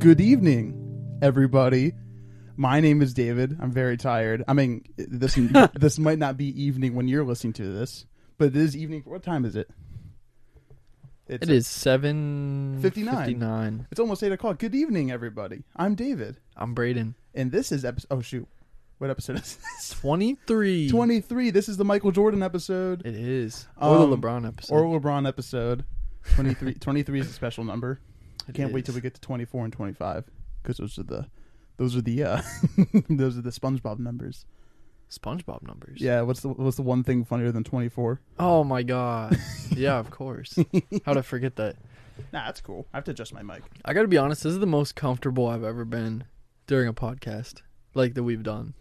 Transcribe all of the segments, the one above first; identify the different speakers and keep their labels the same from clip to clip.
Speaker 1: Good evening, everybody. My name is David. I'm very tired. I mean, this this might not be evening when you're listening to this, but it is evening. What time is it? It's,
Speaker 2: It is seven
Speaker 1: 59.
Speaker 2: 59.
Speaker 1: It's almost eight o'clock. Good evening, everybody. I'm David,
Speaker 2: I'm Braden.
Speaker 1: and this is episode. Oh shoot, what episode is this?
Speaker 2: Twenty three.
Speaker 1: Twenty three. This is the Michael Jordan episode
Speaker 2: It is or the
Speaker 1: Um,
Speaker 2: LeBron episode.
Speaker 1: or LeBron episode. 23, 23 is a special number. I
Speaker 2: It
Speaker 1: can't wait till
Speaker 2: is.
Speaker 1: we get to 24 and 25 because those are the those are the uh those are the SpongeBob numbers.
Speaker 2: SpongeBob numbers.
Speaker 1: Yeah, what's the what's the one thing funnier than 24?
Speaker 2: Oh my god. yeah, of course. How'd I forget that?
Speaker 1: Nah, that's cool. I have to adjust my mic.
Speaker 2: I gotta be honest. This is the most comfortable I've ever been during a podcast like that we've done.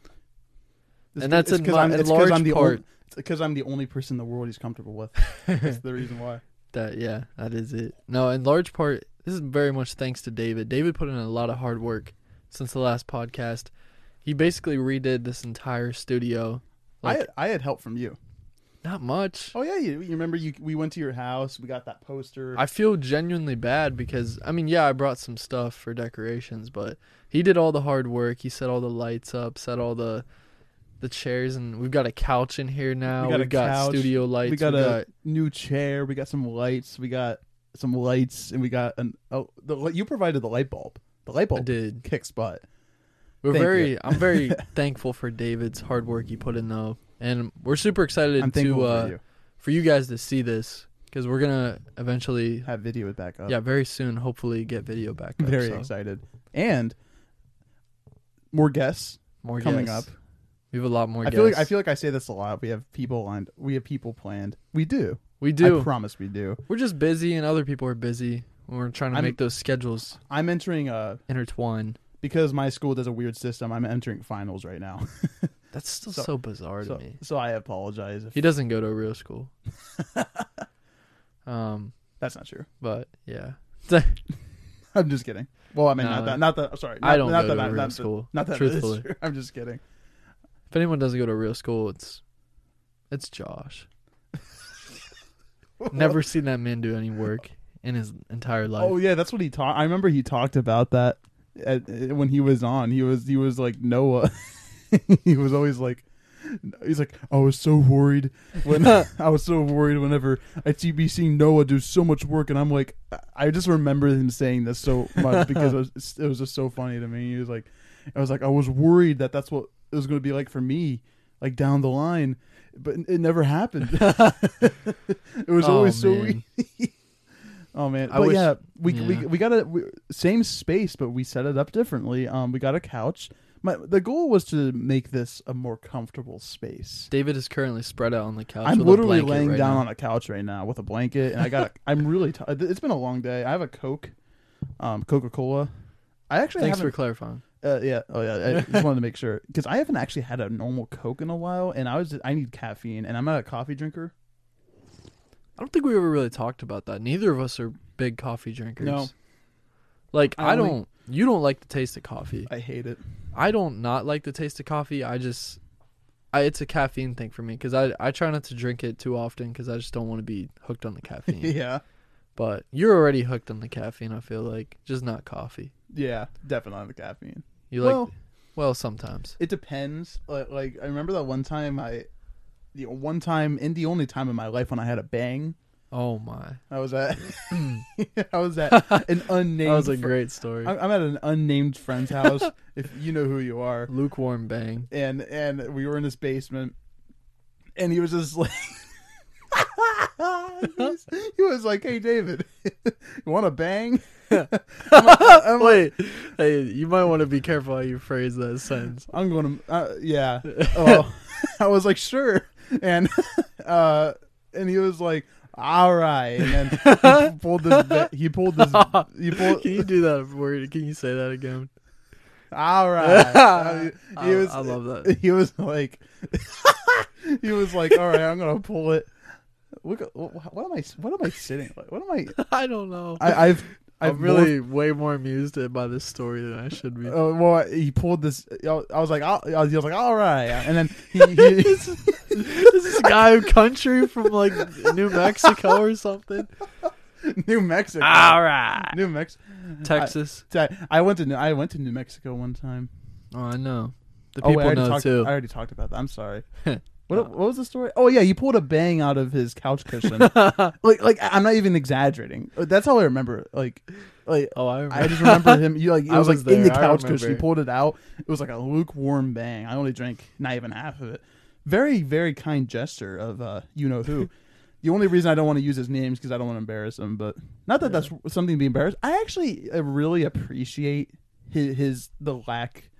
Speaker 1: It's
Speaker 2: And
Speaker 1: good-
Speaker 2: that's
Speaker 1: it's
Speaker 2: in
Speaker 1: 'cause
Speaker 2: my-
Speaker 1: I'm,
Speaker 2: in
Speaker 1: it's 'cause
Speaker 2: large
Speaker 1: I'm the
Speaker 2: part.
Speaker 1: Only, it's because I'm the only person in the world he's comfortable with. That's the reason why.
Speaker 2: That yeah, that is it. No, in large part, this is very much thanks to David. David put in a lot of hard work since the last podcast. He basically redid this entire studio.
Speaker 1: I
Speaker 2: Like,
Speaker 1: had, I had help from you.
Speaker 2: not much.
Speaker 1: Oh yeah, you, you remember you we went to your house. We got that poster.
Speaker 2: I feel genuinely bad because I mean, yeah, I brought some stuff for decorations, but he did all the hard work. He set all the lights up, set all the the chairs, and we've got a couch in here now.
Speaker 1: We got a
Speaker 2: have got
Speaker 1: couch.
Speaker 2: studio lights.
Speaker 1: we got a new chair. We got some lights. We got some lights, and we got an oh the li- you provided the light bulb. The light
Speaker 2: I
Speaker 1: bulb
Speaker 2: did.
Speaker 1: kicks butt.
Speaker 2: We're
Speaker 1: oh, Thank
Speaker 2: very.
Speaker 1: you.
Speaker 2: I'm very thankful for David's hard work he put in though, and we're super excited
Speaker 1: I'm thankful
Speaker 2: to uh,
Speaker 1: for you.
Speaker 2: for you guys to see this because we're gonna eventually,
Speaker 1: Have video it back up.
Speaker 2: yeah, very soon, hopefully get video back. Up,
Speaker 1: very
Speaker 2: so.
Speaker 1: excited and more guests
Speaker 2: More
Speaker 1: coming
Speaker 2: guests.
Speaker 1: up.
Speaker 2: We have a lot more.
Speaker 1: I feel like
Speaker 2: guests.
Speaker 1: I feel like I say this a lot. We have people lined. We have people planned. We do.
Speaker 2: we do.
Speaker 1: I promise we do.
Speaker 2: we're just busy, and other people are busy. and We're trying to
Speaker 1: I'm-
Speaker 2: make those schedules
Speaker 1: I'm entering uh
Speaker 2: intertwine.
Speaker 1: because my school does a weird system. I'm entering finals right now.
Speaker 2: That's still
Speaker 1: So-
Speaker 2: so, bizarre
Speaker 1: so,
Speaker 2: to me.
Speaker 1: so I apologize if
Speaker 2: He doesn't go to a real school. um,
Speaker 1: that's not true.
Speaker 2: but yeah,
Speaker 1: I'm just kidding. Well, I mean,
Speaker 2: No,
Speaker 1: not that. Not that. Sorry, not-
Speaker 2: I don't
Speaker 1: not
Speaker 2: go
Speaker 1: that
Speaker 2: to
Speaker 1: I-
Speaker 2: a real
Speaker 1: not that-
Speaker 2: school.
Speaker 1: Not that it is
Speaker 2: truthfully,
Speaker 1: true. I'm just kidding.
Speaker 2: if anyone doesn't go to a real school, it's it's Josh. Never seen that man do any work in his entire life.
Speaker 1: Oh yeah, that's what he talked. I remember he talked about that at, uh, when he was on. He was he was like Noah. he was always like. He's like, I was so worried when I was so worried whenever I would be seeing Noah do so much work, and I'm like, I just remember him saying this so much because it was, it was just so funny to me. He was like, I was like, I was worried that that's what it was going to be like for me, like down the line, but it never happened. it was
Speaker 2: Oh,
Speaker 1: always so
Speaker 2: man.
Speaker 1: easy. Oh man,
Speaker 2: I
Speaker 1: but
Speaker 2: wish-
Speaker 1: yeah, we, we
Speaker 2: yeah.
Speaker 1: we got a we, same space, but we set it up differently. Um, we got a couch. My the goal was to make this a more comfortable space.
Speaker 2: David is currently spread out on the couch.
Speaker 1: I'm
Speaker 2: with a
Speaker 1: literally
Speaker 2: blanket
Speaker 1: laying
Speaker 2: right
Speaker 1: down
Speaker 2: now.
Speaker 1: on a couch right now with a blanket, and I got. A, I'm really. T- it's been a long day. I have a Coke, um, Coca Cola. I actually
Speaker 2: Thanks for
Speaker 1: haven't.
Speaker 2: clarifying.
Speaker 1: uh, yeah, oh yeah. I just wanted to make sure because I haven't actually had a normal Coke in a while, and I was I need caffeine, and I'm not a coffee drinker.
Speaker 2: I don't think we ever really talked about that. Neither of us are big coffee drinkers.
Speaker 1: No. Uh,
Speaker 2: Like
Speaker 1: I
Speaker 2: I,
Speaker 1: only-
Speaker 2: don't you don't like the taste of coffee.
Speaker 1: I hate it.
Speaker 2: I don't not like the taste of coffee. I just I, it's a caffeine thing for me cuz I I try not to drink it too often cuz I just don't want to be hooked on the caffeine.
Speaker 1: yeah,
Speaker 2: but you're already hooked on the caffeine, I feel like, just not coffee.
Speaker 1: yeah, definitely the caffeine.
Speaker 2: You like
Speaker 1: Well-
Speaker 2: well, well sometimes.
Speaker 1: It depends. Like, like I remember that one time I, the one time and the only time in my life when I had a bang.
Speaker 2: Oh my.
Speaker 1: I was at, I was at an unnamed.
Speaker 2: That was a
Speaker 1: fr-
Speaker 2: great story.
Speaker 1: I'm I'm at an unnamed friend's house. if you know who you are,
Speaker 2: Lukewarm bang.
Speaker 1: and and we were in his basement, and he was just like. he, was, he was like, "Hey, David, you want to bang?" I'm like,
Speaker 2: Wait, hey, you might want to be careful how you phrase that sentence.
Speaker 1: I'm going to, uh, yeah. Oh, I was like, sure. And, uh, and he was like, all right. And then he pulled this, ba- he pulled this, he pulled,
Speaker 2: Can you do that word? Can you say that again?
Speaker 1: all right. Uh, he
Speaker 2: I,
Speaker 1: was,
Speaker 2: I love that.
Speaker 1: he was like, he was like, all right, I'm going to pull it. Look, at- what am I, what am I sitting like? What am I,
Speaker 2: I don't know.
Speaker 1: I, I've,
Speaker 2: I'm really way more amused at by this story than I should be.
Speaker 1: Uh, well, he pulled this. I was like, I'll, I was like, all right, and then he, he
Speaker 2: this is a guy of country from like New Mexico or something.
Speaker 1: New Mexico,
Speaker 2: right,
Speaker 1: New Mexico,
Speaker 2: Texas.
Speaker 1: I went to New, I went to New Mexico one time.
Speaker 2: Oh, I know. The
Speaker 1: oh,
Speaker 2: people
Speaker 1: wait, I already
Speaker 2: know
Speaker 1: talked,
Speaker 2: too.
Speaker 1: I already talked about that. I'm sorry. What, what was the story? Oh yeah, he pulled a bang out of his couch cushion. like like I'm not even exaggerating. That's how I remember. it. Like like
Speaker 2: oh, I remember.
Speaker 1: I just remember him. You like it
Speaker 2: I
Speaker 1: was,
Speaker 2: was
Speaker 1: like in the
Speaker 2: there, I
Speaker 1: couch cushion. He
Speaker 2: remember.
Speaker 1: pulled it out. It was like a lukewarm bang. I only drank not even half of it. Very very kind gesture of uh you know who. the only reason I don't want to use his name is because I don't want to embarrass him. But not that that's something to be embarrassed. I actually uh, really appreciate his, his the lack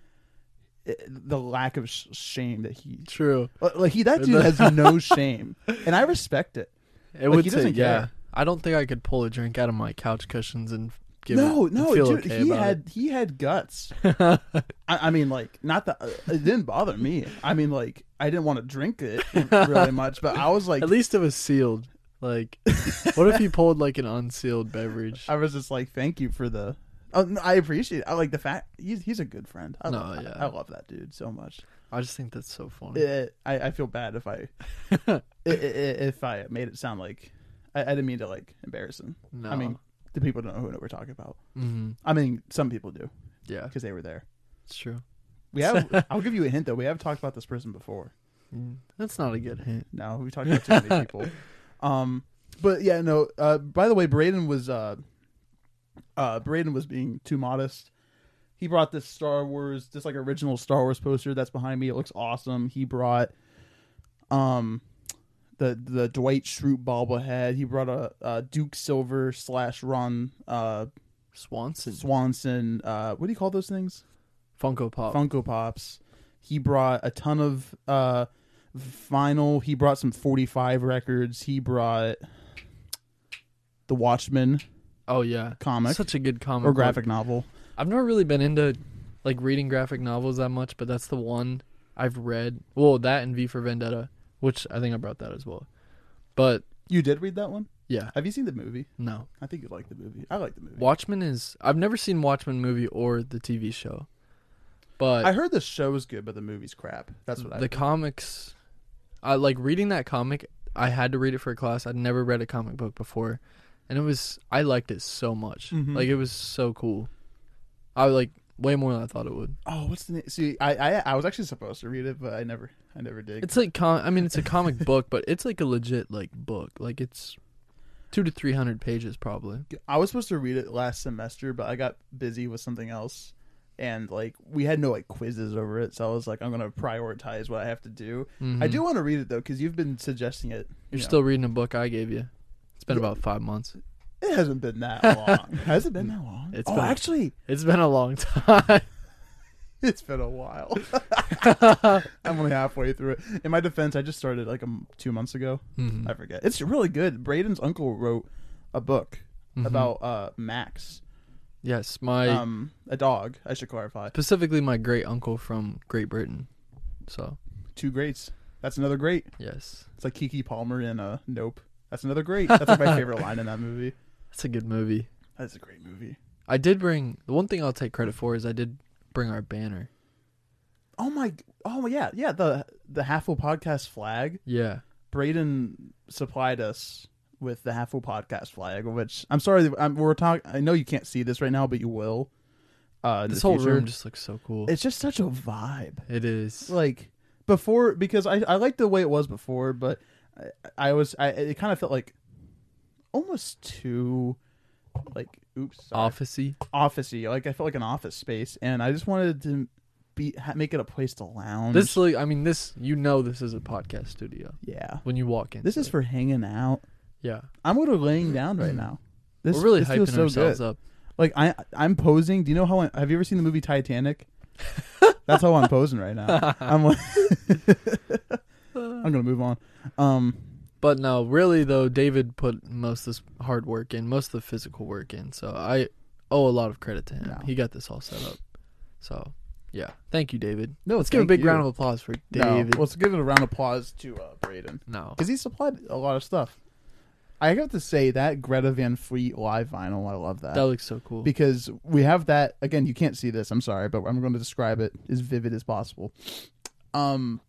Speaker 1: uh, the lack of sh- shame that he
Speaker 2: True.
Speaker 1: uh, like he that dude has no shame and i respect it
Speaker 2: It
Speaker 1: Like,
Speaker 2: would
Speaker 1: he
Speaker 2: take-
Speaker 1: doesn't
Speaker 2: yeah.
Speaker 1: care.
Speaker 2: I don't think I could pull a drink out of my couch cushions and give
Speaker 1: no
Speaker 2: it. and
Speaker 1: no
Speaker 2: feel
Speaker 1: dude
Speaker 2: okay
Speaker 1: he
Speaker 2: about
Speaker 1: had he had guts
Speaker 2: it.
Speaker 1: I, I mean like not that uh, it didn't bother me i mean like i didn't want to drink it really much but i was like
Speaker 2: At least it was sealed. Like, what if he pulled like an unsealed beverage?
Speaker 1: i was just like thank you for the Oh, no, I appreciate. It. I like the fact he's he's a good friend. I,
Speaker 2: No,
Speaker 1: I-
Speaker 2: yeah.
Speaker 1: I, love that dude so much.
Speaker 2: I just think that's so funny.
Speaker 1: It, I I feel bad if I i- i- if I made it sound like I, I didn't mean to like embarrass him.
Speaker 2: no.
Speaker 1: I mean, the people don't know who we're talking about.
Speaker 2: hmm
Speaker 1: I mean, some people do
Speaker 2: yeah,
Speaker 1: because they were there.
Speaker 2: it's true.
Speaker 1: We have. I'll give you a hint though. We have talked about this person before.
Speaker 2: Mm, That's not a good hint.
Speaker 1: No, we talked about too many people. Um, but yeah, no. Uh, by the way, Braden was uh, uh, Braden was being too modest. He brought this Star Wars, this like original Star Wars poster that's behind me. It looks awesome. He brought, um, the the Dwight Schrute bobblehead. He brought a, a Duke Silver slash Ron uh
Speaker 2: Swanson,
Speaker 1: Swanson. Uh, what do you call those things?
Speaker 2: Funko Pop.
Speaker 1: Funko Pops. He brought a ton of uh vinyl. He brought some 45 records. He brought the Watchmen
Speaker 2: oh yeah,
Speaker 1: comic
Speaker 2: such a good comic
Speaker 1: or
Speaker 2: book.
Speaker 1: graphic novel.
Speaker 2: I've never really been into like reading graphic novels that much, but that's the one I've read. Well, that and V for Vendetta, which I think I brought that as well. But
Speaker 1: You did read that one?
Speaker 2: yeah,
Speaker 1: Have you seen the movie?
Speaker 2: no.
Speaker 1: I think you'd like the movie. I like the movie.
Speaker 2: Watchmen is I've never seen Watchmen movie or the TV show. But
Speaker 1: I heard the show is good, but the movie's crap. That's what I.
Speaker 2: the comics I like reading that comic. I had to read it for a class. I'd never read a comic book before, and it was I liked it so much.
Speaker 1: Mhm.
Speaker 2: Like it was so cool. I like way more than I thought it would.
Speaker 1: oh, what's the name? See, I, I I was actually supposed to read it, but I never I never did.
Speaker 2: It's like com- I mean, it's a comic book, but it's like a legit like book. Like it's two to three hundred pages probably.
Speaker 1: I was supposed to read it last semester, but I got busy with something else, and like we had no like quizzes over it, so I was like, I'm gonna prioritize what I have to do. I
Speaker 2: Mhm.
Speaker 1: do want to read it though, because you've been suggesting it. you
Speaker 2: You're
Speaker 1: know.
Speaker 2: still reading a book I gave you. It's been about five months.
Speaker 1: It hasn't been that long. Has it been that long?
Speaker 2: It's
Speaker 1: oh,
Speaker 2: been-
Speaker 1: actually,
Speaker 2: It's been a long time.
Speaker 1: it's been a while. I'm only halfway through it. In my defense, I just started like um, two months ago.
Speaker 2: Mm.
Speaker 1: I forget. It's really good. Braden's uncle wrote a book
Speaker 2: Mhm.
Speaker 1: about uh Max,
Speaker 2: yes, my
Speaker 1: um, a dog. I should clarify.
Speaker 2: specifically my great uncle from Great Britain. So
Speaker 1: Two greats. That's another great.
Speaker 2: yes,
Speaker 1: It's like Kiki Palmer in uh, Nope. That's another great. That's like my favorite line in that movie.
Speaker 2: that's a good movie.
Speaker 1: That's a great movie.
Speaker 2: I did bring the one thing I'll take credit for is I did bring our banner.
Speaker 1: Oh my! Oh yeah, yeah. The the Halfway Podcast flag.
Speaker 2: Yeah,
Speaker 1: Braden supplied us with the Halfway Podcast flag, which I'm sorry, I'm, we're talking. I know you can't see this right now, but you will. Uh, in
Speaker 2: this
Speaker 1: the
Speaker 2: whole
Speaker 1: future.
Speaker 2: room just looks so cool.
Speaker 1: It's just such a vibe.
Speaker 2: it is.
Speaker 1: Like before, because I I liked the way it was before, but I, I was I it kind of felt like almost too like oops sorry.
Speaker 2: Officey.
Speaker 1: officey. Like I felt like an office space, and I just wanted to be ha- make it a place to lounge.
Speaker 2: This look. I mean, this. You know, this is a podcast studio
Speaker 1: yeah,
Speaker 2: when you walk in.
Speaker 1: this is for hanging out.
Speaker 2: yeah.
Speaker 1: I'm gonna laying down right now. This
Speaker 2: We're really
Speaker 1: this
Speaker 2: hyping
Speaker 1: feels so
Speaker 2: ourselves
Speaker 1: good.
Speaker 2: up.
Speaker 1: Like I I'm posing. Do you know how I, have you ever seen the movie Titanic? That's how I'm posing right now. I'm like, I'm gonna move on. Um,
Speaker 2: But no, really though, David put most of this hard work in, most of the physical work in. So I owe a lot of credit to him.
Speaker 1: No.
Speaker 2: He got this all set up. So yeah, thank you, David.
Speaker 1: No,
Speaker 2: let's give a
Speaker 1: thank
Speaker 2: big
Speaker 1: you.
Speaker 2: round of applause for
Speaker 1: no,
Speaker 2: David.
Speaker 1: let's give it a round of applause to uh, Braden
Speaker 2: No,
Speaker 1: because he supplied a lot of stuff. I have to say that Greta Van Fleet live vinyl. I love that.
Speaker 2: That looks so cool.
Speaker 1: because we have that again you can't see this i'm sorry but i'm going to describe it as vivid as possible um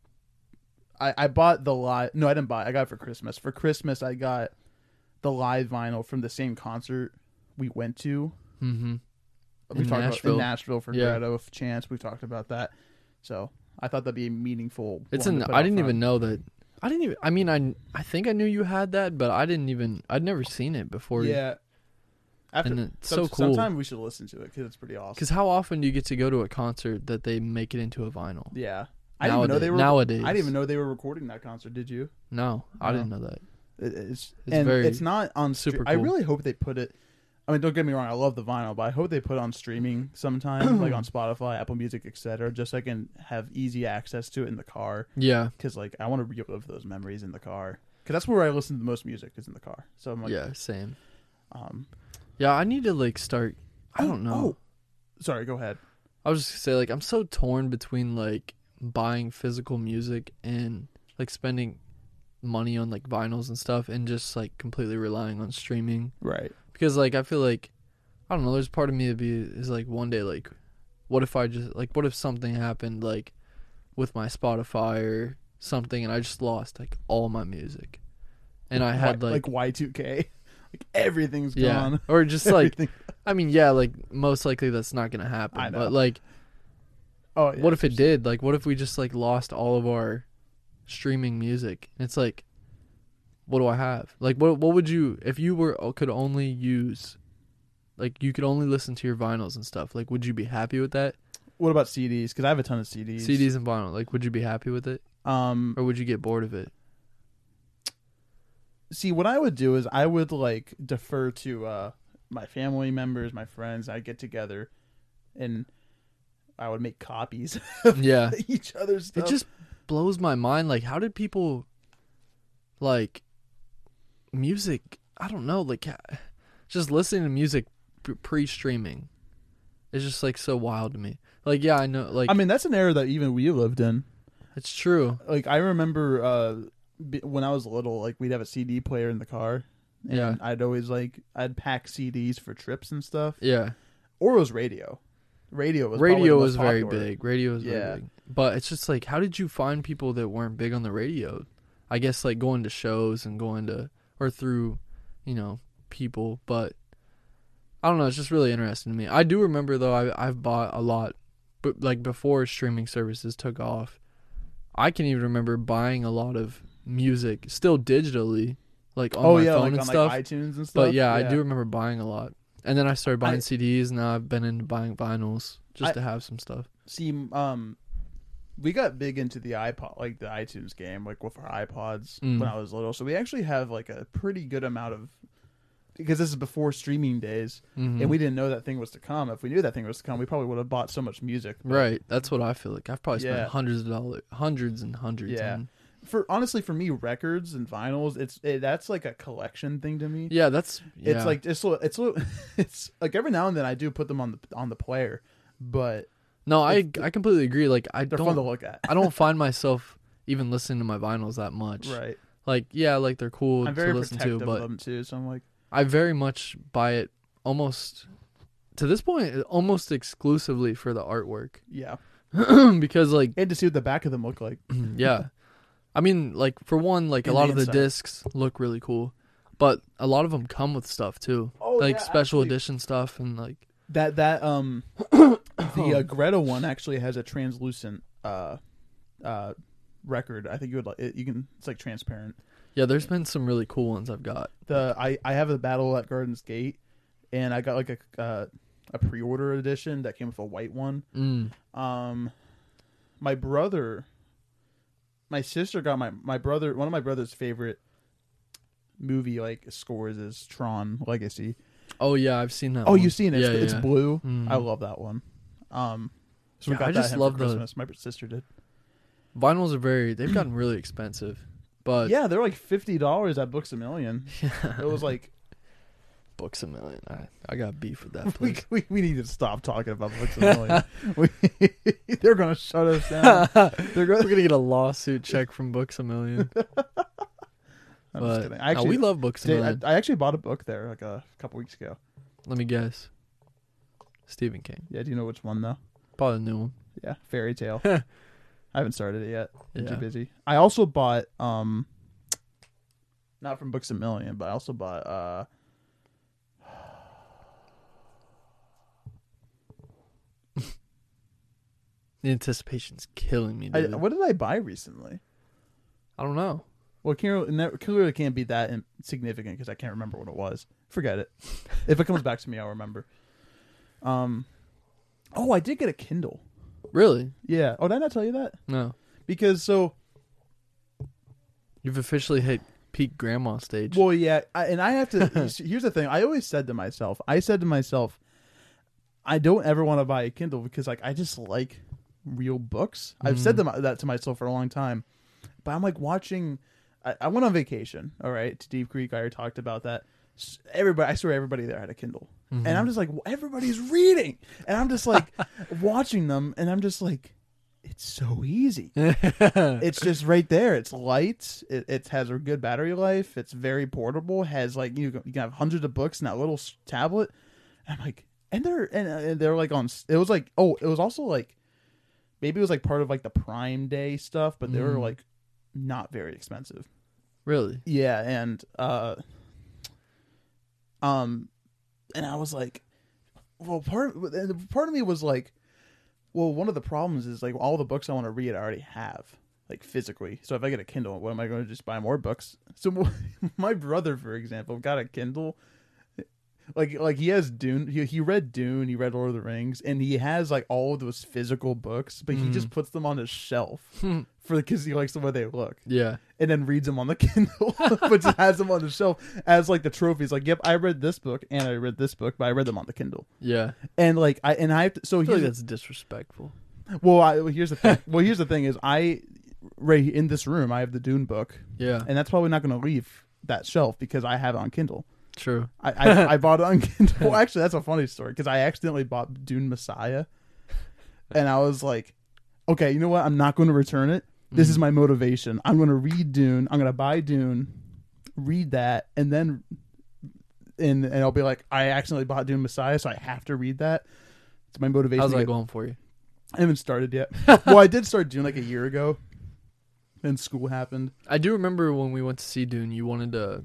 Speaker 1: i i bought the live no i didn't buy it. i got it for christmas for christmas i got the live vinyl from the same concert we went to
Speaker 2: mm-hmm.
Speaker 1: we
Speaker 2: In
Speaker 1: talked about
Speaker 2: Nashville.
Speaker 1: in nashville for
Speaker 2: Yeah.
Speaker 1: Greta of chance we talked about that so i thought that'd be a meaningful
Speaker 2: It's
Speaker 1: one
Speaker 2: an.
Speaker 1: to put
Speaker 2: I
Speaker 1: out
Speaker 2: didn't
Speaker 1: front.
Speaker 2: even know that. I didn't even. I mean, I. I think I knew you had that, but I didn't even. I'd never seen it before.
Speaker 1: yeah after
Speaker 2: and it's
Speaker 1: some-
Speaker 2: so cool.
Speaker 1: sometime we should listen to it because it's pretty awesome
Speaker 2: Because how often do you get to go to a concert that they make it into a vinyl?
Speaker 1: yeah i didn't even know
Speaker 2: Nowadays-
Speaker 1: they were
Speaker 2: nowadays.
Speaker 1: i didn't even know they were recording that concert did you
Speaker 2: No, I
Speaker 1: No.
Speaker 2: didn't know that.
Speaker 1: It- It's,
Speaker 2: It's
Speaker 1: and
Speaker 2: very-
Speaker 1: it's not on super.
Speaker 2: super
Speaker 1: I
Speaker 2: cool.
Speaker 1: really hope they put it. I mean, don't get me wrong. I love the vinyl, but I hope they put it on streaming sometime, like on Spotify, Apple Music, etc. Just so I can have easy access to it in the car,
Speaker 2: Yeah,
Speaker 1: because like I want to relive those memories in the car. Because that's where I listen to the most music is in the car. So I'm like,
Speaker 2: yeah, same.
Speaker 1: um,
Speaker 2: Yeah, I need to like start. I
Speaker 1: oh,
Speaker 2: don't know.
Speaker 1: oh. sorry, go ahead.
Speaker 2: I was just gonna say like I'm so torn between like buying physical music and like spending money on like vinyls and stuff, and just like completely relying on streaming.
Speaker 1: Right.
Speaker 2: because like I feel like I don't know. There's part of me that be is like one day like, what if I just like what if something happened like with my Spotify or something and I just lost like all my music, and I had like,
Speaker 1: Y two K, like everything's
Speaker 2: yeah
Speaker 1: gone.
Speaker 2: or just like
Speaker 1: Everything-
Speaker 2: I mean yeah like most likely that's not gonna happen.
Speaker 1: I know.
Speaker 2: But like
Speaker 1: oh, yeah,
Speaker 2: what if it did? Like what if we just like lost all of our streaming music? And it's like, what do I have? Like what what would you if you were uh, could only use like you could only listen to your vinyls and stuff. Like would you be happy with that?
Speaker 1: What about CDs? Because I have a ton of CDs.
Speaker 2: CDs and vinyl. Like would you be happy with it
Speaker 1: Um,
Speaker 2: or would you get bored of it?
Speaker 1: see what I would do is I would like defer to uh my family members, my friends, I'd get together and I would make copies of
Speaker 2: yeah.
Speaker 1: each other's
Speaker 2: It
Speaker 1: stuff.
Speaker 2: just blows my mind like how did people like music, I don't know, like ha- just listening to music p- pre-streaming. It's just like so wild to me. Like yeah, I know like
Speaker 1: I mean, that's an era that even we lived in.
Speaker 2: It's true.
Speaker 1: Like I remember uh b- when I was little, like we'd have a CD player in the car and
Speaker 2: Yeah.
Speaker 1: I'd always like I'd pack CDs for trips and stuff.
Speaker 2: Yeah.
Speaker 1: Or it was radio. Radio was probably
Speaker 2: radio
Speaker 1: the most
Speaker 2: was very
Speaker 1: popular.
Speaker 2: big. Radio was
Speaker 1: Yeah.
Speaker 2: very big. But it's just like how did you find people that weren't big on the radio? I guess like going to shows and going to or through, you know, people, but I don't know, it's just really interesting to me. I do remember though I I've bought a lot but like before streaming services took off. I can even remember buying a lot of music still digitally, like on
Speaker 1: Oh
Speaker 2: my
Speaker 1: yeah,
Speaker 2: phone
Speaker 1: like
Speaker 2: and
Speaker 1: on
Speaker 2: stuff.
Speaker 1: like iTunes and stuff.
Speaker 2: But yeah, I do remember buying a lot. And then I started buying
Speaker 1: I-
Speaker 2: CDs. Now I've been into buying vinyls just
Speaker 1: I-
Speaker 2: to have some stuff.
Speaker 1: see um we got big into the iPod like the iTunes game like with our iPods
Speaker 2: Mm.
Speaker 1: when I was little so we actually have like a pretty good amount of because this is before streaming days
Speaker 2: Mhm.
Speaker 1: and we didn't know that thing was to come if we knew that thing was to come we probably would have bought so much music But
Speaker 2: right. That's what I feel like. I've probably spent
Speaker 1: Yeah.
Speaker 2: hundreds of dollars, hundreds and hundreds.
Speaker 1: Yeah.
Speaker 2: on-
Speaker 1: for honestly for me records and vinyls it's it, that's like a collection thing to me
Speaker 2: yeah. That's yeah.
Speaker 1: it's like it's li- it's li- it's like every now and then I do put them on the on the player but
Speaker 2: no. I
Speaker 1: it's-
Speaker 2: I completely agree. Like I
Speaker 1: they're fun to
Speaker 2: don't
Speaker 1: look at
Speaker 2: I don't find myself even listening to my vinyls that much.
Speaker 1: right
Speaker 2: Like yeah, like they're cool
Speaker 1: I'm
Speaker 2: to
Speaker 1: very
Speaker 2: listen
Speaker 1: protective
Speaker 2: to,
Speaker 1: of
Speaker 2: but
Speaker 1: them too so I'm like
Speaker 2: I very much buy it almost to this point almost exclusively for the artwork
Speaker 1: yeah
Speaker 2: because like
Speaker 1: and to see what the back of them look like
Speaker 2: yeah. I mean, like for one, like a
Speaker 1: And
Speaker 2: lot
Speaker 1: the
Speaker 2: of the
Speaker 1: inside.
Speaker 2: discs look really cool, but a lot of them come with stuff too,
Speaker 1: Oh,
Speaker 2: like
Speaker 1: yeah,
Speaker 2: special
Speaker 1: actually,
Speaker 2: edition stuff and like
Speaker 1: That that um the uh, Greta one actually has a translucent uh uh record. I think you would like it, you can it's like transparent.
Speaker 2: yeah. There's been some really cool ones I've got.
Speaker 1: The I I have a Battle at Garden's Gate, and I got like a uh, a pre order edition that came with a white one.
Speaker 2: Mm.
Speaker 1: Um, my brother, my sister got my my brother one of my brother's favorite movie like scores is Tron Legacy.
Speaker 2: Oh yeah, I've seen that.
Speaker 1: Oh,
Speaker 2: Oh,
Speaker 1: you've seen it?
Speaker 2: Yeah,
Speaker 1: it's, it's
Speaker 2: yeah.
Speaker 1: blue.
Speaker 2: Mm.
Speaker 1: I love that one. Um, so we
Speaker 2: Yeah,
Speaker 1: got
Speaker 2: I
Speaker 1: that
Speaker 2: just
Speaker 1: him
Speaker 2: love
Speaker 1: for
Speaker 2: the-
Speaker 1: Christmas. My sister did.
Speaker 2: vinyls are very. They've gotten really expensive, but
Speaker 1: yeah, they're like fifty dollars at Books a Million. It was like
Speaker 2: books a million. I, I got beef with that
Speaker 1: we,
Speaker 2: place.
Speaker 1: we we need to stop talking about Books a Million. we, they're gonna shut us down. They're
Speaker 2: We're
Speaker 1: gonna
Speaker 2: gonna get a lawsuit check from Books a Million.
Speaker 1: I'm
Speaker 2: but
Speaker 1: just kidding. I
Speaker 2: no,
Speaker 1: actually,
Speaker 2: we love books. A
Speaker 1: did-
Speaker 2: Million.
Speaker 1: I, I actually bought a book there like a couple weeks ago.
Speaker 2: Let me guess. Stephen King,
Speaker 1: Yeah, do you know which one though?
Speaker 2: probably the new one.
Speaker 1: Yeah, fairy tale. I haven't started it yet. I'm
Speaker 2: Yeah.
Speaker 1: too busy. I also bought um, not from Books a Million, but I also bought uh,
Speaker 2: The anticipation's killing me,
Speaker 1: I,
Speaker 2: dude. I,
Speaker 1: what did I buy recently?
Speaker 2: don't know.
Speaker 1: Well, can't, and that clearly can't be that in- significant because I can't remember what it was. Forget it. if it comes back to me, I'll remember. Um, oh, I did get a Kindle.
Speaker 2: Really?
Speaker 1: Yeah. Oh, did I not tell you that?
Speaker 2: No.
Speaker 1: Because so
Speaker 2: You've officially hit peak grandma stage.
Speaker 1: Well, yeah, I, and I have to. here's the thing: I always said to myself, I said to myself, I don't ever want to buy a Kindle because, like, I just like real books. I've said them, that to myself for a long time, but I'm like watching. I, I went on vacation, all right, to Deep Creek. I already talked about that. S- Everybody, I swear, everybody there had a Kindle, and I'm just like, everybody's reading, and I'm just like watching them, and I'm just like, it's so easy it's just right there. It's light. It, it has a good battery life. It's very portable. Has like you can, you can have hundreds of books in that little s- tablet. And I'm like, and they're and, uh, and they're like on. s- It was like oh, it was also like maybe it was like part of like the Prime Day stuff, but they were
Speaker 2: Mm.
Speaker 1: like not very expensive.
Speaker 2: really?
Speaker 1: Yeah, and uh, um, and I was like, well, part of, and the- part of me was like, well, one of the problems is like all the books I want to read I already have like physically. So if I get a Kindle, what am I going to just buy more books? So my brother, for example, got a Kindle. Like like he has Dune. He, he read Dune. He read Lord of the Rings, and he has like all of those physical books, but he just puts them on his shelf
Speaker 2: Mm. Hmm.
Speaker 1: for because he likes the way they look
Speaker 2: Yeah.
Speaker 1: and then reads them on the Kindle, but just has them on the shelf as like the trophies. Like, yep, I read this book and I read this book, but I read them on the Kindle.
Speaker 2: Yeah.
Speaker 1: And like I and I have to, so
Speaker 2: I feel like
Speaker 1: here's,
Speaker 2: that's disrespectful.
Speaker 1: well, I, well, here's the thing. well, here's the thing is I right in this room I have the Dune book,
Speaker 2: Yeah.
Speaker 1: and that's probably not going to leave that shelf because I have it on Kindle.
Speaker 2: True.
Speaker 1: I, I, I bought it on Kindle. Well, actually, that's a funny story because I accidentally bought Dune Messiah, and I was like, okay, you know what? I'm not going to return it. This is my motivation. I'm going to read Dune. I'm going to buy Dune, read that, and then, and and I'll be like, I accidentally bought Dune Messiah, so I have to read that. It's my motivation.
Speaker 2: How's
Speaker 1: to
Speaker 2: that
Speaker 1: get-
Speaker 2: going for you?
Speaker 1: I haven't started yet. well, I did start Dune like a year ago. Then school happened.
Speaker 2: I do remember when we went to see Dune, you wanted to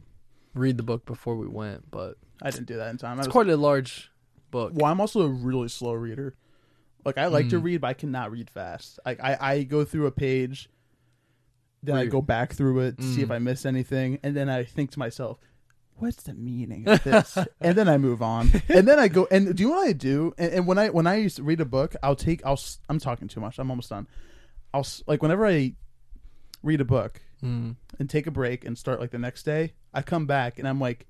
Speaker 2: read the book before we went, but
Speaker 1: I didn't do that in time. I
Speaker 2: it's
Speaker 1: was-
Speaker 2: quite a large book.
Speaker 1: Well, I'm also a really slow reader. Like I like to
Speaker 2: Mm.
Speaker 1: read, but I cannot read fast. Like I, I go through a page, then I
Speaker 2: Weird.
Speaker 1: go back through it, see if
Speaker 2: Mm.
Speaker 1: I miss anything, and then I think to myself, "What's the meaning of this?" and then I move on, and then I go. And do you know what I do? And, and when I when I used to read a book, I'll take. I'll. s- I'm talking too much. I'm almost done. I'll s- like whenever I read a book,
Speaker 2: Mm.
Speaker 1: and take a break and start like the next day. I come back and I'm like,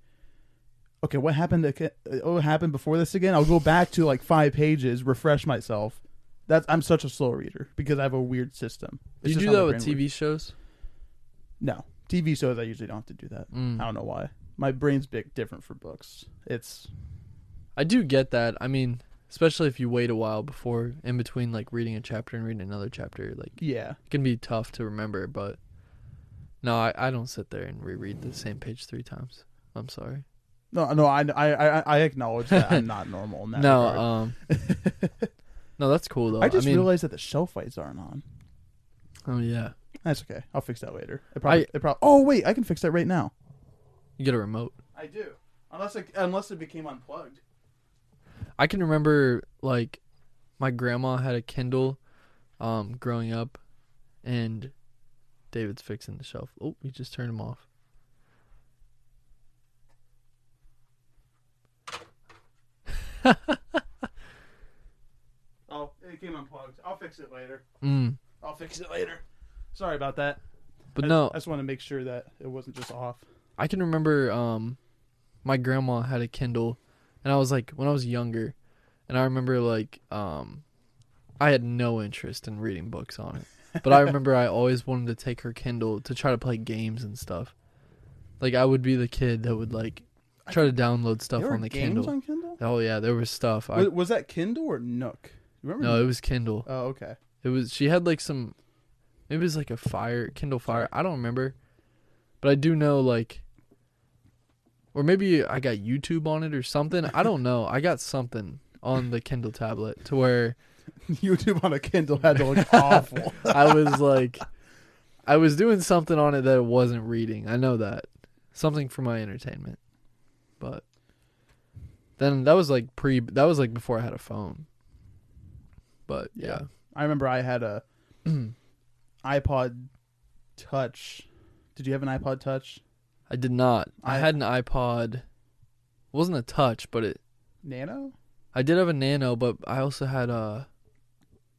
Speaker 1: okay, what happened? To, oh, what happened before this again? I'll go back to like five pages, refresh myself. That's I'm such a slow reader because I have a weird system.
Speaker 2: Do
Speaker 1: It's
Speaker 2: you
Speaker 1: just
Speaker 2: do
Speaker 1: how
Speaker 2: that
Speaker 1: my
Speaker 2: with
Speaker 1: brain
Speaker 2: TV
Speaker 1: works.
Speaker 2: shows?
Speaker 1: No, TV shows. I usually don't have to do that.
Speaker 2: Mm.
Speaker 1: I don't know why. My brain's big different for books. It's
Speaker 2: I do get that. I mean, especially if you wait a while before in between like reading a chapter and reading another chapter, like
Speaker 1: yeah.
Speaker 2: it can be tough to remember, but no, I, I don't sit there and reread the same page three times. I'm sorry.
Speaker 1: No, no. I I I, I acknowledge that I'm not normal in that.
Speaker 2: No,
Speaker 1: regard.
Speaker 2: um No, that's cool though.
Speaker 1: I just
Speaker 2: mean,
Speaker 1: realized that the shelf lights aren't on.
Speaker 2: Oh yeah.
Speaker 1: That's okay. I'll fix that later. It probably,
Speaker 2: I-
Speaker 1: it probably. Oh wait, I can fix that right now.
Speaker 2: You get a remote.
Speaker 1: I do. Unless it, unless it became unplugged.
Speaker 2: I can remember like my grandma had a Kindle um growing up and David's fixing the shelf. Oh, we just turned him off.
Speaker 1: Oh, it came unplugged. I'll fix it later.
Speaker 2: Mm.
Speaker 1: I'll fix it later. Sorry about that.
Speaker 2: But
Speaker 1: I,
Speaker 2: no,
Speaker 1: I just want to make sure that it wasn't just off.
Speaker 2: I can remember um my grandma had a Kindle and I was like when I was younger and I remember like um I had no interest in reading books on it. But I remember I always wanted to take her Kindle to try to play games and stuff. Like I would be the kid that would like try to download stuff
Speaker 1: there were
Speaker 2: on the
Speaker 1: games
Speaker 2: Kindle.
Speaker 1: on Kindle.
Speaker 2: oh yeah, there was stuff. I,
Speaker 1: was, was that Kindle or Nook? You remember?
Speaker 2: no, it was Kindle.
Speaker 1: Oh, okay.
Speaker 2: It was she had like some maybe it was like a fire Kindle Fire. I don't remember. But I do know like or maybe I got YouTube on it or something. I don't know. I got something on the Kindle tablet to where
Speaker 1: YouTube on a Kindle had to look awful.
Speaker 2: I was like I was doing something on it that it wasn't reading. I know that. Something for my entertainment. But then that was like pre that was like before I had a phone. But yeah.
Speaker 1: I remember I had a iPod Touch. Did you have an iPod Touch?
Speaker 2: I did not. I,
Speaker 1: I-
Speaker 2: had an iPod. It wasn't a touch, but it.
Speaker 1: Nano?
Speaker 2: I did have a Nano, but I also had a.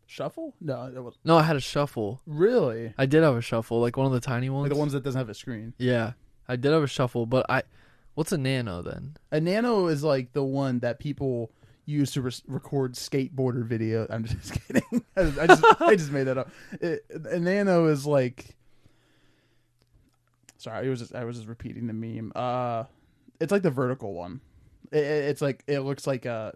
Speaker 1: Shuffle? No, that was
Speaker 2: No, I had a Shuffle.
Speaker 1: really
Speaker 2: I did have a Shuffle, like one of the tiny ones.
Speaker 1: like the ones that doesn't have a screen.
Speaker 2: Yeah, I did have a Shuffle, but I. What's a Nano then?
Speaker 1: A Nano is like the one that people use to res- record skateboarder video. I'm just kidding. I just I just, I just made that up. It, a Nano is like. Sorry, I was just, I was just repeating the meme. Uh, it's like the vertical one. It, it- it's like it looks like a.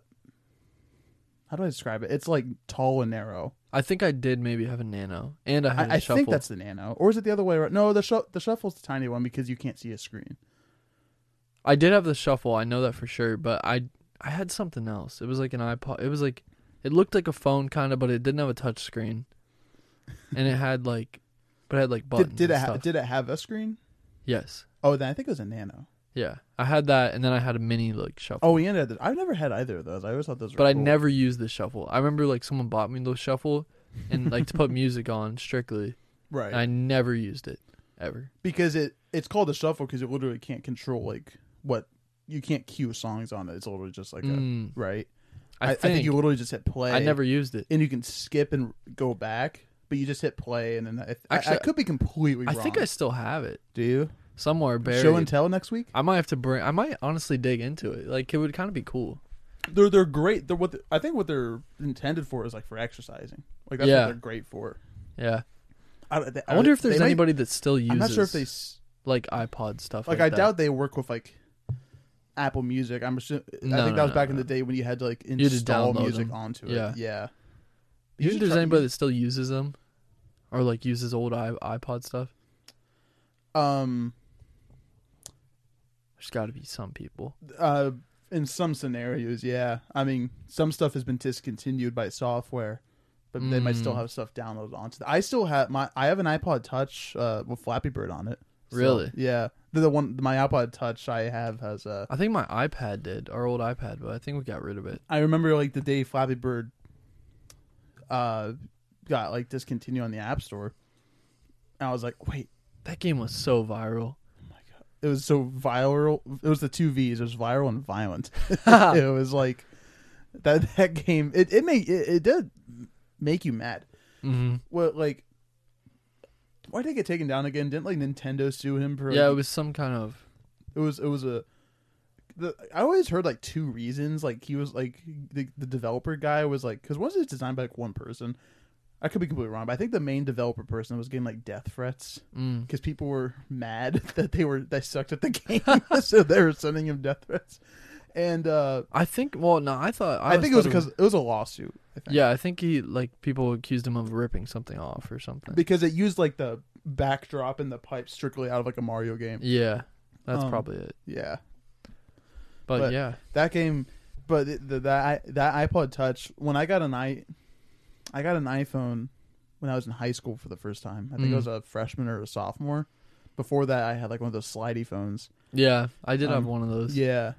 Speaker 1: How do I describe it? It's like tall and narrow.
Speaker 2: I think I did maybe have a Nano, and I had a
Speaker 1: I, I
Speaker 2: Shuffle.
Speaker 1: think that's the Nano, or is it the other way around? No, the shu- the shuffle's the tiny one because you can't see a screen.
Speaker 2: I did have the Shuffle. I know that for sure, but I I had something else. It was like an iPod. It was like it looked like a phone kind of, but it didn't have a touch screen, and it had like, but it had like buttons.
Speaker 1: Did, did it
Speaker 2: and
Speaker 1: ha-
Speaker 2: stuff.
Speaker 1: did it have a screen?
Speaker 2: yes.
Speaker 1: Oh, then I think it was a Nano.
Speaker 2: Yeah, I had that, and then I had a mini like shuffle.
Speaker 1: Oh, we ended. At the, I've never had either of those. I always thought those. were
Speaker 2: but I
Speaker 1: cool.
Speaker 2: never used the shuffle. I remember like someone bought me the shuffle, and like to put music on strictly.
Speaker 1: right
Speaker 2: And I never used it ever.
Speaker 1: because it it's called a shuffle because it literally can't control like what you can't cue songs on it. It's literally just like
Speaker 2: Mm,
Speaker 1: a right.
Speaker 2: I,
Speaker 1: I
Speaker 2: think, I,
Speaker 1: you literally just hit play.
Speaker 2: never used it.
Speaker 1: and you can skip and go back, but you just hit play and then I, I-
Speaker 2: Actually,
Speaker 1: I, could be completely.
Speaker 2: I
Speaker 1: wrong.
Speaker 2: think I still have it
Speaker 1: do. You?
Speaker 2: somewhere buried.
Speaker 1: Show and tell next week.
Speaker 2: I might have to bring. I might honestly dig into it. Like it would kind of be cool.
Speaker 1: They're they're great. They're what I think what they're intended for is like for exercising. Like that's
Speaker 2: Yeah.
Speaker 1: what they're great for.
Speaker 2: Yeah,
Speaker 1: I, they-
Speaker 2: I wonder if
Speaker 1: Uh, they
Speaker 2: there's
Speaker 1: might-
Speaker 2: anybody that still uses.
Speaker 1: I'm not sure if they. s-
Speaker 2: like iPod stuff. Like,
Speaker 1: like I
Speaker 2: that.
Speaker 1: doubt they work with like Apple Music. I'm assuming.
Speaker 2: No,
Speaker 1: I think
Speaker 2: no,
Speaker 1: that was
Speaker 2: no,
Speaker 1: back in
Speaker 2: no.
Speaker 1: the day when you had to like
Speaker 2: had to
Speaker 1: install
Speaker 2: download
Speaker 1: music
Speaker 2: them.
Speaker 1: onto it.
Speaker 2: Yeah.
Speaker 1: Yeah,
Speaker 2: You think
Speaker 1: should
Speaker 2: there's
Speaker 1: try-
Speaker 2: anybody that still uses them, or like uses old i- iPod stuff?
Speaker 1: Um,
Speaker 2: There's got to be some people.
Speaker 1: uh, in some scenarios, yeah. I mean, some stuff has been discontinued by software, but they might still
Speaker 2: Mm.
Speaker 1: have stuff downloaded onto. The, I still have my. I have an iPod Touch uh, with Flappy Bird on it. So,
Speaker 2: Really?
Speaker 1: Yeah. The, the one my iPod Touch I have has a.
Speaker 2: I think my iPad did, our old iPad, but I think we got rid of it.
Speaker 1: I remember like the day Flappy Bird uh got like discontinued on the App Store. And I was like, wait,
Speaker 2: That game was so viral.
Speaker 1: it was so viral. It was the two V's. It was viral and violent. it was like that that game. It it made it, it did make you mad.
Speaker 2: Mm-hmm.
Speaker 1: What like why did it get taken down again? Didn't like Nintendo sue him for? like,
Speaker 2: Yeah, it was some kind of.
Speaker 1: It was it was a. The, I always heard like two reasons. Like he was like the, the developer guy was like because once it's designed by like one person, I could be completely wrong, but I think the main developer person was getting like death threats
Speaker 2: Mm.
Speaker 1: because people were mad that they were they sucked at the game, so they were sending him death threats. And uh
Speaker 2: I think. Well, no, I thought.
Speaker 1: I,
Speaker 2: always
Speaker 1: think it was
Speaker 2: thought
Speaker 1: because it was a lawsuit. I think.
Speaker 2: Yeah, I think he like people accused him of ripping something off or something.
Speaker 1: because it used like the backdrop and the pipe strictly out of like a Mario game.
Speaker 2: yeah, that's
Speaker 1: Um,
Speaker 2: probably it.
Speaker 1: Yeah.
Speaker 2: But,
Speaker 1: but-
Speaker 2: yeah,
Speaker 1: that game but it- the, that that iPod touch when I got an i I got an iPhone when I was in high school for the first time. I think
Speaker 2: Mm.
Speaker 1: I was a freshman or a sophomore. Before that I had like one of those slidey phones.
Speaker 2: yeah, I did have
Speaker 1: Um,
Speaker 2: one of those.
Speaker 1: Yeah.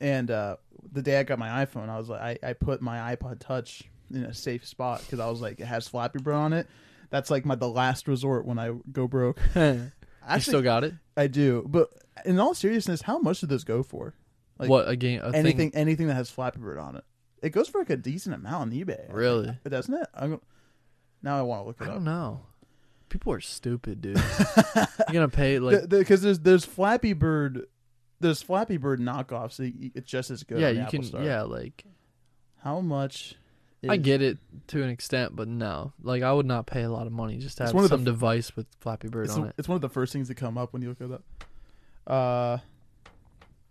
Speaker 1: And uh the day I got my iPhone, I was like I, I put my iPod touch in a safe spot cuz I was like it has Flappy Bird on it. That's like my the last resort when I go broke.
Speaker 2: you
Speaker 1: Actually,
Speaker 2: still got it?
Speaker 1: I do. But in all seriousness, how much did those go for? like,
Speaker 2: what a game? A
Speaker 1: anything anything that has Flappy Bird on it. It goes for like a decent amount on eBay.
Speaker 2: Thing, really?
Speaker 1: It doesn't it? I'm, now I want to look
Speaker 2: I
Speaker 1: it
Speaker 2: don't
Speaker 1: up.
Speaker 2: know. People are stupid, dude. You're gonna pay like
Speaker 1: Because there's there's Flappy Bird, there's Flappy Bird knockoffs. that y- It's just as good.
Speaker 2: yeah,
Speaker 1: on the
Speaker 2: you
Speaker 1: Apple
Speaker 2: can
Speaker 1: Store.
Speaker 2: yeah like
Speaker 1: How much?
Speaker 2: I
Speaker 1: is-
Speaker 2: get it to an extent, but no, like I would not pay a lot of money just to
Speaker 1: It's
Speaker 2: have
Speaker 1: one of the
Speaker 2: some
Speaker 1: f-
Speaker 2: device with Flappy Bird
Speaker 1: It's,
Speaker 2: on it.
Speaker 1: it's one of the first things that come up when you look it up. Uh,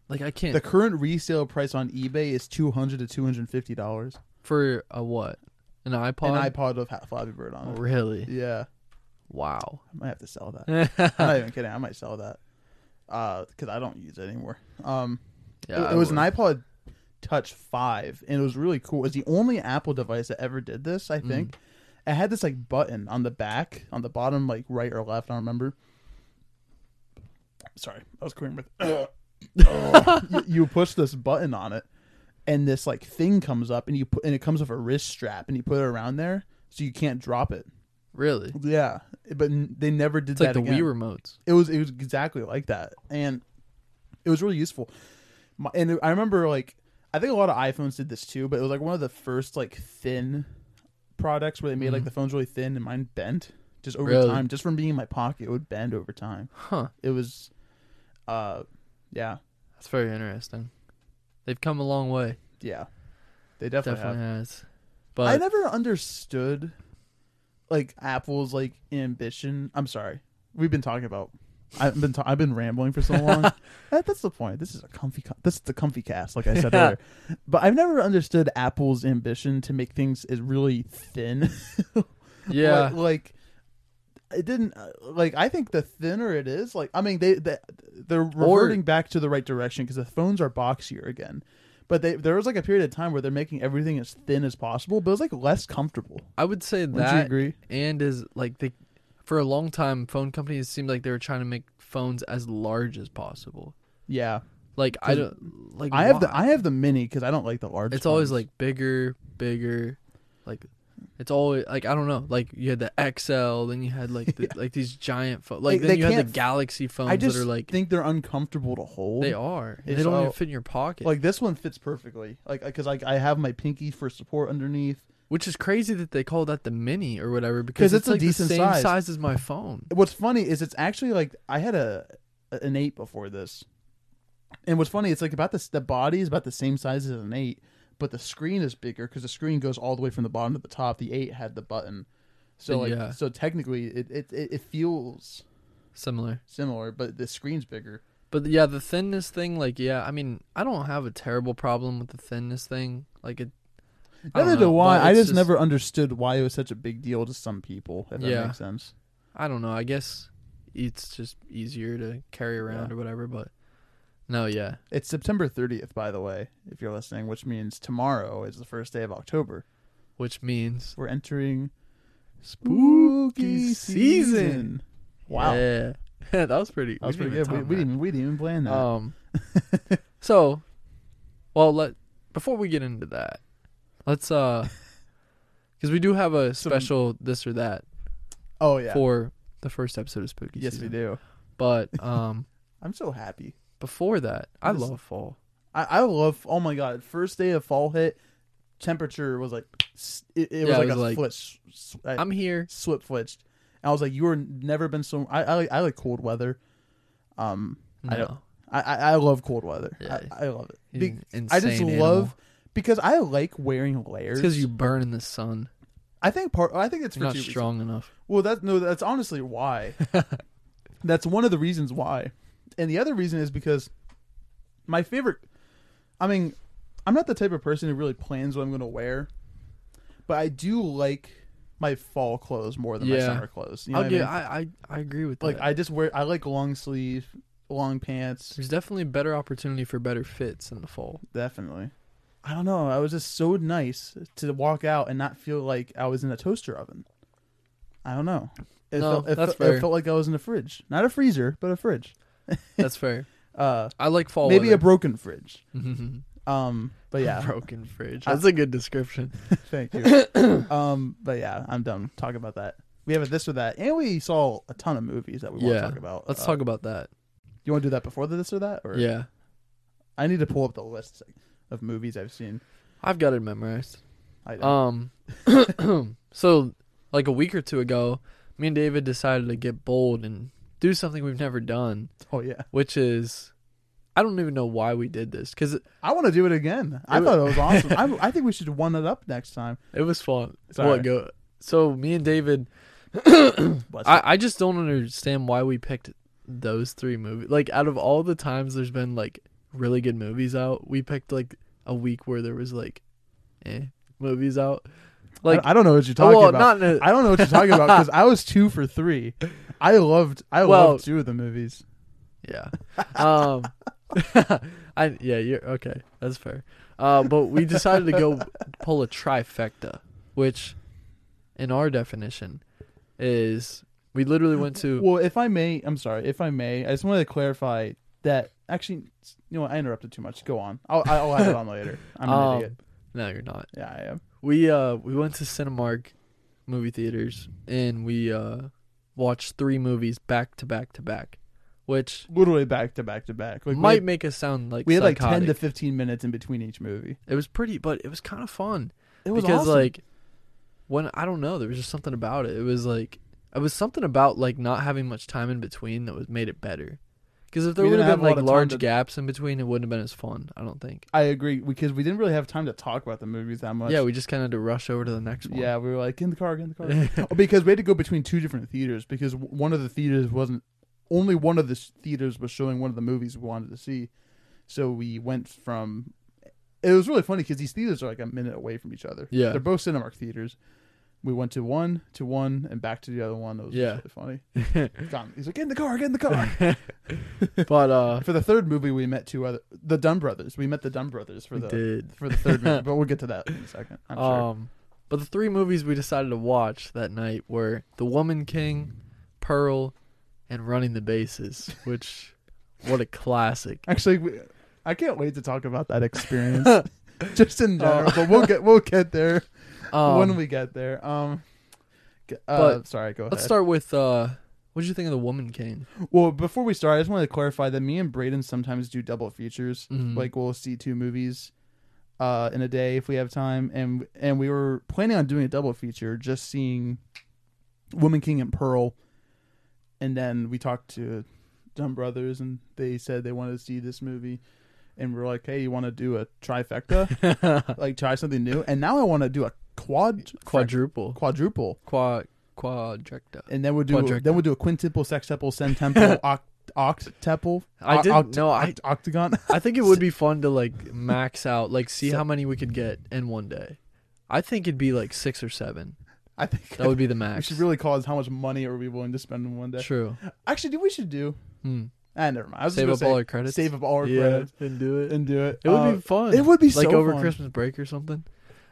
Speaker 2: Like I can't
Speaker 1: the current resale price on eBay is two hundred to two hundred fifty dollars.
Speaker 2: for a what an
Speaker 1: An
Speaker 2: iPod. Oh,
Speaker 1: iPod with ha- Flappy Bird on it.
Speaker 2: really?
Speaker 1: Yeah,
Speaker 2: Wow.
Speaker 1: I might have to sell that. I'm
Speaker 2: I
Speaker 1: not even kidding. I might sell that. because I don't use it anymore. Um,
Speaker 2: Yeah,
Speaker 1: it,
Speaker 2: I
Speaker 1: it was an
Speaker 2: would.
Speaker 1: iPod Touch Five, and it was really cool. It was the only Apple device that ever did this.
Speaker 2: Mm.
Speaker 1: I think it had this like button on the back, on the bottom, like right or left. I don't remember. Sorry, I was clearing with. you, you push this button on it, and this like thing comes up, and you put and it comes with a wrist strap, and you put it around there, so you can't drop it.
Speaker 2: Really,
Speaker 1: Yeah, but n- they never did
Speaker 2: it's
Speaker 1: that
Speaker 2: like the
Speaker 1: again
Speaker 2: Wii remotes.
Speaker 1: it was it was exactly like that and it was really useful My, and i remember like i think a lot of iphones did this too but it was like one of the first like thin products where they made like
Speaker 2: Mhm.
Speaker 1: the phones really thin and mine bent just over
Speaker 2: Really?
Speaker 1: time just from being in my pocket it would bend over time
Speaker 2: Huh.
Speaker 1: it was uh yeah
Speaker 2: That's very interesting. They've come a long way.
Speaker 1: yeah they definitely,
Speaker 2: Definitely
Speaker 1: have
Speaker 2: has. But
Speaker 1: i never understood like apple's like ambition i'm sorry we've been talking about I've been ta- I've been rambling for so long. That- that's the point. This is a comfy. Co- this is the comfy cast, like I said
Speaker 2: Yeah.
Speaker 1: earlier. But I've never understood Apple's ambition to make things is really thin.
Speaker 2: yeah,
Speaker 1: like, like, it didn't. uh, Like I think the thinner it is, like I mean they, they they're reverting back to the right direction because the phones are boxier again. But they, there was like a period of time where they're making everything as thin as possible, but it was like less comfortable.
Speaker 2: I would say
Speaker 1: Wouldn't you
Speaker 2: that
Speaker 1: agree?
Speaker 2: and is like they for a long time phone companies seemed like they were trying to make phones as large as possible.
Speaker 1: Yeah,
Speaker 2: Like I
Speaker 1: 'Cause
Speaker 2: don't like
Speaker 1: I have the
Speaker 2: why?
Speaker 1: I have the mini because I don't like the large.
Speaker 2: it's always
Speaker 1: phones.
Speaker 2: like bigger, bigger, like it's always like I don't know. Like you had the XL, then you had like the, like these giant phones. Like
Speaker 1: Like,
Speaker 2: then
Speaker 1: they
Speaker 2: you had
Speaker 1: can't
Speaker 2: the
Speaker 1: f-
Speaker 2: Galaxy phones
Speaker 1: I just
Speaker 2: that are like
Speaker 1: think they're uncomfortable to hold.
Speaker 2: they are. They
Speaker 1: It's
Speaker 2: don't even
Speaker 1: all-
Speaker 2: fit in your pocket.
Speaker 1: Like this one fits perfectly. Like because like I have my pinky for support underneath.
Speaker 2: which is crazy that they call that the mini or whatever because
Speaker 1: it's
Speaker 2: it's,
Speaker 1: a
Speaker 2: like
Speaker 1: decent
Speaker 2: the same
Speaker 1: size.
Speaker 2: as my phone.
Speaker 1: What's funny is it's actually like I had a an eight before this, and what's funny it's like about this the body is about the same size as an eight, but the screen is bigger because the screen goes all the way from the bottom to the top. The eight had the button, so like
Speaker 2: Yeah.
Speaker 1: so technically it it it, it feels
Speaker 2: Similar.
Speaker 1: similar, but the screen's bigger.
Speaker 2: But yeah, the thinness thing, like yeah, I mean, I don't have a terrible problem with the thinness thing. Like it. I don't
Speaker 1: Neither do
Speaker 2: know,
Speaker 1: I.
Speaker 2: but
Speaker 1: I
Speaker 2: it's
Speaker 1: just, never understood why it was such a big deal to some people. If
Speaker 2: Yeah.
Speaker 1: that makes sense.
Speaker 2: I don't know. I guess it's just easier to carry around
Speaker 1: Yeah.
Speaker 2: or whatever. But no, yeah,
Speaker 1: It's September 30th, by the way, if you're listening, which means tomorrow is the first day of October.
Speaker 2: which means
Speaker 1: We're entering
Speaker 2: spooky season.
Speaker 1: Wow.
Speaker 2: Yeah, that was pretty.
Speaker 1: That was
Speaker 2: we
Speaker 1: pretty
Speaker 2: didn't
Speaker 1: good. We, we,
Speaker 2: even time
Speaker 1: didn't, we didn't even plan
Speaker 2: that.
Speaker 1: that.
Speaker 2: Um. so, well, let before we get into that, let's uh, because we do have a
Speaker 1: Some-
Speaker 2: special this or that
Speaker 1: oh, yeah.
Speaker 2: for the first episode of Spooky
Speaker 1: yes,
Speaker 2: Season.
Speaker 1: we do.
Speaker 2: But um,
Speaker 1: I'm so happy.
Speaker 2: before that, I
Speaker 1: This-
Speaker 2: love fall.
Speaker 1: I, I love, oh my God, first day of fall hit, temperature was like, s- it, it was
Speaker 2: Yeah, it
Speaker 1: like
Speaker 2: was
Speaker 1: a
Speaker 2: like-
Speaker 1: flip, s- s- I-
Speaker 2: I'm here.
Speaker 1: slip flitched. And I was like, you were never been so, I, I, like- I like cold weather. Um, I don't-
Speaker 2: No.
Speaker 1: I, I, I love cold weather.
Speaker 2: Yeah.
Speaker 1: I, I love it.
Speaker 2: He's
Speaker 1: Be-
Speaker 2: an insane
Speaker 1: I just
Speaker 2: animal.
Speaker 1: love because I like wearing layers.
Speaker 2: It's because you burn in the sun.
Speaker 1: I think part. I think it's
Speaker 2: You're
Speaker 1: for
Speaker 2: not
Speaker 1: two
Speaker 2: strong enough.
Speaker 1: reasons. Well, that no, that's honestly why. that's one of the reasons why, and the other reason is because my favorite. I mean, I'm not the type of person who really plans what I'm going to wear, but I do like my fall clothes more than
Speaker 2: Yeah.
Speaker 1: my summer clothes. You know
Speaker 2: I'll
Speaker 1: what
Speaker 2: get,
Speaker 1: I mean?
Speaker 2: I, I I agree with
Speaker 1: like
Speaker 2: that.
Speaker 1: I just wear. I like long sleeve, long pants.
Speaker 2: There's definitely better opportunity for better fits in the fall.
Speaker 1: Definitely. I don't know. I was just so nice to walk out and not feel like I was in a toaster oven. I don't know. It,
Speaker 2: No,
Speaker 1: felt, it,
Speaker 2: that's
Speaker 1: felt,
Speaker 2: fair.
Speaker 1: it felt like I was in a fridge, not a freezer, but a fridge.
Speaker 2: That's fair.
Speaker 1: Uh,
Speaker 2: I like fall.
Speaker 1: maybe a
Speaker 2: weather.
Speaker 1: broken fridge.
Speaker 2: Mhm.
Speaker 1: Um, but yeah,
Speaker 2: broken fridge.
Speaker 1: I-
Speaker 2: That's a good description.
Speaker 1: thank you. Um, but yeah, I'm done talking about that. We have a this or that, and we saw a ton of movies that we want
Speaker 2: Yeah.
Speaker 1: to talk about.
Speaker 2: Let's
Speaker 1: Uh,
Speaker 2: talk about that.
Speaker 1: You want to do that before the this or that, or
Speaker 2: Yeah,
Speaker 1: I need to pull up the list of movies I've seen.
Speaker 2: I've got it memorized.
Speaker 1: I don't.
Speaker 2: Um, so like a week or two ago, me and David decided to get bold and do something we've never done,
Speaker 1: oh yeah,
Speaker 2: which is, I don't even know why we did this because
Speaker 1: I want to do it again. I
Speaker 2: It
Speaker 1: thought it was awesome. I, I think we should one it up next time.
Speaker 2: it was fun.
Speaker 1: Sorry.
Speaker 2: What go? So me and David,
Speaker 1: Bless you.
Speaker 2: I, I just don't understand why we picked those three movies. Like out of all the times there's been like really good movies out, we picked like a week where there was like, eh, movies out. Like
Speaker 1: I, I don't know what you're talking
Speaker 2: well,
Speaker 1: about.
Speaker 2: not in a-
Speaker 1: I don't know what you're talking about because I was two for three. I loved I
Speaker 2: Well-
Speaker 1: loved two of the movies.
Speaker 2: Yeah. Um. I yeah you're okay. That's fair. Uh, but we decided to go pull a trifecta, which, in our definition, is we literally went to
Speaker 1: Well, if I may, I'm sorry. If I may, I just wanted to clarify that. Actually, you know, what, I interrupted too much. Go on. I'll I'll add it on later. I'm an
Speaker 2: Um,
Speaker 1: idiot.
Speaker 2: No, you're not.
Speaker 1: Yeah, I am.
Speaker 2: We uh we went to Cinemark movie theaters and we uh watched three movies back to back to back, which
Speaker 1: Literally back to back to back. Like we
Speaker 2: might
Speaker 1: had-
Speaker 2: make us sound like
Speaker 1: we had, like
Speaker 2: psychotic.
Speaker 1: ten to fifteen minutes in between each movie.
Speaker 2: it was pretty, but it was kind of fun
Speaker 1: It was
Speaker 2: because
Speaker 1: awesome.
Speaker 2: like when I don't know there was just something about it. It was like it was something about like not having much time in between that was made it better. Because if there
Speaker 1: We
Speaker 2: would
Speaker 1: didn't have
Speaker 2: have been
Speaker 1: a lot
Speaker 2: like
Speaker 1: of time
Speaker 2: large
Speaker 1: to-
Speaker 2: gaps in between, it wouldn't have been as fun. I don't think.
Speaker 1: I agree because we didn't really have time to talk about the movies that much.
Speaker 2: Yeah, we just kind of had to rush over to the next one.
Speaker 1: yeah, we were like in the car, get in the car. Oh, because we had to go between two different theaters because w- one of the theaters wasn't only one of the s- theaters was showing one of the movies we wanted to see so we went from it was really funny because these theaters are like a minute away from each other
Speaker 2: Yeah.
Speaker 1: they're both cinemark theaters we went to one to one and back to the other one that was
Speaker 2: Yeah.
Speaker 1: really funny John, he's like get in the car get in the car
Speaker 2: but uh,
Speaker 1: for the third movie we met two other the dunn brothers we met the dunn brothers for
Speaker 2: we
Speaker 1: the
Speaker 2: did.
Speaker 1: for the third movie but we'll get to that in a second i'm sure
Speaker 2: Um, but the three movies we decided to watch that night were The Woman King, Pearl, and Running the Bases, which what a classic.
Speaker 1: Actually, we, I can't wait to talk about that experience, just in general. but we'll get we'll get there
Speaker 2: Oh. Um,
Speaker 1: when we get there. Um, g- uh,
Speaker 2: but
Speaker 1: sorry, go ahead.
Speaker 2: let's start with uh, what did you think of The Woman King?
Speaker 1: Well, before we start, I just wanted to clarify that me and Braden sometimes do double features.
Speaker 2: Mhm.
Speaker 1: Like we'll see two movies, uh, in a day if we have time, and and we were planning on doing a double feature, just seeing Woman King and Pearl, and then we talked to Dumb Brothers, and they said they wanted to see this movie, and we are like, hey, you want to do a trifecta? like try something new. And now I want to do a quad
Speaker 2: quadruple,
Speaker 1: quadruple,
Speaker 2: quad quadrecta.
Speaker 1: and then we'll do
Speaker 2: Quadricta.
Speaker 1: then we'll do a quintuple, sextuple, centuple, oct octuple.
Speaker 2: I
Speaker 1: o-
Speaker 2: didn't
Speaker 1: oct-
Speaker 2: know. I
Speaker 1: oct- octagon.
Speaker 2: I think it would be fun to like max out, like see
Speaker 1: So-
Speaker 2: how many we could get in one day. I think it'd be like six or seven.
Speaker 1: I think
Speaker 2: That would be the
Speaker 1: we
Speaker 2: max.
Speaker 1: should really call is how much money are we willing to spend in one day.
Speaker 2: True.
Speaker 1: Actually, do we should do?
Speaker 2: Hmm.
Speaker 1: Ah, never mind. I was
Speaker 2: Save up
Speaker 1: just gonna
Speaker 2: all
Speaker 1: say,
Speaker 2: our credits.
Speaker 1: save up all our
Speaker 2: yeah,
Speaker 1: credits
Speaker 2: and do it.
Speaker 1: and do it.
Speaker 2: It would
Speaker 1: Uh,
Speaker 2: be fun.
Speaker 1: It would be
Speaker 2: like
Speaker 1: so
Speaker 2: over
Speaker 1: fun. Oh,
Speaker 2: Christmas break or something.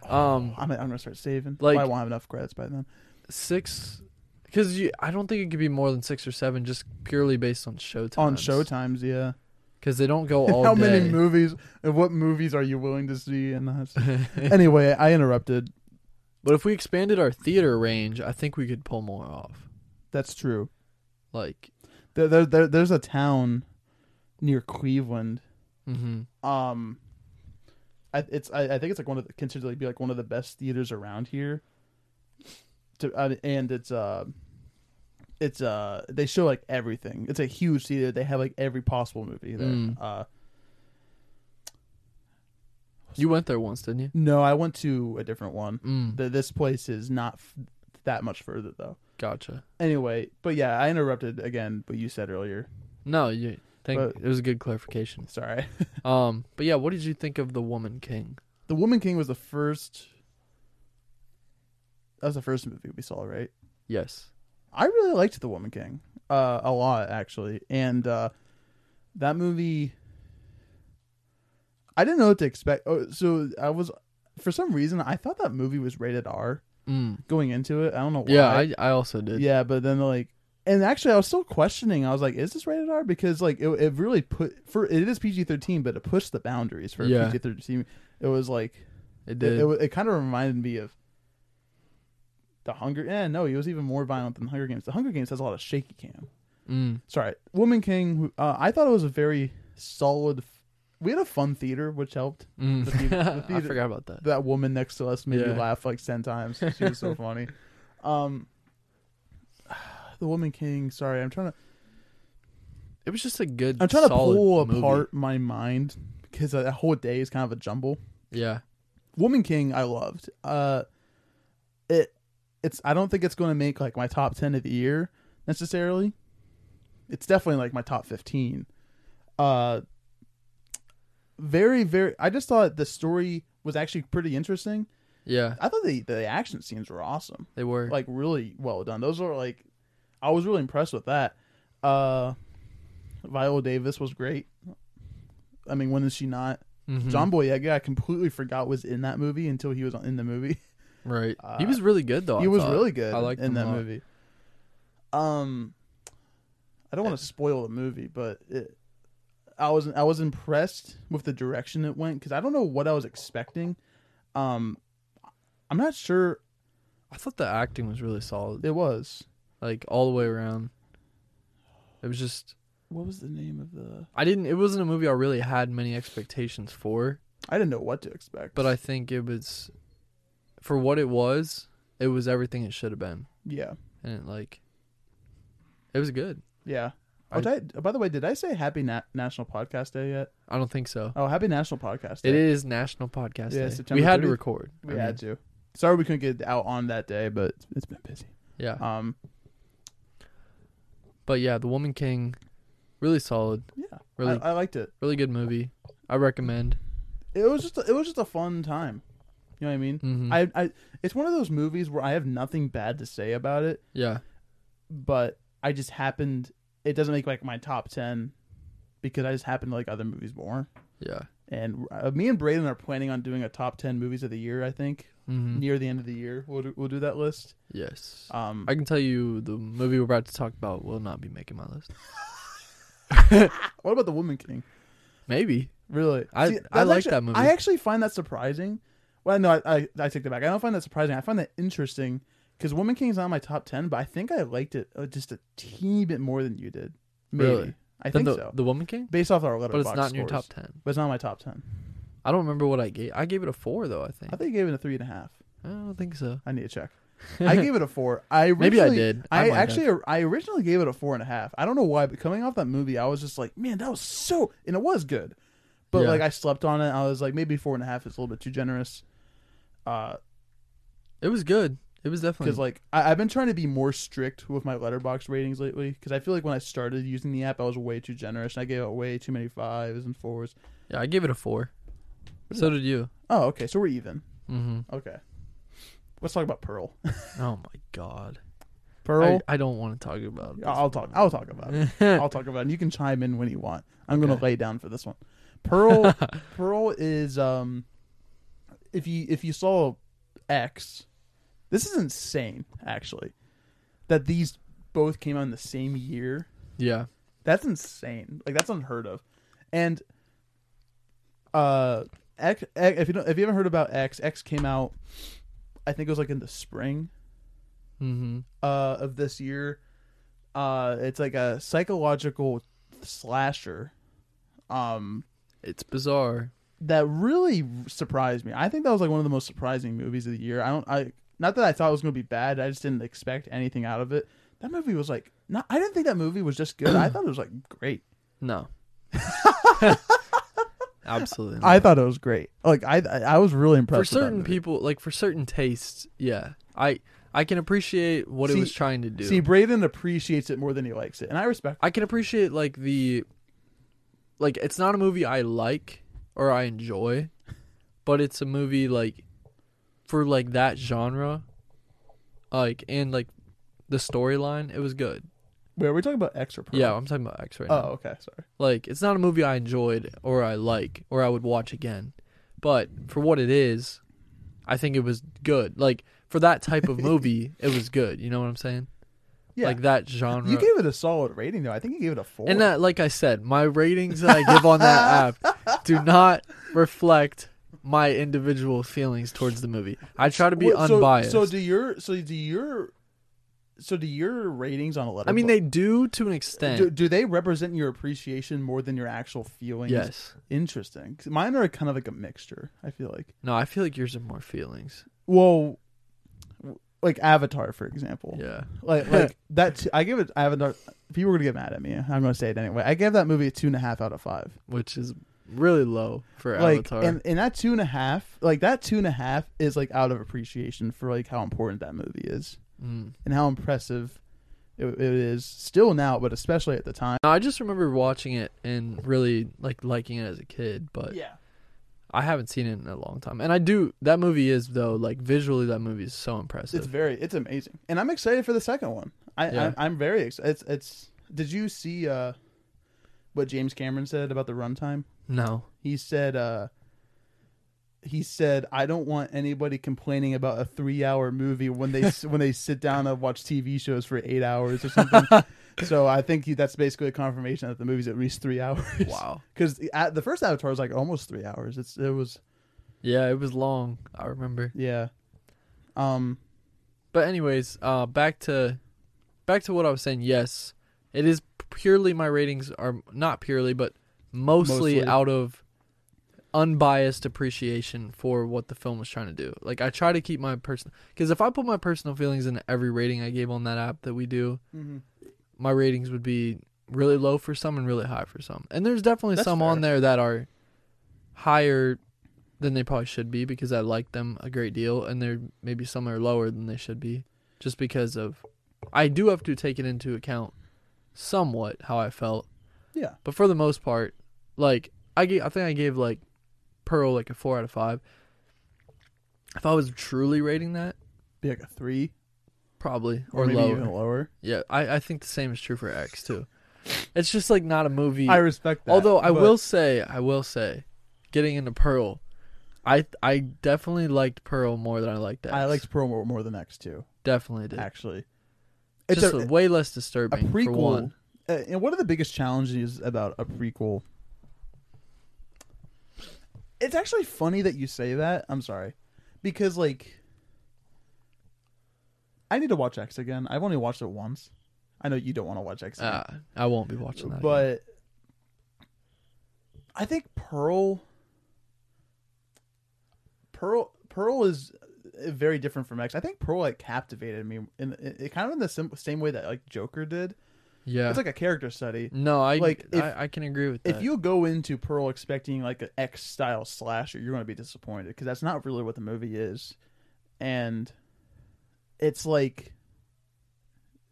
Speaker 2: Um,
Speaker 1: I'm, I'm gonna start saving.
Speaker 2: Like-
Speaker 1: Like I won't have enough credits by then.
Speaker 2: six, because you I don't think it could be more than six or seven, just purely based on showtime.
Speaker 1: On showtimes, yeah.
Speaker 2: because they don't go all
Speaker 1: How
Speaker 2: day.
Speaker 1: many movies? And what movies are you willing to see? And that's anyway, I interrupted.
Speaker 2: but if we expanded our theater range, I think we could pull more off.
Speaker 1: That's true.
Speaker 2: Like,
Speaker 1: There, there, there there's a town near Cleveland.
Speaker 2: hmm
Speaker 1: Um, I, it's I, I think it's like one of the, considered to be like one of the best theaters around here. To uh, and it's uh, it's uh, they show like everything. It's a huge theater. They have like every possible movie there.
Speaker 2: Mm.
Speaker 1: Uh,
Speaker 2: you went there once, didn't you?
Speaker 1: no, I went to a different one.
Speaker 2: Mm,
Speaker 1: The, this place is not f- that much further though.
Speaker 2: gotcha.
Speaker 1: Anyway, but yeah, I interrupted again. What you said earlier.
Speaker 2: No, you. Thank.
Speaker 1: But-
Speaker 2: it was a good clarification.
Speaker 1: Sorry.
Speaker 2: Um, but yeah, what did you think of the Woman King?
Speaker 1: The Woman King was the first. That was the first movie we saw, right?
Speaker 2: Yes.
Speaker 1: I really liked The Woman King uh, a lot, actually, and uh, that movie. I didn't know what to expect. Oh, so I was, for some reason, I thought that movie was rated R
Speaker 2: Mm.
Speaker 1: going into it. I don't know why.
Speaker 2: Yeah, I, I also did.
Speaker 1: yeah, but then like, and actually, I was still questioning. I was like, "Is this rated R?" Because like, it, it really put for it is PG thirteen, but it pushed the boundaries for
Speaker 2: Yeah.
Speaker 1: PG thirteen. It was like
Speaker 2: it
Speaker 1: it,
Speaker 2: did.
Speaker 1: it, it kind of reminded me of the Hunger. Yeah, no, he was even more violent than Hunger Games. The Hunger Games has a lot of shaky cam.
Speaker 2: mm.
Speaker 1: Sorry, Woman King. who- Uh, I thought it was a very solid. f- We had a fun theater, which helped.
Speaker 2: Mm.
Speaker 1: The theater- the
Speaker 2: I
Speaker 1: theater-
Speaker 2: forgot about that.
Speaker 1: That woman next to us made me
Speaker 2: Yeah.
Speaker 1: laugh like ten times. She was so funny. Um, the Woman King. Sorry, I'm trying to.
Speaker 2: It was just a good.
Speaker 1: I'm trying to
Speaker 2: solid
Speaker 1: pull
Speaker 2: movie.
Speaker 1: apart my mind because that whole day is kind of a jumble.
Speaker 2: Yeah,
Speaker 1: Woman King I loved. Uh it it's I don't think it's going to make like my top 10 of the year necessarily. It's definitely like my top 15. Uh very very I just thought the story was actually pretty interesting.
Speaker 2: yeah,
Speaker 1: I thought the the action scenes were awesome.
Speaker 2: they were.
Speaker 1: Like really well done. Those are like I was really impressed with that. Uh Viola Davis was great. I mean, when is she not?
Speaker 2: Mhm.
Speaker 1: John Boyega, I completely forgot was in that movie until he was in the movie.
Speaker 2: Right. he
Speaker 1: Uh,
Speaker 2: was really good though.
Speaker 1: he
Speaker 2: Oh, I
Speaker 1: was
Speaker 2: thought.
Speaker 1: really good
Speaker 2: I liked
Speaker 1: in
Speaker 2: him
Speaker 1: that
Speaker 2: a lot.
Speaker 1: movie. Um, I don't want to spoil the movie, but it, I was I was impressed with the direction it went because I don't know what I was expecting. Um, I'm not sure
Speaker 2: I thought the acting was really solid.
Speaker 1: it was.
Speaker 2: Like all the way around. It was just
Speaker 1: What was the name of the?
Speaker 2: I didn't it wasn't a movie I really had many expectations for,
Speaker 1: I didn't know what to expect,
Speaker 2: but I think it was for what it was, it was everything it should have been.
Speaker 1: yeah
Speaker 2: And it, like it was good.
Speaker 1: yeah.
Speaker 2: I-
Speaker 1: Oh, did I, by the way, did I say Happy Na- National Podcast Day yet?
Speaker 2: I don't think so.
Speaker 1: Oh, Happy National Podcast Day!
Speaker 2: It is National Podcast
Speaker 1: Yeah,
Speaker 2: Day.
Speaker 1: September
Speaker 2: we had to
Speaker 1: 30th.
Speaker 2: record. I
Speaker 1: We
Speaker 2: mean,
Speaker 1: had to. Sorry, we couldn't get it out on that day, but it's- it's been busy.
Speaker 2: yeah.
Speaker 1: Um,
Speaker 2: But yeah, The Woman King, really solid,
Speaker 1: yeah,
Speaker 2: Really-
Speaker 1: I, I liked it.
Speaker 2: really good movie. I recommend.
Speaker 1: it was just a, it was just a fun time. You know what I mean?
Speaker 2: hmm
Speaker 1: I, I it's one of those movies where I have nothing bad to say about it,
Speaker 2: yeah,
Speaker 1: but I just happened it doesn't make like my top ten because I just happen to like other movies more.
Speaker 2: yeah.
Speaker 1: And uh, me and Braden are planning on doing a top ten movies of the year. I think
Speaker 2: hmm
Speaker 1: near the end of the year we'll do, we'll do that list.
Speaker 2: Yes.
Speaker 1: Um,
Speaker 2: I can tell you the movie we're about to talk about will not be making my list.
Speaker 1: what about the Woman King?
Speaker 2: Maybe.
Speaker 1: Really?
Speaker 2: I-
Speaker 1: See,
Speaker 2: I
Speaker 1: that's
Speaker 2: like
Speaker 1: actually-
Speaker 2: that movie.
Speaker 1: I actually find that surprising. Well, no, I, I, I take that back. I don't find that surprising. I find that interesting because Woman King is not in my top ten, but I think I liked it uh, just a teeny bit more than you did. Maybe.
Speaker 2: Really?
Speaker 1: I
Speaker 2: Then
Speaker 1: think
Speaker 2: the,
Speaker 1: so.
Speaker 2: the Woman King?
Speaker 1: Based off our letterbox,
Speaker 2: But it's not in your
Speaker 1: scores.
Speaker 2: top 10.
Speaker 1: But it's not in my top ten.
Speaker 2: I don't remember what I gave. I gave it a 4, though, I think.
Speaker 1: I think I gave it a three and a half.
Speaker 2: I don't think so.
Speaker 1: I need to check. I gave it a four. I
Speaker 2: Maybe I
Speaker 1: originally-
Speaker 2: did. I
Speaker 1: I,
Speaker 2: might have.
Speaker 1: actually I originally gave it a four and a half. I don't know why, but coming off that movie, I was just like, man, that was so, and it was good, but
Speaker 2: Yeah.
Speaker 1: like I slept on it. I was like, maybe four and a half is a little bit too generous. Uh,
Speaker 2: It was good. It was definitely.
Speaker 1: because like I, I've been trying to be more strict with my letterbox ratings lately. Because I feel like when I started using the app, I was way too generous and I gave out way too many fives and fours.
Speaker 2: yeah, I gave it a
Speaker 1: What
Speaker 2: 4.
Speaker 1: is
Speaker 2: So did you.
Speaker 1: Oh, okay, so we're even.
Speaker 2: hmm
Speaker 1: Okay, let's talk about Pearl.
Speaker 2: Oh, my God.
Speaker 1: Pearl.
Speaker 2: I, I don't want to talk about it.
Speaker 1: I, will talk. I'll talk about it. I'll talk about it. And you can chime in when you want. I'm going to
Speaker 2: Okay.
Speaker 1: lay down for this one. Pearl Pearl is um if you if you saw X this is insane actually that these both came out in the same year.
Speaker 2: yeah.
Speaker 1: That's insane. Like that's unheard of. And uh X, X if you don't if you haven't heard about X, X came out I think it was like in the spring
Speaker 2: hmm
Speaker 1: uh, of this year. Uh, it's like a psychological slasher um,
Speaker 2: It's bizarre.
Speaker 1: that really surprised me. I think that was like one of the most surprising movies of the year. I don't, I not that I thought it was going to be bad. I just didn't expect anything out of it. That movie was like, not, I didn't think that movie was just good. I thought it was like great.
Speaker 2: No. Absolutely. not.
Speaker 1: I thought it was great. Like I, I I was really impressed.
Speaker 2: for
Speaker 1: with that
Speaker 2: certain
Speaker 1: movie.
Speaker 2: people, like for certain tastes, yeah. I I can appreciate what it
Speaker 1: See-
Speaker 2: was trying to do.
Speaker 1: see, Braden appreciates it more than he likes it, and I respect.
Speaker 2: I can appreciate like the like it's not a movie I like or I enjoy, but it's a movie like for like that genre, like and like the storyline, it was good.
Speaker 1: Wait, are we talking about X or Pearl?
Speaker 2: Yeah, I'm talking about X right now.
Speaker 1: Oh, okay. Sorry.
Speaker 2: Like, it's not a movie I enjoyed or I like or I would watch again. But for what it is, I think it was good. Like, for that type of movie, it was good. You know what I'm saying?
Speaker 1: Yeah.
Speaker 2: Like, that genre.
Speaker 1: you gave it a solid rating though. I think you gave it a four.
Speaker 2: and that, like I said, my ratings that I give on that app do not reflect my individual feelings towards the movie. I try to be
Speaker 1: Well, so-
Speaker 2: unbiased.
Speaker 1: So, do your so do your so do your ratings on a letter?
Speaker 2: I mean, they do to an extent.
Speaker 1: do, do they represent your appreciation more than your actual feelings?
Speaker 2: yes.
Speaker 1: interesting. 'Cause Mine are kind of like a mixture. I feel like.
Speaker 2: No, I feel like yours are more feelings.
Speaker 1: Well, w- like Avatar, for example.
Speaker 2: Yeah.
Speaker 1: Like like that. t- I give it Avatar. People are gonna get mad at me. I'm gonna say it anyway. I gave that movie a two and a half out of five.
Speaker 2: Which is really low for
Speaker 1: like
Speaker 2: Avatar.
Speaker 1: and and that two and a half, like that two and a half, is like out of appreciation for like how important that movie is.
Speaker 2: mm.
Speaker 1: and how impressive it, it is still now, but especially at the time.
Speaker 2: No, I just remember watching it and really like liking it as a kid, but
Speaker 1: Yeah,
Speaker 2: I haven't seen it in a long time. And I do that movie is though like visually that movie is so
Speaker 1: it's
Speaker 2: impressive.
Speaker 1: very it's amazing, and I'm excited for the second one. I,
Speaker 2: Yeah.
Speaker 1: I I'm very excited. It's it's. Did you see uh what James Cameron said about the runtime?
Speaker 2: No.
Speaker 1: He said, uh, he said, I don't want anybody complaining about a three-hour movie when they when they sit down and watch TV shows for eight hours or something. so I think he, that's basically a confirmation that the movie's at least three hours.
Speaker 2: Wow.
Speaker 1: Because the, at- the first Avatar was like almost three hours. It's it was
Speaker 2: Yeah, it was long. I remember.
Speaker 1: yeah. Um,
Speaker 2: But anyways, uh, back to back to what I was saying. Yes, it is purely my ratings are not purely, but mostly,
Speaker 1: Mostly.
Speaker 2: out of unbiased appreciation for what the film was trying to do. Like I try to keep my personal because if I put my personal feelings into every rating I gave on that app that we do,
Speaker 1: Mm-hmm.
Speaker 2: my ratings would be really low for some and really high for some. And there's definitely
Speaker 1: That's
Speaker 2: some
Speaker 1: fair.
Speaker 2: on there that are higher than they probably should be because I like them a great deal, and there maybe some are lower than they should be just because of. I do have to take it into account somewhat how I felt,
Speaker 1: yeah,
Speaker 2: but for the most part, like I gave, I think I gave like Pearl like a four out of five. If I was truly rating that,
Speaker 1: be like a three
Speaker 2: probably
Speaker 1: or,
Speaker 2: or,
Speaker 1: maybe
Speaker 2: lower.
Speaker 1: even lower.
Speaker 2: Yeah, I, I think the same is true for X too. It's just like not a movie.
Speaker 1: I respect that.
Speaker 2: Although I
Speaker 1: but-
Speaker 2: will say, I will say, getting into Pearl, I I definitely liked Pearl more than I liked X.
Speaker 1: I liked Pearl more, more than X two.
Speaker 2: definitely did.
Speaker 1: Actually, it's
Speaker 2: It's just
Speaker 1: a,
Speaker 2: a, way less
Speaker 1: a
Speaker 2: disturbing. For
Speaker 1: prequel.
Speaker 2: one.
Speaker 1: Uh, and one of the biggest challenges about a prequel. It's actually funny that you say that. I'm sorry, because like, I need to watch X again. I've only watched it once. I know you don't want to watch X, again,
Speaker 2: Uh, I won't be watching that. again.
Speaker 1: but I think Pearl, Pearl, Pearl is uh, very different from X. I think Pearl like captivated me in, in, in kind of in the sim- same way that like Joker did.
Speaker 2: yeah,
Speaker 1: It's like a character study.
Speaker 2: no, I
Speaker 1: like, if-
Speaker 2: I, I can agree with that.
Speaker 1: If you go into Pearl expecting like an X style slasher, you're going to be disappointed because that's not really what the movie is, and it's like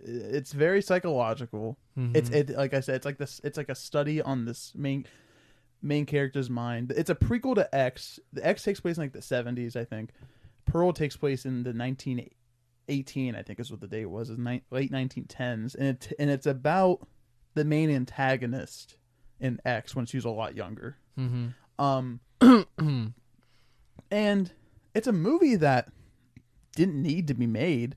Speaker 1: it's very psychological.
Speaker 2: Mhm.
Speaker 1: It's it like I said, it's like this. It's like a study on this main main character's mind. It's a prequel to X. The X takes place in like the 70s, I think. Pearl takes place in the 1918, I think is what the date was, is ni- late 1910s, and it and it's about the main antagonist in X when she's a lot younger.
Speaker 2: Mhm.
Speaker 1: Um, and it's a movie that didn't need to be made.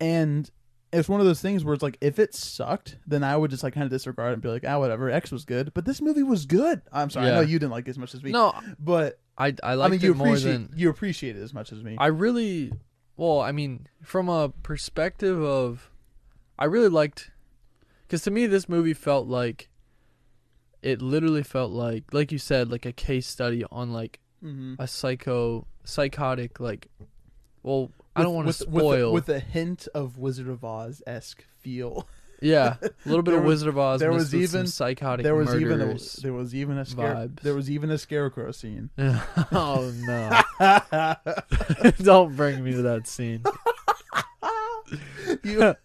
Speaker 1: And it's one of those things where it's like, if it sucked, then I would just like kind of disregard it and be like, ah, whatever. X was good, but this movie was good. I'm sorry, I
Speaker 2: Yeah.
Speaker 1: know you didn't like it as much as me.
Speaker 2: no,
Speaker 1: but
Speaker 2: I I
Speaker 1: I
Speaker 2: liked
Speaker 1: mean, you
Speaker 2: it more
Speaker 1: appreciate
Speaker 2: than
Speaker 1: you appreciate it as much as me.
Speaker 2: I really, well, I mean, from a perspective of, I really liked, because to me this movie felt like, it literally felt like, like you said, like a case study on like
Speaker 1: mm-hmm.
Speaker 2: a psycho, psychotic, like, well, I don't want to spoil.
Speaker 1: with, a hint of Wizard of Oz esque feel.
Speaker 2: yeah, a little bit
Speaker 1: there
Speaker 2: of
Speaker 1: was-
Speaker 2: Wizard of Oz.
Speaker 1: there
Speaker 2: mixed
Speaker 1: was
Speaker 2: with some
Speaker 1: even-
Speaker 2: psychotic.
Speaker 1: There was even a
Speaker 2: murders.
Speaker 1: there was even a scare,
Speaker 2: vibes.
Speaker 1: there was even a scarecrow scene.
Speaker 2: oh no! don't bring me to that scene.
Speaker 1: You-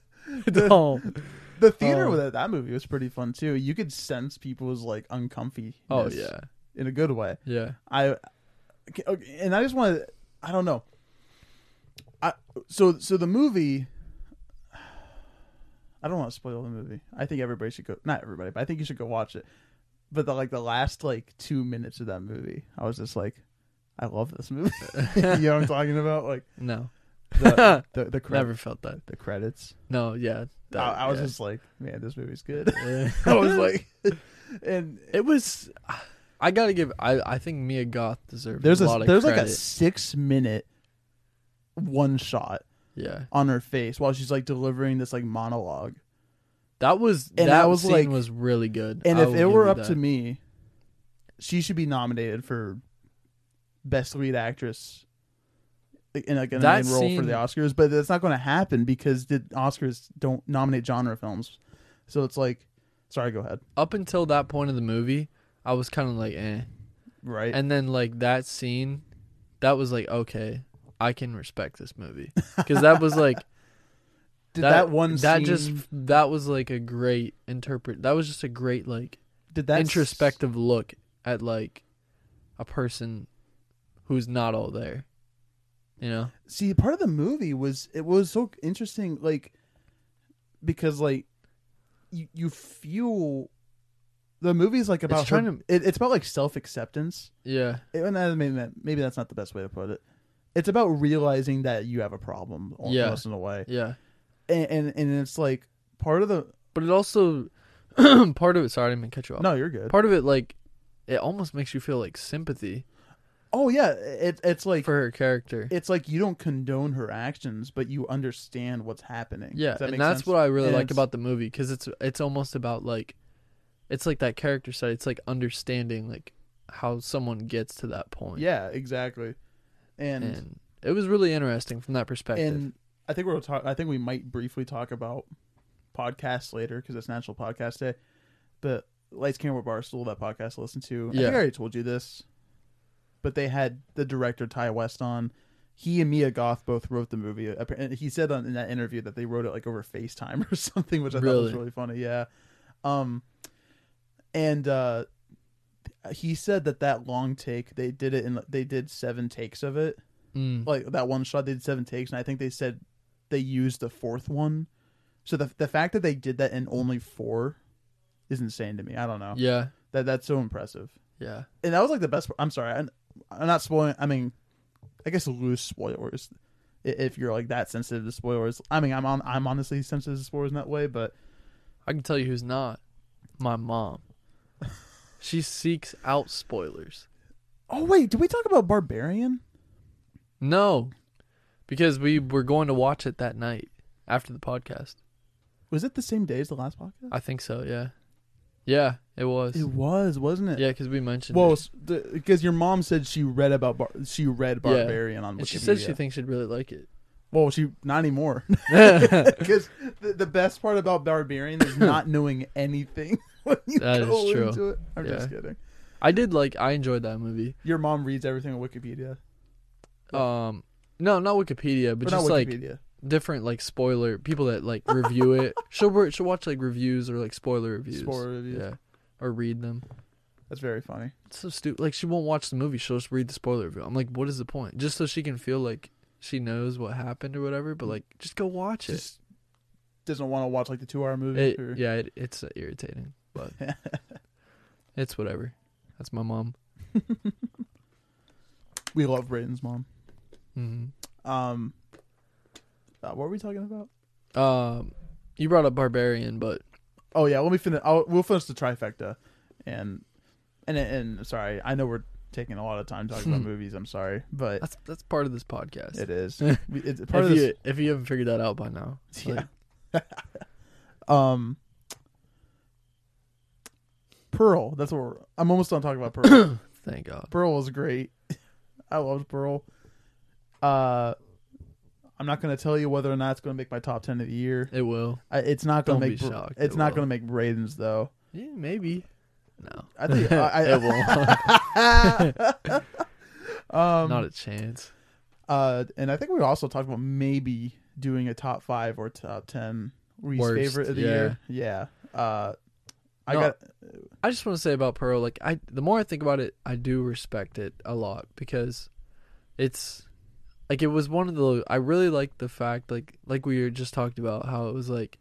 Speaker 2: Don't.
Speaker 1: The theater
Speaker 2: Oh.
Speaker 1: with that movie was pretty fun too. You could sense people's like uncomfy.
Speaker 2: Oh yeah,
Speaker 1: in a good way.
Speaker 2: yeah.
Speaker 1: I okay, okay, and I just want to. I don't know. I so so the movie. I don't want to spoil the movie. I think everybody should go. Not everybody, but I think you should go watch it. But the like the last like two minutes of that movie, I was just like, I love this movie. you know what I'm talking about? Like
Speaker 2: No,
Speaker 1: the the, the, cred-
Speaker 2: never felt that.
Speaker 1: the credits.
Speaker 2: No, yeah. that-
Speaker 1: I, I was
Speaker 2: yeah.
Speaker 1: just like, man, this movie's good.
Speaker 2: Yeah.
Speaker 1: I was like, and
Speaker 2: it was. I gotta give. I I think Mia Goth deserved.
Speaker 1: there's
Speaker 2: a,
Speaker 1: a,
Speaker 2: lot of
Speaker 1: there's like a
Speaker 2: credit.
Speaker 1: six minute one shot
Speaker 2: yeah.
Speaker 1: on her face while she's like delivering this like monologue.
Speaker 2: That was
Speaker 1: And
Speaker 2: that
Speaker 1: I was
Speaker 2: scene
Speaker 1: like-
Speaker 2: was really good.
Speaker 1: And
Speaker 2: I
Speaker 1: if
Speaker 2: will
Speaker 1: it
Speaker 2: give
Speaker 1: were
Speaker 2: Oh, you
Speaker 1: up to
Speaker 2: that.
Speaker 1: me, she should be nominated for best lead actress in like an
Speaker 2: That
Speaker 1: main role for the
Speaker 2: scene-
Speaker 1: Oscars. But that's not going to happen because the Oscars don't nominate genre films. So it's like, sorry, go ahead.
Speaker 2: up until that point of the movie, I was kind of like, eh.
Speaker 1: Right?
Speaker 2: And then like that scene, that was like, okay, I can respect this movie because that was like
Speaker 1: did that, one
Speaker 2: that
Speaker 1: scene,
Speaker 2: just that was like a great interpret. That was just a great like
Speaker 1: did that s-
Speaker 2: introspective look at like a person who's not all there. You know.
Speaker 1: see part of the movie was it was so interesting like because like you you feel the movie's like about
Speaker 2: trying
Speaker 1: her-
Speaker 2: to-
Speaker 1: it- it's about like self acceptance.
Speaker 2: Yeah.
Speaker 1: And I mean, that- maybe that's not the best way to put it. It's about realizing that you have a problem, almost
Speaker 2: Yeah.
Speaker 1: in a way,
Speaker 2: Yeah.
Speaker 1: and, and and it's like part of the.
Speaker 2: But it also part of it sorry, I didn't mean to cut you off.
Speaker 1: No, you're good.
Speaker 2: Part of it like it almost makes you feel like sympathy
Speaker 1: oh yeah, it, it's like
Speaker 2: for her character.
Speaker 1: it's like you don't condone her actions, but you understand what's happening.
Speaker 2: yeah,
Speaker 1: Does that
Speaker 2: and
Speaker 1: make
Speaker 2: that's
Speaker 1: sense?
Speaker 2: what I really
Speaker 1: And
Speaker 2: like
Speaker 1: it's-
Speaker 2: about the movie because it's it's almost about like it's like that character side. It's like understanding like how someone gets to that point.
Speaker 1: Yeah, exactly. And and,
Speaker 2: and it was really interesting from that perspective.
Speaker 1: I think we'll talk. I think we might briefly talk about podcasts later because it's National Podcast Day. But Lights Camera Barstool, that podcast I listen to. I
Speaker 2: Yeah.
Speaker 1: think I already told you this, but they had the director Ty West on. He and Mia Goth both wrote the movie. Apparently, he said on, in that interview that they wrote it like over FaceTime or something, which I thought was
Speaker 2: Really?
Speaker 1: really funny. Yeah. Um, and uh, he said that that long take they did it in they did seven takes of it
Speaker 2: Mm.
Speaker 1: like that one shot they did seven takes and i think they said they used the fourth one so the, the fact that they did that in only four is insane to me i don't know
Speaker 2: yeah,
Speaker 1: that that's so impressive
Speaker 2: yeah,
Speaker 1: and that was like the best i'm sorry i'm, I'm not spoiling i mean i guess loose spoilers i- if you're like that sensitive to spoilers i mean i'm on i'm honestly sensitive to spoilers in that way but
Speaker 2: I can tell you who's not my mom. she seeks out spoilers.
Speaker 1: oh wait did we talk about barbarian
Speaker 2: No, because we were going to watch it that night after the podcast.
Speaker 1: was it the same day as the last podcast
Speaker 2: I think so. Yeah, yeah, it was.
Speaker 1: it was wasn't it
Speaker 2: yeah, because we mentioned.
Speaker 1: well
Speaker 2: it.
Speaker 1: because your mom said she read about bar- she read
Speaker 2: Yeah.
Speaker 1: barbarian on
Speaker 2: and she
Speaker 1: Wikipedia.
Speaker 2: said she thinks she'd really like it.
Speaker 1: Well, she not anymore.
Speaker 2: that
Speaker 1: Because the, the best part about Barbarian is not knowing anything when you
Speaker 2: That
Speaker 1: go
Speaker 2: is true.
Speaker 1: into it. I'm just kidding.
Speaker 2: I did like. I enjoyed that movie.
Speaker 1: Your mom reads everything on Wikipedia,
Speaker 2: Um, no, not Wikipedia, but
Speaker 1: but
Speaker 2: just
Speaker 1: not
Speaker 2: like
Speaker 1: Wikipedia.
Speaker 2: different like spoiler people that like review it. She'll wor- she'll watch like reviews or like spoiler reviews.
Speaker 1: Spoiler reviews.
Speaker 2: Yeah, or read them.
Speaker 1: That's very funny.
Speaker 2: It's so stupid. Like she won't watch the movie. She'll just read the spoiler review. I'm like, what is the point? Just so she can feel like she knows what happened or whatever. But like, just go watch it.
Speaker 1: Just doesn't want to watch like the two-hour movie.
Speaker 2: It-
Speaker 1: or-
Speaker 2: yeah, it, it's irritating, but it's whatever. That's my mom.
Speaker 1: We love Brayden's mom.
Speaker 2: hmm
Speaker 1: Um, uh, what were we talking about?
Speaker 2: Um, you brought up Barbarian, but
Speaker 1: Oh yeah, let me finish. I'll, we'll finish the trifecta, and and and sorry, I know we're taking a lot of time talking about movies. I'm sorry, but
Speaker 2: that's that's part of this podcast.
Speaker 1: it is. We- It's part
Speaker 2: if
Speaker 1: of this.
Speaker 2: you if you haven't figured that out by now,
Speaker 1: Yeah.
Speaker 2: like,
Speaker 1: um, Pearl. That's what we're, I'm almost done talking about. Pearl.
Speaker 2: thank God.
Speaker 1: Pearl was great. I loved Pearl. Uh, I'm not going to tell you whether or not it's going to make my top ten of the year.
Speaker 2: It will.
Speaker 1: I, it's not going to
Speaker 2: Don't
Speaker 1: make.
Speaker 2: be
Speaker 1: Br-
Speaker 2: shocked,
Speaker 1: It's
Speaker 2: it
Speaker 1: not
Speaker 2: will.
Speaker 1: going to make Braden's though.
Speaker 2: Yeah, maybe. No,
Speaker 1: I think I, I,
Speaker 2: it won't.
Speaker 1: um,
Speaker 2: Not a chance.
Speaker 1: uh, and I think we also talked about maybe doing a top five or top ten least
Speaker 2: Worst,
Speaker 1: favorite of the
Speaker 2: yeah.
Speaker 1: year. Yeah. Uh, I
Speaker 2: No,
Speaker 1: got
Speaker 2: I just want to say about Pearl, like I the more I think about it, I do respect it a lot because it's like it was one of the I really like the fact like like we were just talked about how it was like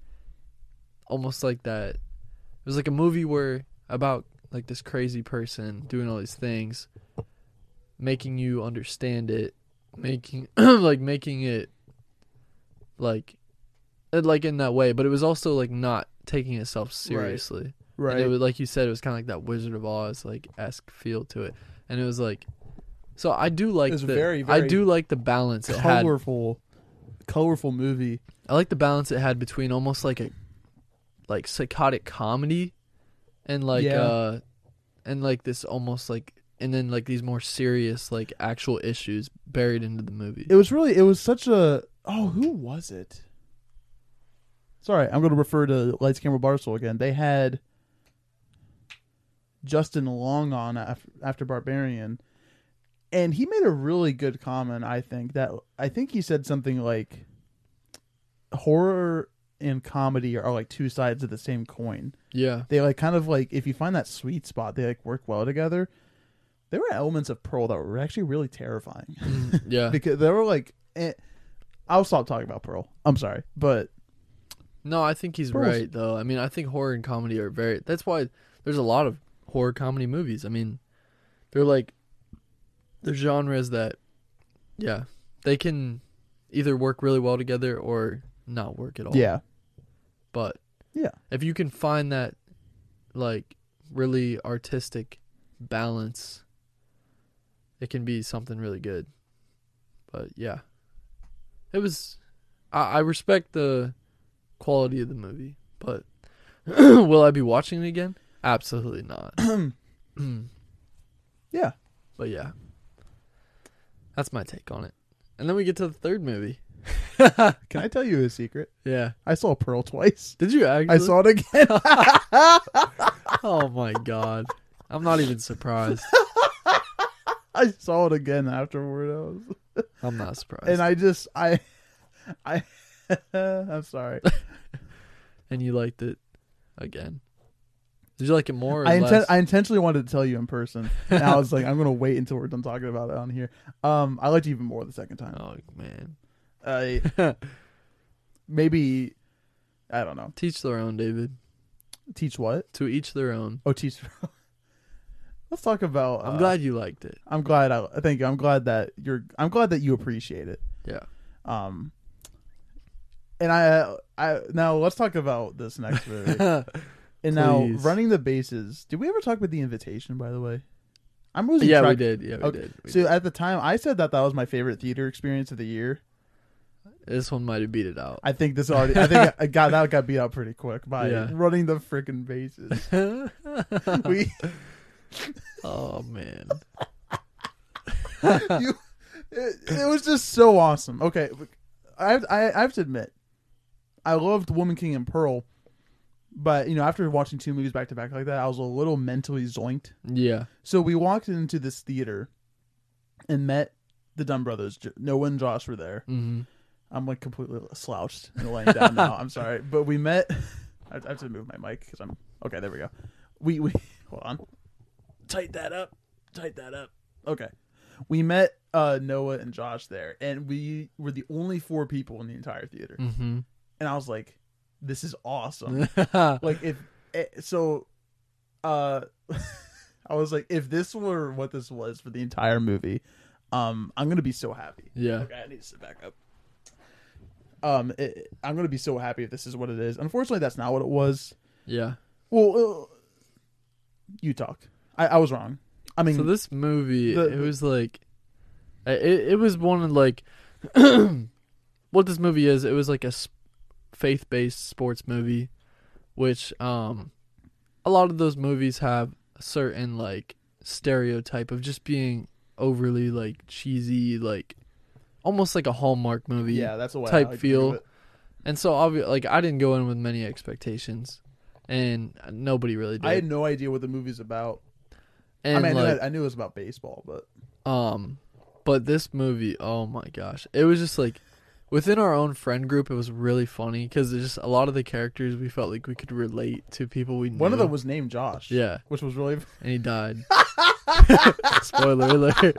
Speaker 2: almost like that it was like a movie where about like this crazy person doing all these things making you understand it making like making it like it- like in that way but it was also like not taking itself seriously
Speaker 1: right.
Speaker 2: and it was like you said, it was kind of like that Wizard of Oz like esque feel to it, and it was like, so I do like
Speaker 1: It was
Speaker 2: the
Speaker 1: very,
Speaker 2: I
Speaker 1: very
Speaker 2: do like the balance it had.
Speaker 1: colorful, colorful movie.
Speaker 2: I like the balance it had between almost like a like psychotic comedy, and like
Speaker 1: Yeah.
Speaker 2: uh, and like this almost like and then like these more serious like actual issues buried into the movie.
Speaker 1: It was really. It was such a. Oh, who was it? Sorry, I'm going to refer to Lights Camera Barstool again. They had Justin Long on after, after Barbarian, and he made a really good comment. I think that I think he said something like, "Horror and comedy are like two sides of the same coin."
Speaker 2: yeah,
Speaker 1: they like kind of like if you find that sweet spot, they like work well together. There were elements of Pearl that were actually really terrifying
Speaker 2: Mm, yeah.
Speaker 1: because there were like, eh, I'll stop talking about Pearl. I'm sorry, but
Speaker 2: No, I think he's
Speaker 1: Pearl's-
Speaker 2: right though. I mean, I think horror and comedy are very. That's why there's a lot of horror comedy movies. I mean, they're like they're genres that yeah, they can either work really well together or not work at all.
Speaker 1: Yeah.
Speaker 2: But
Speaker 1: Yeah.
Speaker 2: if you can find that like really artistic balance, it can be something really good. But yeah. It was I, I respect the quality of the movie, but will I be watching it again? Absolutely not.
Speaker 1: Yeah.
Speaker 2: But yeah. That's my take on it. And then we get to the third movie.
Speaker 1: Can I tell you a secret?
Speaker 2: Yeah.
Speaker 1: I saw Pearl twice.
Speaker 2: Did you actually?
Speaker 1: I saw it again.
Speaker 2: Oh my god. I'm not even surprised.
Speaker 1: I saw it again afterward. I was,
Speaker 2: I'm not surprised.
Speaker 1: and I just I I I'm sorry.
Speaker 2: and you liked it again. Did you like it more? Or
Speaker 1: I
Speaker 2: less?
Speaker 1: inten- I intentionally wanted to tell you in person. And I was like, I'm gonna wait until we're done talking about it on here. Um, I liked you even more the second time.
Speaker 2: oh man,
Speaker 1: I maybe I don't know.
Speaker 2: teach their own, David.
Speaker 1: Teach what?
Speaker 2: To each their own.
Speaker 1: Oh, teach. Let's talk about.
Speaker 2: I'm
Speaker 1: uh,
Speaker 2: glad you liked it.
Speaker 1: I'm glad. I thank you. I'm glad that you're. I'm glad that you appreciate it.
Speaker 2: Yeah.
Speaker 1: Um. And I, I now let's talk about this next movie. and now
Speaker 2: Please.
Speaker 1: running the bases. Did we ever talk about the invitation? By the way, I'm losing
Speaker 2: yeah,
Speaker 1: track.
Speaker 2: we did. Yeah, we
Speaker 1: Okay,
Speaker 2: did. We
Speaker 1: So
Speaker 2: did.
Speaker 1: at the time, I said that that was my favorite theater experience of the year.
Speaker 2: This one might have beat it out.
Speaker 1: I think this already. I think I got that got beat out pretty quick by
Speaker 2: Yeah.
Speaker 1: running the freaking bases. We
Speaker 2: oh man.
Speaker 1: you, it, it was just so awesome. Okay, I, have- I I have to admit, I loved Woman King and Pearl, but you know after watching two movies back to back like that, I was a little mentally zoinked.
Speaker 2: Yeah.
Speaker 1: So we walked into this theater, and met the Dunn brothers. Jo- Noah and Josh were there.
Speaker 2: Mm-hmm.
Speaker 1: I'm like completely slouched and laying down now. I'm sorry, but we met. I I have to move my mic because I'm okay. There we go. We we hold on. Tight that up. Tight that up. Okay. We met uh, Noah and Josh there, and we were the only four people in the entire theater.
Speaker 2: Mm-hmm.
Speaker 1: And I was like, "This is awesome!" like if eh, so, uh, I was like, "If this were what this was for the entire movie, um, I'm gonna be so happy."
Speaker 2: yeah.
Speaker 1: Okay, I need to sit back up. Um, it, I'm gonna be so happy if this is what it is. Unfortunately, that's not what it was.
Speaker 2: Yeah.
Speaker 1: Well, uh, you talked. I, I was wrong. I mean,
Speaker 2: so this movie
Speaker 1: the-
Speaker 2: it
Speaker 1: the-
Speaker 2: was like I- it, it was one of like what this movie is it was like a s- faith-based sports movie which um a lot of those movies have a certain like stereotype of just being overly like cheesy like almost like a hallmark movie
Speaker 1: yeah, that's a way I
Speaker 2: type
Speaker 1: like to think
Speaker 2: feel.
Speaker 1: of it.
Speaker 2: and so obviously like i didn't go in with many expectations and nobody really did
Speaker 1: I had no idea what the movie's about.
Speaker 2: and
Speaker 1: I mean, I,
Speaker 2: like,
Speaker 1: knew, I knew it was about baseball, but
Speaker 2: Um, but this movie, oh my gosh, it was just like within our own friend group, it was really funny because just a lot of the characters we felt like we could relate to people we knew.
Speaker 1: one of them was named Josh.
Speaker 2: yeah,
Speaker 1: which was really.
Speaker 2: and he died. Spoiler alert!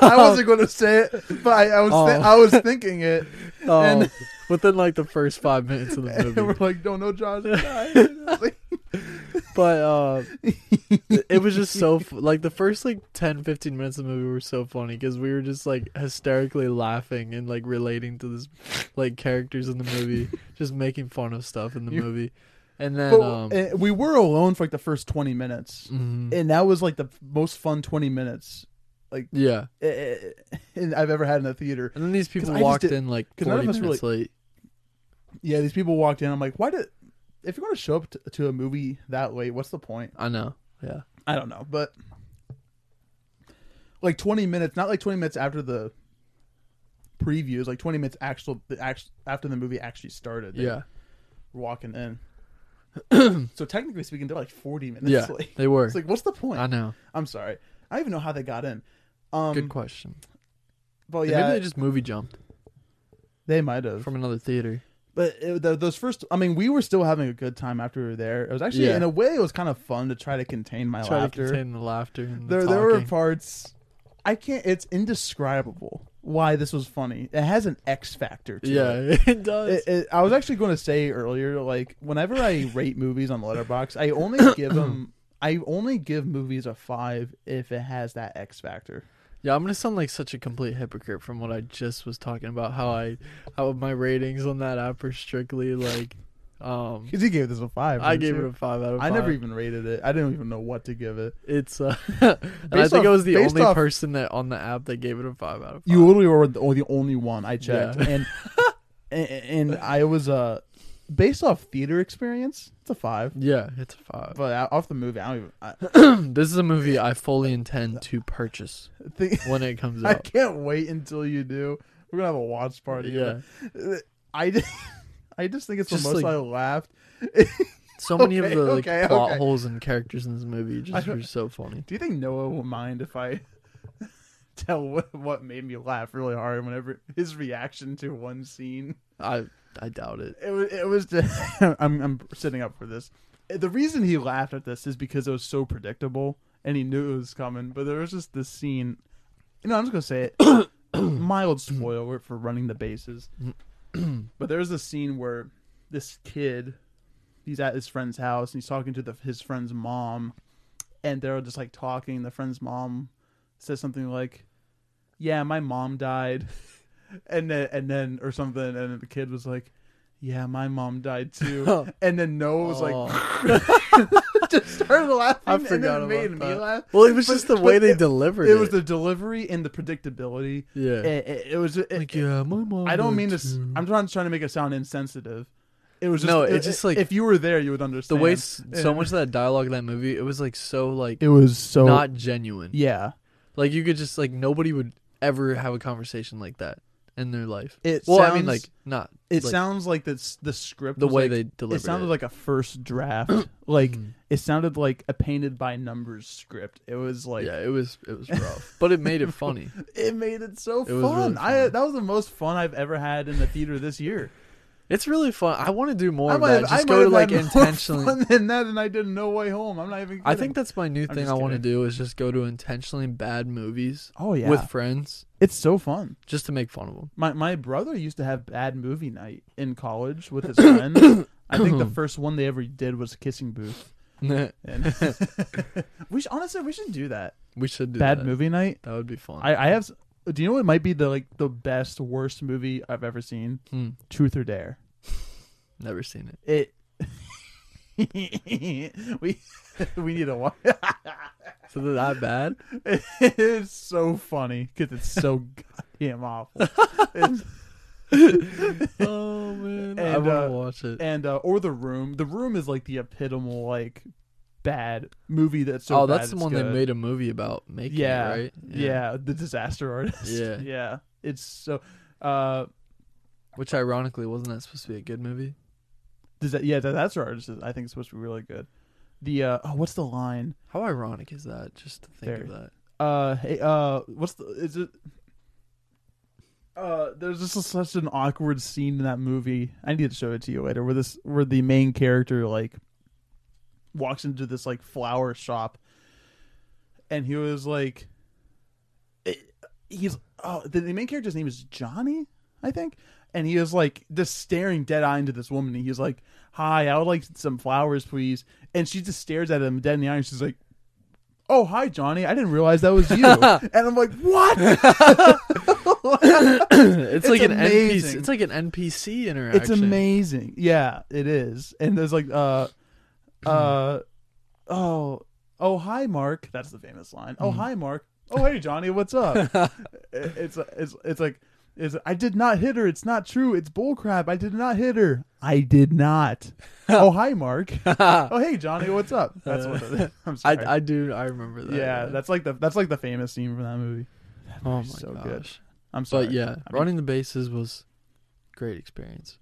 Speaker 1: I wasn't going to say it, but I, I was thi-
Speaker 2: Oh.
Speaker 1: I was thinking it,
Speaker 2: Oh,
Speaker 1: And-
Speaker 2: within like the first five minutes of the
Speaker 1: and we're
Speaker 2: movie,
Speaker 1: like, "Don't know Josh." died."
Speaker 2: but uh, it- it was just so f- like the first like 10, 15 minutes of the movie were so funny because we were just like hysterically laughing and like relating to this like characters in the movie, just making fun of stuff in the
Speaker 1: You-
Speaker 2: movie, and then
Speaker 1: But,
Speaker 2: um,
Speaker 1: uh, we were alone for like the first twenty minutes.
Speaker 2: mhm.
Speaker 1: and that was like the most fun 20 minutes
Speaker 2: yeah,
Speaker 1: eh, eh, eh, and I've ever had in a theater.
Speaker 2: and then these people
Speaker 1: 'Cause I just
Speaker 2: walked
Speaker 1: did-
Speaker 2: in like
Speaker 1: 'cause none
Speaker 2: forty
Speaker 1: of us
Speaker 2: minutes late.
Speaker 1: Yeah, these people walked in. I'm like, why did? If you're going to show up to, to a movie that late, what's the point?
Speaker 2: I know, yeah,
Speaker 1: I don't know, but like 20 minutes, not like 20 minutes after the previews, like 20 minutes actual the act, after the movie actually started. they
Speaker 2: yeah,
Speaker 1: were walking in. so technically speaking, they're like 40 minutes
Speaker 2: yeah,
Speaker 1: late.
Speaker 2: they were.
Speaker 1: It's like, what's the point?
Speaker 2: I know.
Speaker 1: I'm sorry, I don't even know how they got in. Um,
Speaker 2: Good question.
Speaker 1: but
Speaker 2: And
Speaker 1: yeah,
Speaker 2: Maybe they just movie jumped
Speaker 1: they might have.
Speaker 2: from another theater.
Speaker 1: But it, th those first, I mean, we were still having a good time after we were there. It was actually,
Speaker 2: Yeah.
Speaker 1: in a way, it was kind of fun to try to contain my
Speaker 2: Try
Speaker 1: laughter.
Speaker 2: to contain the laughter. And the
Speaker 1: there, there were
Speaker 2: talking.
Speaker 1: parts I can't. It's indescribable. why this was funny. It has an X factor to it.
Speaker 2: Yeah, it does.
Speaker 1: It- it- I was actually going to say earlier, like whenever I rate movies on Letterbox, I only give them, I only give movies a five if it has that X factor.
Speaker 2: Yeah, I'm gonna sound like such a complete hypocrite from what I just was talking about. How I, how my ratings on that app are strictly like, um,
Speaker 1: Because he gave this a five.
Speaker 2: I
Speaker 1: didn't
Speaker 2: gave
Speaker 1: you?
Speaker 2: it a five out of.
Speaker 1: I
Speaker 2: five.
Speaker 1: never even rated it. I didn't even know what to give it.
Speaker 2: It's. Uh, and I
Speaker 1: Based
Speaker 2: think I
Speaker 1: off-
Speaker 2: was the
Speaker 1: based
Speaker 2: only
Speaker 1: off-
Speaker 2: person that on the app that gave it a five out of five.
Speaker 1: You literally were the, or the only one I checked,
Speaker 2: Yeah.
Speaker 1: and and and I was uh based off theater experience. It's a five,
Speaker 2: yeah, it's a five.
Speaker 1: but out- off the movie, I don't even. I,
Speaker 2: this is a movie I fully intend to purchase
Speaker 1: think,
Speaker 2: when it comes
Speaker 1: I
Speaker 2: out.
Speaker 1: can't wait until you do. We're gonna have a watch party. uh,
Speaker 2: Yeah,
Speaker 1: I just, I just think it's
Speaker 2: Just
Speaker 1: the most
Speaker 2: like-
Speaker 1: I laughed.
Speaker 2: so many of
Speaker 1: Okay,
Speaker 2: the like
Speaker 1: okay,
Speaker 2: plot
Speaker 1: okay.
Speaker 2: holes and characters in this movie just
Speaker 1: don't-
Speaker 2: were so funny.
Speaker 1: Do you think Noah will mind if I tell what, what made me laugh really hard whenever his reaction to one scene?
Speaker 2: I I doubt it.
Speaker 1: It was it was just, I'm I'm sitting up for this. The reason he laughed at this is because it was so predictable and he knew it was coming. But there was just this scene. You know, I'm just gonna say it. mild spoiler for running the bases. but there's a scene where this kid, he's at his friend's house and he's talking to the, his friend's mom, and they're just like talking. The friend's mom says something like, "Yeah, my mom died," and then and then or something, and then the kid was like, "Yeah, my mom died too," and then Noah was like,
Speaker 2: Oh.
Speaker 1: just started laughing.
Speaker 2: I
Speaker 1: and
Speaker 2: forgot
Speaker 1: then it
Speaker 2: about
Speaker 1: made me
Speaker 2: that.
Speaker 1: laugh.
Speaker 2: well, it was
Speaker 1: But-
Speaker 2: just the
Speaker 1: but
Speaker 2: way they
Speaker 1: it-
Speaker 2: delivered it.
Speaker 1: It was the delivery and the predictability.
Speaker 2: yeah.
Speaker 1: It, it- it was. it-
Speaker 2: like yeah, my mom.
Speaker 1: I don't
Speaker 2: did
Speaker 1: mean to. s-
Speaker 2: too.
Speaker 1: I'm not trying to make it sound insensitive. It was just, uh,
Speaker 2: No, it's just like-
Speaker 1: if you were there, you would
Speaker 2: the
Speaker 1: understand.
Speaker 2: way s- so
Speaker 1: And-
Speaker 2: much of that dialogue in that movie, it was like so like
Speaker 1: It was so
Speaker 2: not genuine.
Speaker 1: Yeah.
Speaker 2: Like you could just like nobody would ever have a conversation like that in their life.
Speaker 1: It
Speaker 2: well,
Speaker 1: sounds,
Speaker 2: I mean like not
Speaker 1: it
Speaker 2: like,
Speaker 1: sounds like this the script
Speaker 2: the
Speaker 1: was
Speaker 2: way
Speaker 1: like-
Speaker 2: they delivered Hmm.
Speaker 1: it sounded like a first draft. like it sounded like a painted by numbers script. It was like
Speaker 2: yeah, it was it was rough, but it made it funny.
Speaker 1: it made it so
Speaker 2: It
Speaker 1: fun.
Speaker 2: was really
Speaker 1: I
Speaker 2: funny.
Speaker 1: that was the most fun I've ever had in the theater this year.
Speaker 2: It's really fun. I want to do more
Speaker 1: I
Speaker 2: of
Speaker 1: might
Speaker 2: that.
Speaker 1: have,
Speaker 2: Just
Speaker 1: I might
Speaker 2: go to
Speaker 1: have
Speaker 2: like
Speaker 1: had more
Speaker 2: intentionally.
Speaker 1: fun than that, and I did No Way Home. I'm not even. Kidding.
Speaker 2: I think that's my new thing
Speaker 1: just
Speaker 2: I want to
Speaker 1: kidding.
Speaker 2: do is just go to intentionally bad movies
Speaker 1: Oh yeah,
Speaker 2: with friends
Speaker 1: it's so fun.
Speaker 2: just to make fun of them.
Speaker 1: My my brother used to have bad movie night in college with his friends. I think the first one they ever did was Kissing Booth. And we should, honestly we should do that
Speaker 2: we should do
Speaker 1: bad
Speaker 2: that.
Speaker 1: movie night.
Speaker 2: That would be fun.
Speaker 1: I I have. s- Do you know what might be the like the best worst movie I've ever seen?
Speaker 2: Hmm.
Speaker 1: Truth or Dare.
Speaker 2: Never seen it.
Speaker 1: It. we we need to watch.
Speaker 2: So they're that bad?
Speaker 1: it's so funny because it's so goddamn awful. It's-
Speaker 2: oh man, I
Speaker 1: And,
Speaker 2: want to
Speaker 1: uh,
Speaker 2: watch it.
Speaker 1: and uh, or the room. The room is like the epitomal like bad movie. That's so
Speaker 2: oh,
Speaker 1: bad
Speaker 2: that's the
Speaker 1: it's
Speaker 2: one
Speaker 1: good.
Speaker 2: they made a movie about making.
Speaker 1: Yeah,
Speaker 2: it, right.
Speaker 1: Yeah. the disaster artist.
Speaker 2: Yeah.
Speaker 1: yeah. It's so. Uh,
Speaker 2: Which ironically wasn't that supposed to be a good movie?
Speaker 1: does that? Yeah, disaster artist. Is, I think is supposed to be really good. The uh, oh, what's the line?
Speaker 2: How ironic is that? Just to think
Speaker 1: Very.
Speaker 2: of that.
Speaker 1: Uh, hey, uh, what's the? Is it? Uh, there's just such an awkward scene in that movie. I need to show it to you later. Where this, where the main character like walks into this like flower shop, and he was like, it- he's oh the, the main character's name is Johnny, I think, and he was like just staring dead eye into this woman, and he's like, "Hi, I would like some flowers, please," and she just stares at him dead in the eye, and she's like. Oh hi Johnny! I didn't realize that was you, and I'm like, what?
Speaker 2: it's, like an NPC.
Speaker 1: amazing.
Speaker 2: It's like an NPC interaction.
Speaker 1: It's amazing. Yeah, it is. And there's like uh uh
Speaker 2: Mm-hmm.
Speaker 1: oh oh hi Mark. That's the famous line. Oh hi Mark. Oh hey Johnny, what's up? I- it's it's it's like it's I did not hit her. It's not true. It's bullcrap. I did not hit her. I did not. oh hi Mark. oh hey Johnny, what's up? That's what it is. I'm
Speaker 2: I,
Speaker 1: sorry.
Speaker 2: I uh, do. I remember that.
Speaker 1: yeah, that's like the that's like the famous scene from that movie.
Speaker 2: oh my
Speaker 1: so
Speaker 2: gosh.
Speaker 1: good. I'm sorry.
Speaker 2: But yeah,
Speaker 1: mean-
Speaker 2: running the bases was great experience.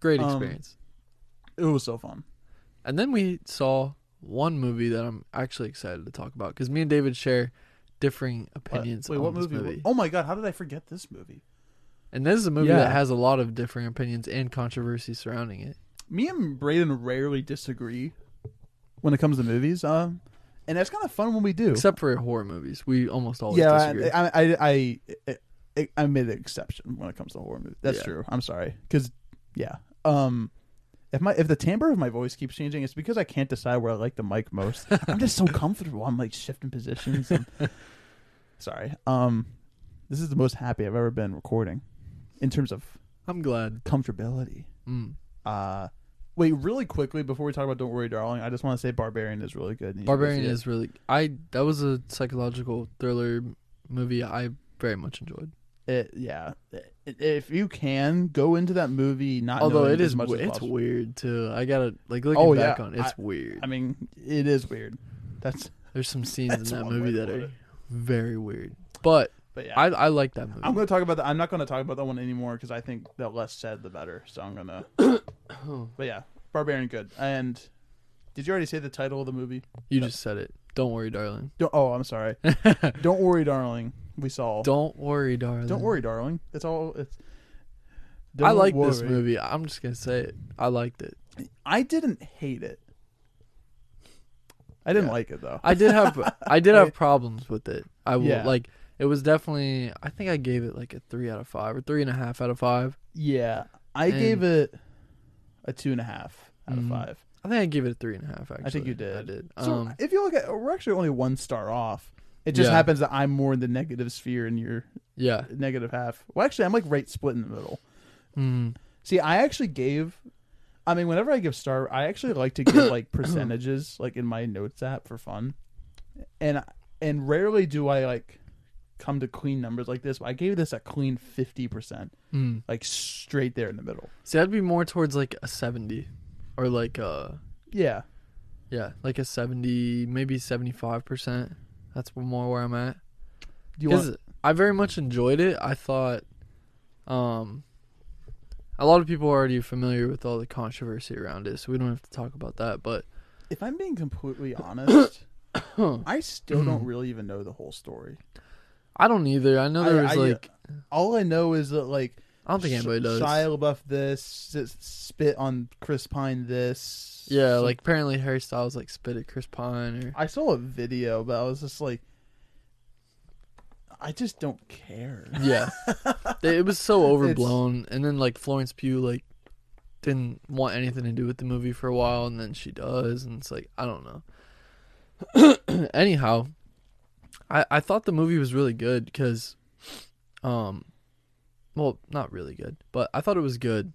Speaker 2: Great
Speaker 1: Um,
Speaker 2: experience.
Speaker 1: it was so fun.
Speaker 2: And then we saw one movie that I'm actually excited to talk about because me and David share differing
Speaker 1: What-
Speaker 2: opinions
Speaker 1: Wait,
Speaker 2: on
Speaker 1: what
Speaker 2: this
Speaker 1: movie?
Speaker 2: movie.
Speaker 1: Oh my god, how did I forget this movie?
Speaker 2: And this is a movie
Speaker 1: Yeah.
Speaker 2: that has a lot of differing opinions and controversy surrounding it.
Speaker 1: me and Braden rarely disagree when it comes to movies. Um, and that's kind of fun when we do.
Speaker 2: Except for horror movies, we almost always
Speaker 1: yeah,
Speaker 2: disagree.
Speaker 1: I, I, I, I, I- I made an exception when it comes to horror movies. That's
Speaker 2: Yeah.
Speaker 1: true. I'm sorry, because yeah, um, if my if the timbre of my voice keeps changing, it's because I can't decide where I like the mic most. I'm just so comfortable. I'm like shifting positions. I'm- sorry. Um, this is the most happy I've ever been recording, in terms of
Speaker 2: I'm glad.
Speaker 1: comfortability.
Speaker 2: Mm.
Speaker 1: Uh, wait, really quickly before we talk about "Don't Worry, Darling," I just want to say "Barbarian" is really good. and you should go
Speaker 2: Barbarian
Speaker 1: see it.
Speaker 2: is really. I that was a psychological thriller movie I very much enjoyed.
Speaker 1: It- yeah. It- if you can go into that movie, not
Speaker 2: Although
Speaker 1: knowing
Speaker 2: it
Speaker 1: as
Speaker 2: is,
Speaker 1: much
Speaker 2: w-
Speaker 1: as
Speaker 2: it's
Speaker 1: possible.
Speaker 2: weird too. I gotta like looking
Speaker 1: Oh,
Speaker 2: back
Speaker 1: yeah.
Speaker 2: on it, it's weird.
Speaker 1: I mean, it is weird. That's
Speaker 2: There's some scenes in
Speaker 1: That's
Speaker 2: that
Speaker 1: one way
Speaker 2: movie
Speaker 1: to
Speaker 2: that
Speaker 1: put
Speaker 2: are
Speaker 1: it.
Speaker 2: very weird. But
Speaker 1: but yeah.
Speaker 2: I I like that movie.
Speaker 1: I'm going to talk about that. I'm not going to talk about that one anymore because I think the less said, the better. So I'm going to. But yeah, Barbarian, good. And did you already say the title of the movie?
Speaker 2: you just said it. Don't worry, darling.
Speaker 1: Don't, oh, I'm sorry. Don't worry, darling. We saw. Don't,
Speaker 2: Don't worry, darling.
Speaker 1: worry, darling. It's all. It's.
Speaker 2: I like this
Speaker 1: Worry.
Speaker 2: movie. I'm just gonna say it. I liked it.
Speaker 1: I didn't hate it. I didn't
Speaker 2: Yeah.
Speaker 1: like it though.
Speaker 2: I did have I did have problems with it. I will
Speaker 1: Yeah.
Speaker 2: like it was definitely I think I gave it like a three out of five or three and a half out of five.
Speaker 1: yeah, I
Speaker 2: And-
Speaker 1: gave it a two and a half out
Speaker 2: Mhm.
Speaker 1: of five.
Speaker 2: I think I gave it a three and a half. Actually,
Speaker 1: you
Speaker 2: I
Speaker 1: did.
Speaker 2: did.
Speaker 1: So
Speaker 2: um,
Speaker 1: if you look at, we're actually only one star off. It just
Speaker 2: Yeah.
Speaker 1: happens that I'm more in the negative sphere and you're
Speaker 2: yeah.
Speaker 1: negative half. Well, actually, I'm like right split in the middle.
Speaker 2: Mm,
Speaker 1: See, I actually gave. I mean, whenever I give star, I actually like to give like percentages, like in my notes app for fun, and and rarely do I like come to clean numbers like this. I gave this a clean fifty percent.
Speaker 2: mm.
Speaker 1: like straight there in the middle.
Speaker 2: See, I'd be more towards like a seventy, or like uh
Speaker 1: Yeah,
Speaker 2: yeah, like a seventy, maybe seventy five percent. That's more where I'm at.
Speaker 1: do you
Speaker 2: Because
Speaker 1: want?
Speaker 2: I very much enjoyed it. I thought, um, a lot of people are already familiar with all the controversy around it, so we don't have to talk about that. But
Speaker 1: If I'm being completely honest,
Speaker 2: Huh.
Speaker 1: I still
Speaker 2: Hmm.
Speaker 1: don't really even know the whole story.
Speaker 2: I don't either. I know there
Speaker 1: I-
Speaker 2: was
Speaker 1: I-
Speaker 2: like
Speaker 1: All I know is that like
Speaker 2: I don't think
Speaker 1: Sh-
Speaker 2: anybody does.
Speaker 1: Shia LaBeouf this s- spit on Chris Pine this.
Speaker 2: yeah,
Speaker 1: Some-
Speaker 2: like apparently Harry Styles like spit at Chris Pine or
Speaker 1: I saw a video, but I was just like, I just don't care.
Speaker 2: yeah, it was so overblown. and then like Florence Pugh like didn't want anything to do with the movie for a while, and then she does, and it's like I don't know. Anyhow, I I thought the movie was really good because, um, well, not really good, but I thought it was good,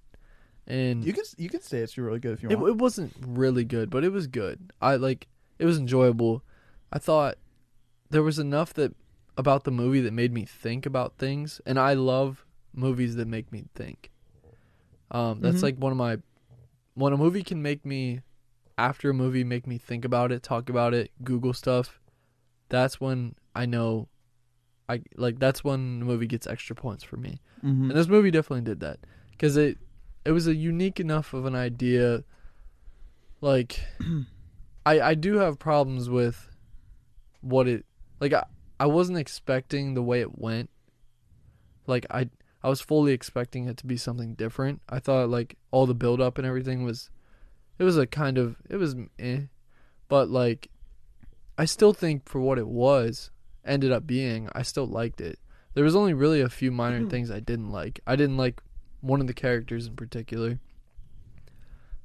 Speaker 2: and
Speaker 1: You could you could say it's really good if you
Speaker 2: it,
Speaker 1: want.
Speaker 2: it wasn't really good, but it was good. I like it was enjoyable. I thought there was enough that about the movie that made me think about things, and I love movies that make me think. Um, that's
Speaker 1: Mhm.
Speaker 2: like one of my when a movie can make me after a movie make me think about it, talk about it, Google stuff. That's when I know. I like that's when the movie gets extra points for me.
Speaker 1: Mhm.
Speaker 2: And this movie definitely did that because it it was a unique enough of an idea. Like, I I do have problems with what it like. I I wasn't expecting the way it went. Like I I was fully expecting it to be something different. I thought like all the build up and everything was, it was a kind of it was, eh. but like, I still think for what it was ended up being, I still liked it. There was only really a few minor things I didn't like. I didn't like one of the characters in particular.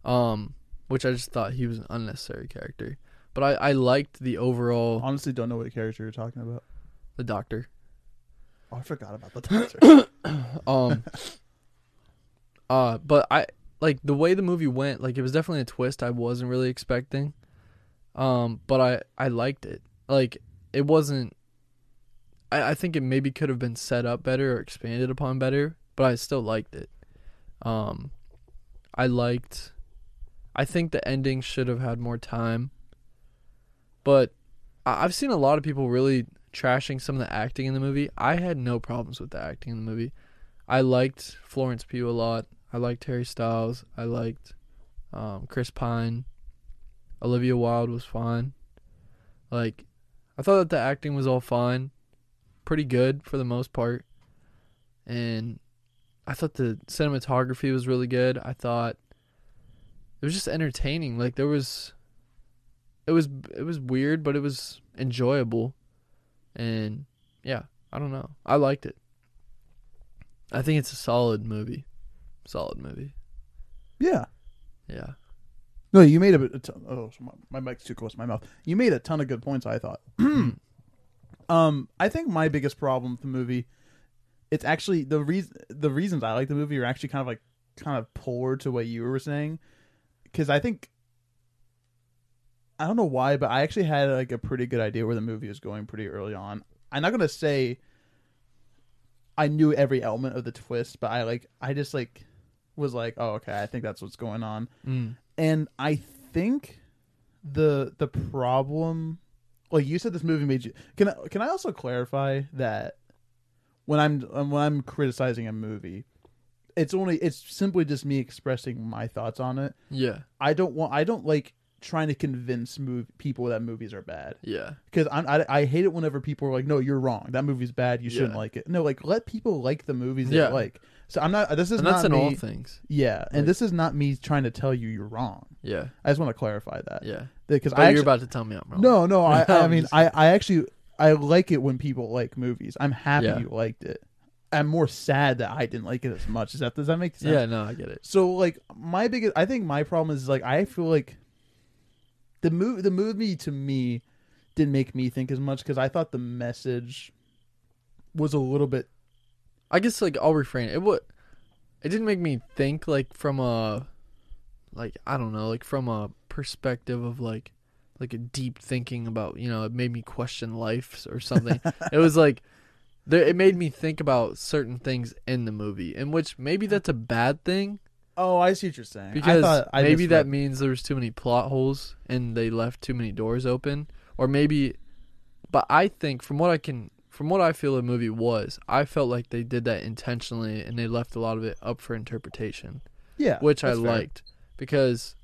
Speaker 2: Um, which I just thought he was an unnecessary character. But I, I liked the overall
Speaker 1: Honestly, don't know what character you're talking about.
Speaker 2: the doctor.
Speaker 1: Oh, I forgot about the title.
Speaker 2: Um Uh but I like the way the movie went, like it was definitely a twist I wasn't really expecting. Um, but I, I liked it. Like it wasn't I, I think it maybe could have been set up better or expanded upon better, but I still liked it. Um I liked I think the ending should have had more time. But I, I've seen a lot of people really trashing some of the acting in the movie. I had no problems with the acting in the movie. I liked Florence Pugh a lot. I liked Harry Styles. I liked um, Chris Pine. Olivia Wilde was fine. Like, I thought that the acting was all fine, pretty good for the most part, and I thought the cinematography was really good. I thought it was just entertaining. Like there was, it was it was weird, but it was enjoyable, and yeah, I don't know. I liked it. I think it's a solid movie. Solid movie.
Speaker 1: Yeah.
Speaker 2: Yeah.
Speaker 1: No, you made a, a ton. Oh, so my, my mic's too close to my mouth. You made a ton of good points. I thought. um, I think my biggest problem with the movie, it's actually the reason the reasons I like the movie are actually kind of like kind of polar to what you were saying, because I think. I don't know why, but I actually had like a pretty good idea where the movie was going pretty early on. I'm not gonna say I knew every element of the twist, but I like I just like was like, oh okay, I think that's what's going on
Speaker 2: Mm.
Speaker 1: and I think the the problem like you said this movie made you can I, can I also clarify that when I'm um, when I'm criticizing a movie it's only it's simply just me expressing my thoughts on it
Speaker 2: Yeah.
Speaker 1: I don't want I don't like trying to convince move, people that movies are bad
Speaker 2: Yeah.
Speaker 1: because I, I hate it whenever people are like, "No, you're wrong. That movie's bad. You shouldn't
Speaker 2: Yeah.
Speaker 1: like it." No, like let people like the movies
Speaker 2: Yeah.
Speaker 1: they like. So I'm not. This is
Speaker 2: and that's
Speaker 1: not
Speaker 2: in
Speaker 1: me.
Speaker 2: all things.
Speaker 1: yeah, and
Speaker 2: Like-
Speaker 1: this is not me trying to tell you you're wrong.
Speaker 2: Yeah.
Speaker 1: I just want to clarify that
Speaker 2: Yeah.
Speaker 1: because
Speaker 2: But
Speaker 1: I
Speaker 2: you're
Speaker 1: actually,
Speaker 2: about to tell me I'm wrong.
Speaker 1: no no I I
Speaker 2: I'm
Speaker 1: mean
Speaker 2: just-
Speaker 1: I I actually I like it when people like movies. I'm happy
Speaker 2: Yeah.
Speaker 1: you liked it. I'm more sad that I didn't like it as much. Is that does that make sense?
Speaker 2: Yeah, no, I get it.
Speaker 1: So like my biggest I think my problem is like I feel like the move the movie to me didn't make me think as much because I thought the message was a little bit
Speaker 2: I guess like I'll refrain. It would. It didn't make me think like from a, like I don't know, like from a perspective of like, like a deep thinking about you know it made me question life or something. it was like, there it made me think about certain things in the movie, in which maybe that's a bad thing
Speaker 1: oh I see what you're saying
Speaker 2: because
Speaker 1: I thought I
Speaker 2: maybe that
Speaker 1: misread-
Speaker 2: means there was too many plot holes and they left too many doors open, or maybe. But I think from what I can, from what I feel the movie was, I felt like they did that intentionally and they left a lot of it up for interpretation,
Speaker 1: yeah
Speaker 2: which I
Speaker 1: that's fair.
Speaker 2: liked because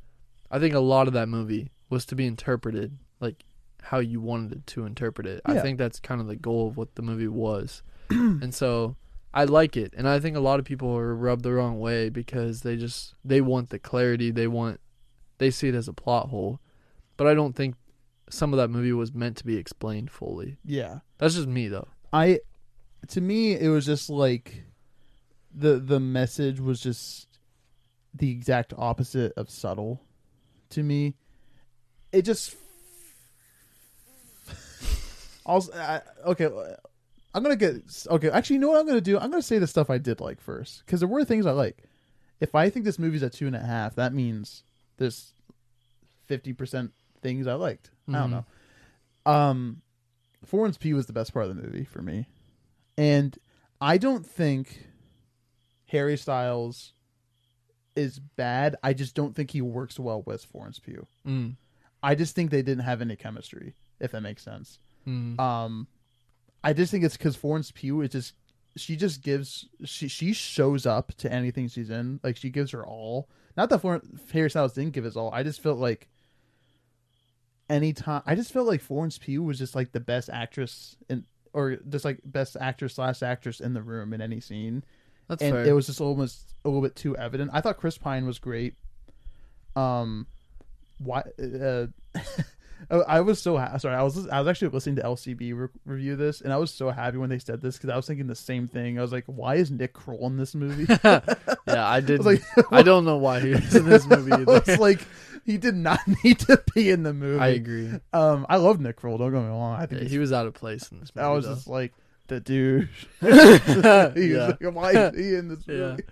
Speaker 2: I think a lot of that movie was to be interpreted like how you wanted it to interpret it. I
Speaker 1: Yeah.
Speaker 2: think that's kind of the goal of what the movie was, and so. I like it, and I think a lot of people are rubbed the wrong way because they just they want the clarity, they want they see it as a plot hole, but I don't think some of that movie was meant to be explained fully.
Speaker 1: yeah
Speaker 2: That's just me though.
Speaker 1: I to me it was just like the the message was just the exact opposite of subtle to me. It just also I, okay. I'm gonna get okay. Actually, you know what I'm gonna do? I'm gonna say the stuff I did like first because there were things I like. If I think this movie's at two and a half, that means there's fifty percent things I liked. I don't
Speaker 2: Mhm.
Speaker 1: know. Um, Florence P was the best part of the movie for me, and I don't think Harry Styles is bad. I just don't think he works well with Florence Pugh.
Speaker 2: Mm.
Speaker 1: I just think they didn't have any chemistry, if that makes sense.
Speaker 2: Mm.
Speaker 1: Um, I just think it's because Florence Pugh is just she just gives she she shows up to anything she's in. Like she gives her all. Not that Florence Harry Styles didn't give his all. I just felt like anytime I just felt like Florence Pugh was just like the best actress in or just like best actor slash actress in the room in any scene.
Speaker 2: That's
Speaker 1: and
Speaker 2: fair.
Speaker 1: it was just almost a little bit too evident. I thought Chris Pine was great. Um, why? Uh, oh, I was so ha- sorry. I was I was actually listening to LCB re- review this, and I was so happy when they said this because I was thinking the same thing. I was like, why is Nick Kroll in this movie? I
Speaker 2: yeah, I did.
Speaker 1: was
Speaker 2: not
Speaker 1: like,
Speaker 2: I don't know why he was in this movie
Speaker 1: I was
Speaker 2: either.
Speaker 1: like, he did not need to be in the movie.
Speaker 2: I agree.
Speaker 1: um, I love Nick Kroll. Don't get me wrong. I
Speaker 2: Yeah,
Speaker 1: think he's
Speaker 2: he was out of place in this movie.
Speaker 1: I was
Speaker 2: though.
Speaker 1: just like the douche. he
Speaker 2: Yeah.
Speaker 1: was like, why is he in this
Speaker 2: Yeah.
Speaker 1: movie?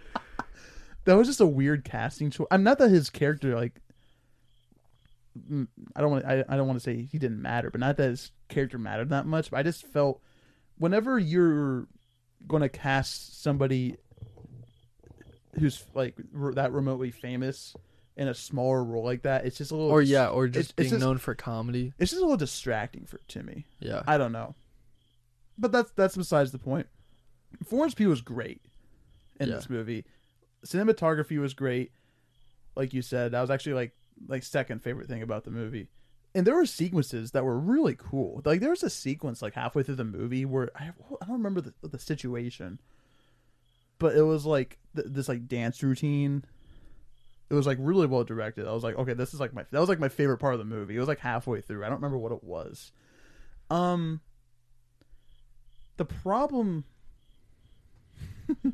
Speaker 1: that was just a weird casting choice. I'm not that his character like. mm, I don't want. I, I don't want to say he didn't matter, but not that his character mattered that much. But I just felt, whenever you're going to cast somebody who's like re- that remotely famous in a smaller role like that, it's just a little.
Speaker 2: or yeah, or just
Speaker 1: oh, it's
Speaker 2: being
Speaker 1: just-
Speaker 2: known for comedy.
Speaker 1: it's just a little distracting for to me.
Speaker 2: Yeah,
Speaker 1: I don't know. But that's that's besides the point. Florence P was great in
Speaker 2: Yeah.
Speaker 1: this movie. Cinematography was great. Like you said, that was actually like like second favorite thing about the movie. And there were sequences that were really cool. Like there was a sequence like halfway through the movie where I, I don't remember the, the situation, but it was like th- this like dance routine. It was like really well directed. I was like, okay, this is like my that was like my favorite part of the movie. It was like halfway through. I don't remember what it was. Um, the problem.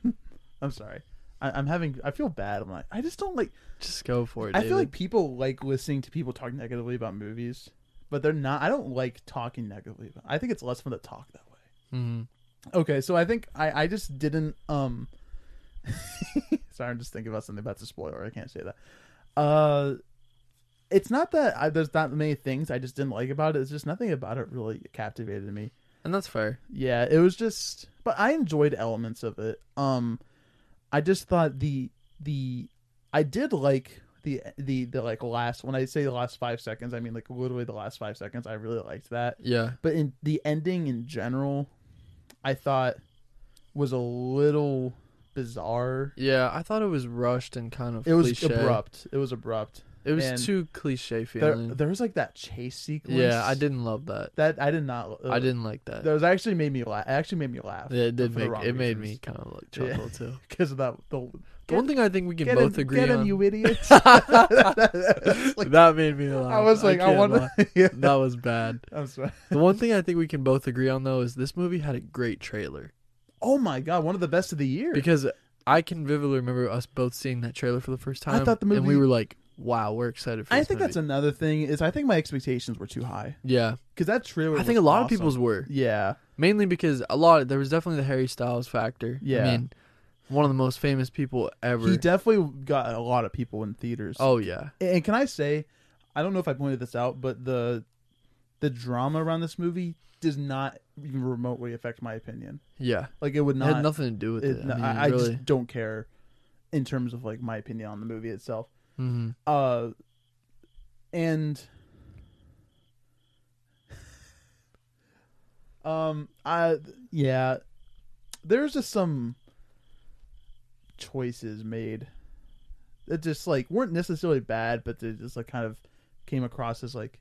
Speaker 1: I'm sorry. I, I'm having. I feel bad. I'm like. I just don't like.
Speaker 2: Just go for it.
Speaker 1: I
Speaker 2: David.
Speaker 1: feel like people like listening to people talk negatively about movies, but they're not. I don't like talking negatively. About, I think it's less fun to talk that way.
Speaker 2: Mhm.
Speaker 1: Okay, so I think I, I just didn't um sorry, I'm just thinking about something about to spoiler. I can't say that. Uh it's not that I, there's not many things I just didn't like about it. It's just nothing about it really captivated me.
Speaker 2: and that's fair.
Speaker 1: Yeah, it was just but I enjoyed elements of it. Um I just thought the the I did like the the the like last when I say the last 5 seconds, I mean like literally the last 5 seconds. I really liked that
Speaker 2: Yeah,
Speaker 1: but in the ending in general i thought was a little bizarre
Speaker 2: yeah. I thought it was rushed and kind of.
Speaker 1: it was
Speaker 2: cliche.
Speaker 1: abrupt it was abrupt
Speaker 2: It was
Speaker 1: and
Speaker 2: too
Speaker 1: there,
Speaker 2: cliche feeling.
Speaker 1: there was like that chase sequence
Speaker 2: yeah, I didn't love that.
Speaker 1: that i did not uh,
Speaker 2: I didn't like that.
Speaker 1: that was actually made me laugh it actually made me laugh
Speaker 2: Yeah, it did
Speaker 1: for the
Speaker 2: make
Speaker 1: wrong
Speaker 2: it made me
Speaker 1: reasons.
Speaker 2: kind of like
Speaker 1: Yeah.
Speaker 2: chuckle too.
Speaker 1: because of that the
Speaker 2: The one thing I think we can
Speaker 1: get
Speaker 2: both
Speaker 1: him,
Speaker 2: agree
Speaker 1: get him,
Speaker 2: on.
Speaker 1: you idiot like-
Speaker 2: that made me laugh.
Speaker 1: i was like i,
Speaker 2: Oh, can't
Speaker 1: want
Speaker 2: lie.
Speaker 1: to yeah,
Speaker 2: That was bad.
Speaker 1: i'm sorry
Speaker 2: The one thing I think we can both agree on though is this movie had a great trailer
Speaker 1: oh my god one of the best of the year
Speaker 2: because I can vividly remember us both seeing that trailer for the first
Speaker 1: I
Speaker 2: time.
Speaker 1: thought the
Speaker 2: and
Speaker 1: movie-
Speaker 2: we were like, "Wow, we're excited for."
Speaker 1: i
Speaker 2: this
Speaker 1: think
Speaker 2: movie.
Speaker 1: that's another thing is i think my expectations were too high
Speaker 2: yeah.
Speaker 1: because that trailer
Speaker 2: I think a
Speaker 1: was
Speaker 2: lot of
Speaker 1: awesome.
Speaker 2: people's were
Speaker 1: yeah
Speaker 2: mainly because a lot there was definitely the Harry Styles factor.
Speaker 1: Yeah.
Speaker 2: I mean, one of the most famous people ever.
Speaker 1: He definitely got a lot of people in theaters.
Speaker 2: oh yeah,
Speaker 1: And can I say, I don't know if I pointed this out, but the the drama around this movie does not even remotely affect my opinion.
Speaker 2: yeah.
Speaker 1: Like it would
Speaker 2: It had
Speaker 1: not.
Speaker 2: nothing to do with it.
Speaker 1: it- no,
Speaker 2: I,
Speaker 1: I,
Speaker 2: mean,
Speaker 1: I
Speaker 2: really.
Speaker 1: just don't care in terms of like my opinion on the movie itself.
Speaker 2: Mhm.
Speaker 1: Uh, and um, I yeah, there's just some choices made that just like weren't necessarily bad, but they just like kind of came across as like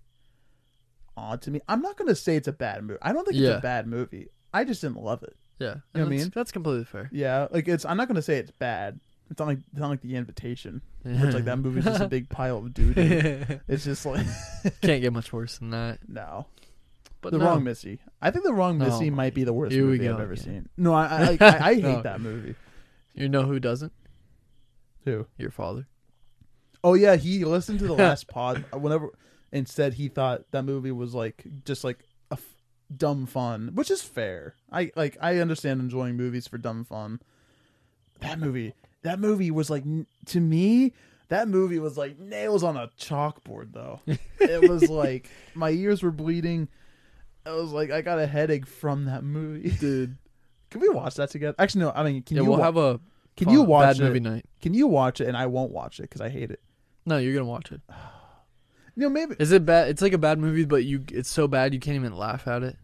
Speaker 1: odd to me. I'm not gonna say it's a bad movie. I don't think it's
Speaker 2: Yeah.
Speaker 1: a bad movie. I just didn't love it.
Speaker 2: Yeah,
Speaker 1: know what I
Speaker 2: that's-
Speaker 1: mean?
Speaker 2: that's completely fair.
Speaker 1: Yeah, like it's. I'm not gonna say it's bad. It's not like it's not like the invitation. Where it's like that movie's just a big pile of doo-doo.
Speaker 2: Can't
Speaker 1: It's just like
Speaker 2: get much worse than that.
Speaker 1: no,
Speaker 2: But
Speaker 1: the
Speaker 2: no.
Speaker 1: wrong Missy. I think the wrong
Speaker 2: Oh
Speaker 1: Missy
Speaker 2: my-
Speaker 1: might be the worst
Speaker 2: here we
Speaker 1: movie
Speaker 2: go
Speaker 1: I've ever
Speaker 2: again. Oh.
Speaker 1: seen. No, I I, I, I hate
Speaker 2: No.
Speaker 1: that movie.
Speaker 2: You know who doesn't?
Speaker 1: Who?
Speaker 2: Your father.
Speaker 1: Oh yeah, he listened to the last pod uh, whenever and said he thought that movie was like just like a f- dumb fun, which is fair. I like I understand enjoying movies for dumb fun. That movie, that movie was like n- to me, that movie was like nails on a chalkboard though. it was like my ears were bleeding. I was like I got a headache from that movie.
Speaker 2: Dude.
Speaker 1: Can we watch that together? Actually no, I mean can
Speaker 2: yeah,
Speaker 1: you
Speaker 2: we'll
Speaker 1: wa-
Speaker 2: have a
Speaker 1: can
Speaker 2: fun-
Speaker 1: you watch
Speaker 2: bad
Speaker 1: it?
Speaker 2: movie night.
Speaker 1: Can you watch it and I won't watch it cuz I hate it.
Speaker 2: No, you're gonna watch it.
Speaker 1: You know maybe
Speaker 2: Is it bad? It's like a bad movie, but you it's so bad you can't even laugh at it.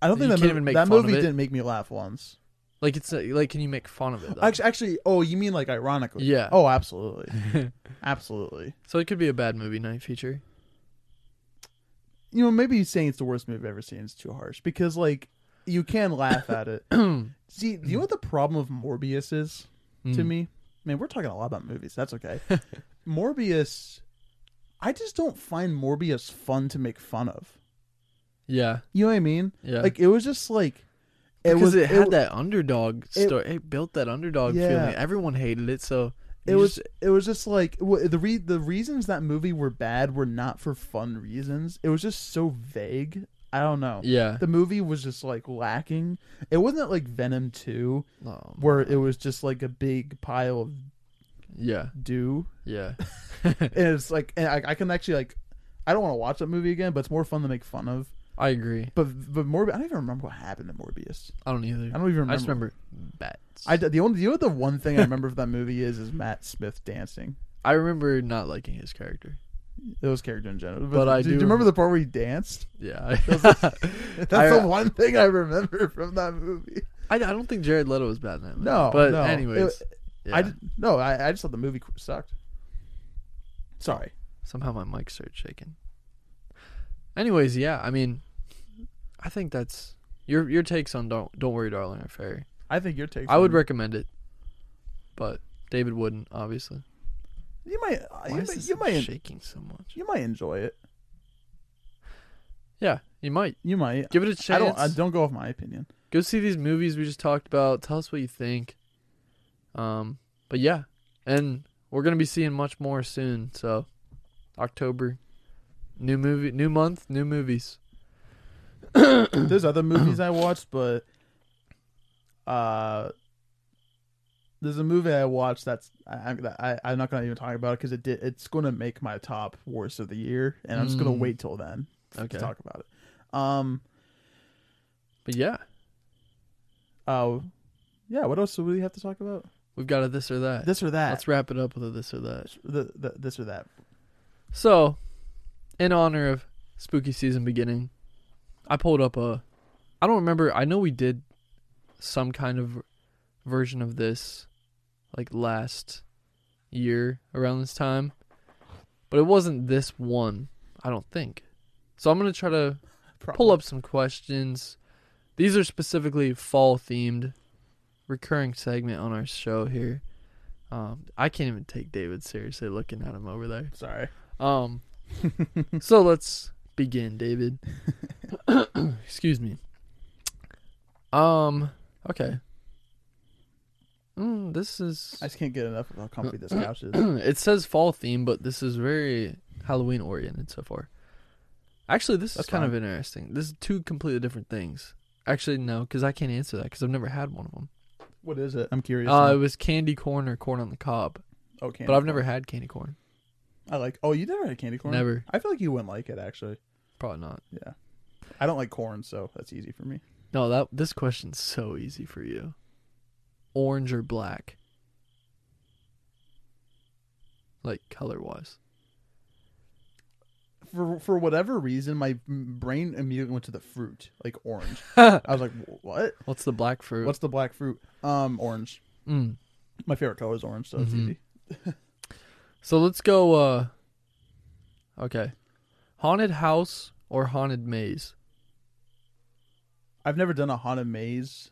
Speaker 1: I don't think
Speaker 2: You
Speaker 1: that
Speaker 2: can't
Speaker 1: movie,
Speaker 2: even make
Speaker 1: that
Speaker 2: fun of
Speaker 1: movie
Speaker 2: it.
Speaker 1: didn't make me laugh once.
Speaker 2: Like it's uh, like can you make fun of it? Though?
Speaker 1: Actually, actually, oh, you mean like ironically?
Speaker 2: yeah.
Speaker 1: Oh, absolutely, absolutely.
Speaker 2: so it could be a bad movie night feature.
Speaker 1: You know, maybe saying it's the worst movie I've ever seen is too harsh because like you can laugh at it. See, do you know what the problem of Morbius is to
Speaker 2: Mm.
Speaker 1: me? Man, we're talking a lot about movies. That's okay. Morbius, I just don't find Morbius fun to make fun of.
Speaker 2: Yeah.
Speaker 1: You know what I mean?
Speaker 2: Yeah.
Speaker 1: Like it was just like
Speaker 2: because
Speaker 1: was
Speaker 2: it had
Speaker 1: wa-
Speaker 2: that underdog story. It, built that underdog
Speaker 1: Yeah.
Speaker 2: feeling. Everyone hated it, so
Speaker 1: it
Speaker 2: you
Speaker 1: was
Speaker 2: just-
Speaker 1: it was just like w- the re- the reasons that movie were bad were not for fun reasons. It was just so vague. I don't know.
Speaker 2: yeah.
Speaker 1: The movie was just like lacking. It wasn't like Venom 2
Speaker 2: Um,
Speaker 1: where it was just like a big pile of
Speaker 2: yeah.
Speaker 1: do.
Speaker 2: Yeah.
Speaker 1: And it's like and I, I can actually like I don't want to watch that movie again, but it's more fun to make fun of.
Speaker 2: I agree.
Speaker 1: But but Morbius, I don't even remember what happened to Morbius.
Speaker 2: I don't either.
Speaker 1: I don't even remember.
Speaker 2: I just remember bats.
Speaker 1: I d- the only you know what the one thing I remember of that movie is is Matt Smith dancing.
Speaker 2: I remember not liking his character.
Speaker 1: It was character in general.
Speaker 2: But I
Speaker 1: do,
Speaker 2: do
Speaker 1: you remember the part where he danced?
Speaker 2: Yeah.
Speaker 1: That's
Speaker 2: I- uh,
Speaker 1: the one thing I remember from that movie.
Speaker 2: I, I don't think Jared Leto was bad in that movie.
Speaker 1: No,
Speaker 2: but
Speaker 1: no.
Speaker 2: anyways,
Speaker 1: It-
Speaker 2: yeah.
Speaker 1: I d- no, I, I just thought the movie sucked. Sorry.
Speaker 2: somehow my mic started shaking. Anyways, yeah, I mean, I think that's your your takes on don't don't worry, darling, are fair.
Speaker 1: I think your take.
Speaker 2: I would recommend it, but David wouldn't obviously.
Speaker 1: You might. uh,
Speaker 2: Why
Speaker 1: You
Speaker 2: is
Speaker 1: might.
Speaker 2: this
Speaker 1: You might,
Speaker 2: shaking so much?
Speaker 1: you might enjoy it.
Speaker 2: Yeah, you might
Speaker 1: You might.
Speaker 2: give it a chance.
Speaker 1: I don't. I don't go off my opinion.
Speaker 2: Go see these movies we just talked about. Tell us what you think. Um, but yeah, and we're gonna be seeing much more soon. So October, new movie, new month, new movies.
Speaker 1: There's other movies I watched, but uh, there's a movie I watched that's I, I I'm not gonna even talk about it because it did it's gonna make my top worst of the year, and I'm just gonna
Speaker 2: Mm.
Speaker 1: wait till then
Speaker 2: Okay.
Speaker 1: to talk about it. Um.
Speaker 2: But yeah,
Speaker 1: Oh. yeah. What else do we have to talk about?
Speaker 2: we've got a this or that.
Speaker 1: Uh, This or that.
Speaker 2: Let's wrap it up with a this or that.
Speaker 1: The, the, this or that.
Speaker 2: So, in honor of spooky season beginning, I pulled up a. I don't remember. I know we did some kind of version of this like last year around this time, but it wasn't this one, I don't think. So, I'm going to try to
Speaker 1: Probably.
Speaker 2: pull up some questions. These are specifically fall themed, recurring segment on our show here. Um, I can't even take David seriously looking at him over there.
Speaker 1: Sorry.
Speaker 2: Um, so let's begin, David. Excuse me. Um, okay. Mm, this is.
Speaker 1: I just can't get enough of how comfy this couch is.
Speaker 2: it says fall theme, but this is very Halloween oriented so far. Actually, this
Speaker 1: That's
Speaker 2: is kind
Speaker 1: fine.
Speaker 2: of interesting. This is two completely different things. Actually, no, because I can't answer that because I've never had one of them.
Speaker 1: What is it? I'm curious.
Speaker 2: Uh,
Speaker 1: now.
Speaker 2: it was candy corn or corn on the cob,
Speaker 1: oh, candy
Speaker 2: but I've
Speaker 1: corn.
Speaker 2: never had candy corn.
Speaker 1: I like. Oh, you never had candy corn.
Speaker 2: Never,
Speaker 1: I feel like you wouldn't like it actually.
Speaker 2: probably not.
Speaker 1: Yeah. I don't like corn, so that's easy for me.
Speaker 2: No, that this question's so easy for you. Orange or black? Like color wise.
Speaker 1: For for whatever reason, my m- brain immediately went to the fruit, like orange. I was like, "Wh- what?
Speaker 2: What's the black fruit?
Speaker 1: What's the black fruit? Um, orange.
Speaker 2: mm.
Speaker 1: My favorite color is orange, so it's
Speaker 2: Mhm.
Speaker 1: easy.
Speaker 2: So let's go uh Okay. Haunted house or haunted maze?
Speaker 1: I've never done a haunted maze.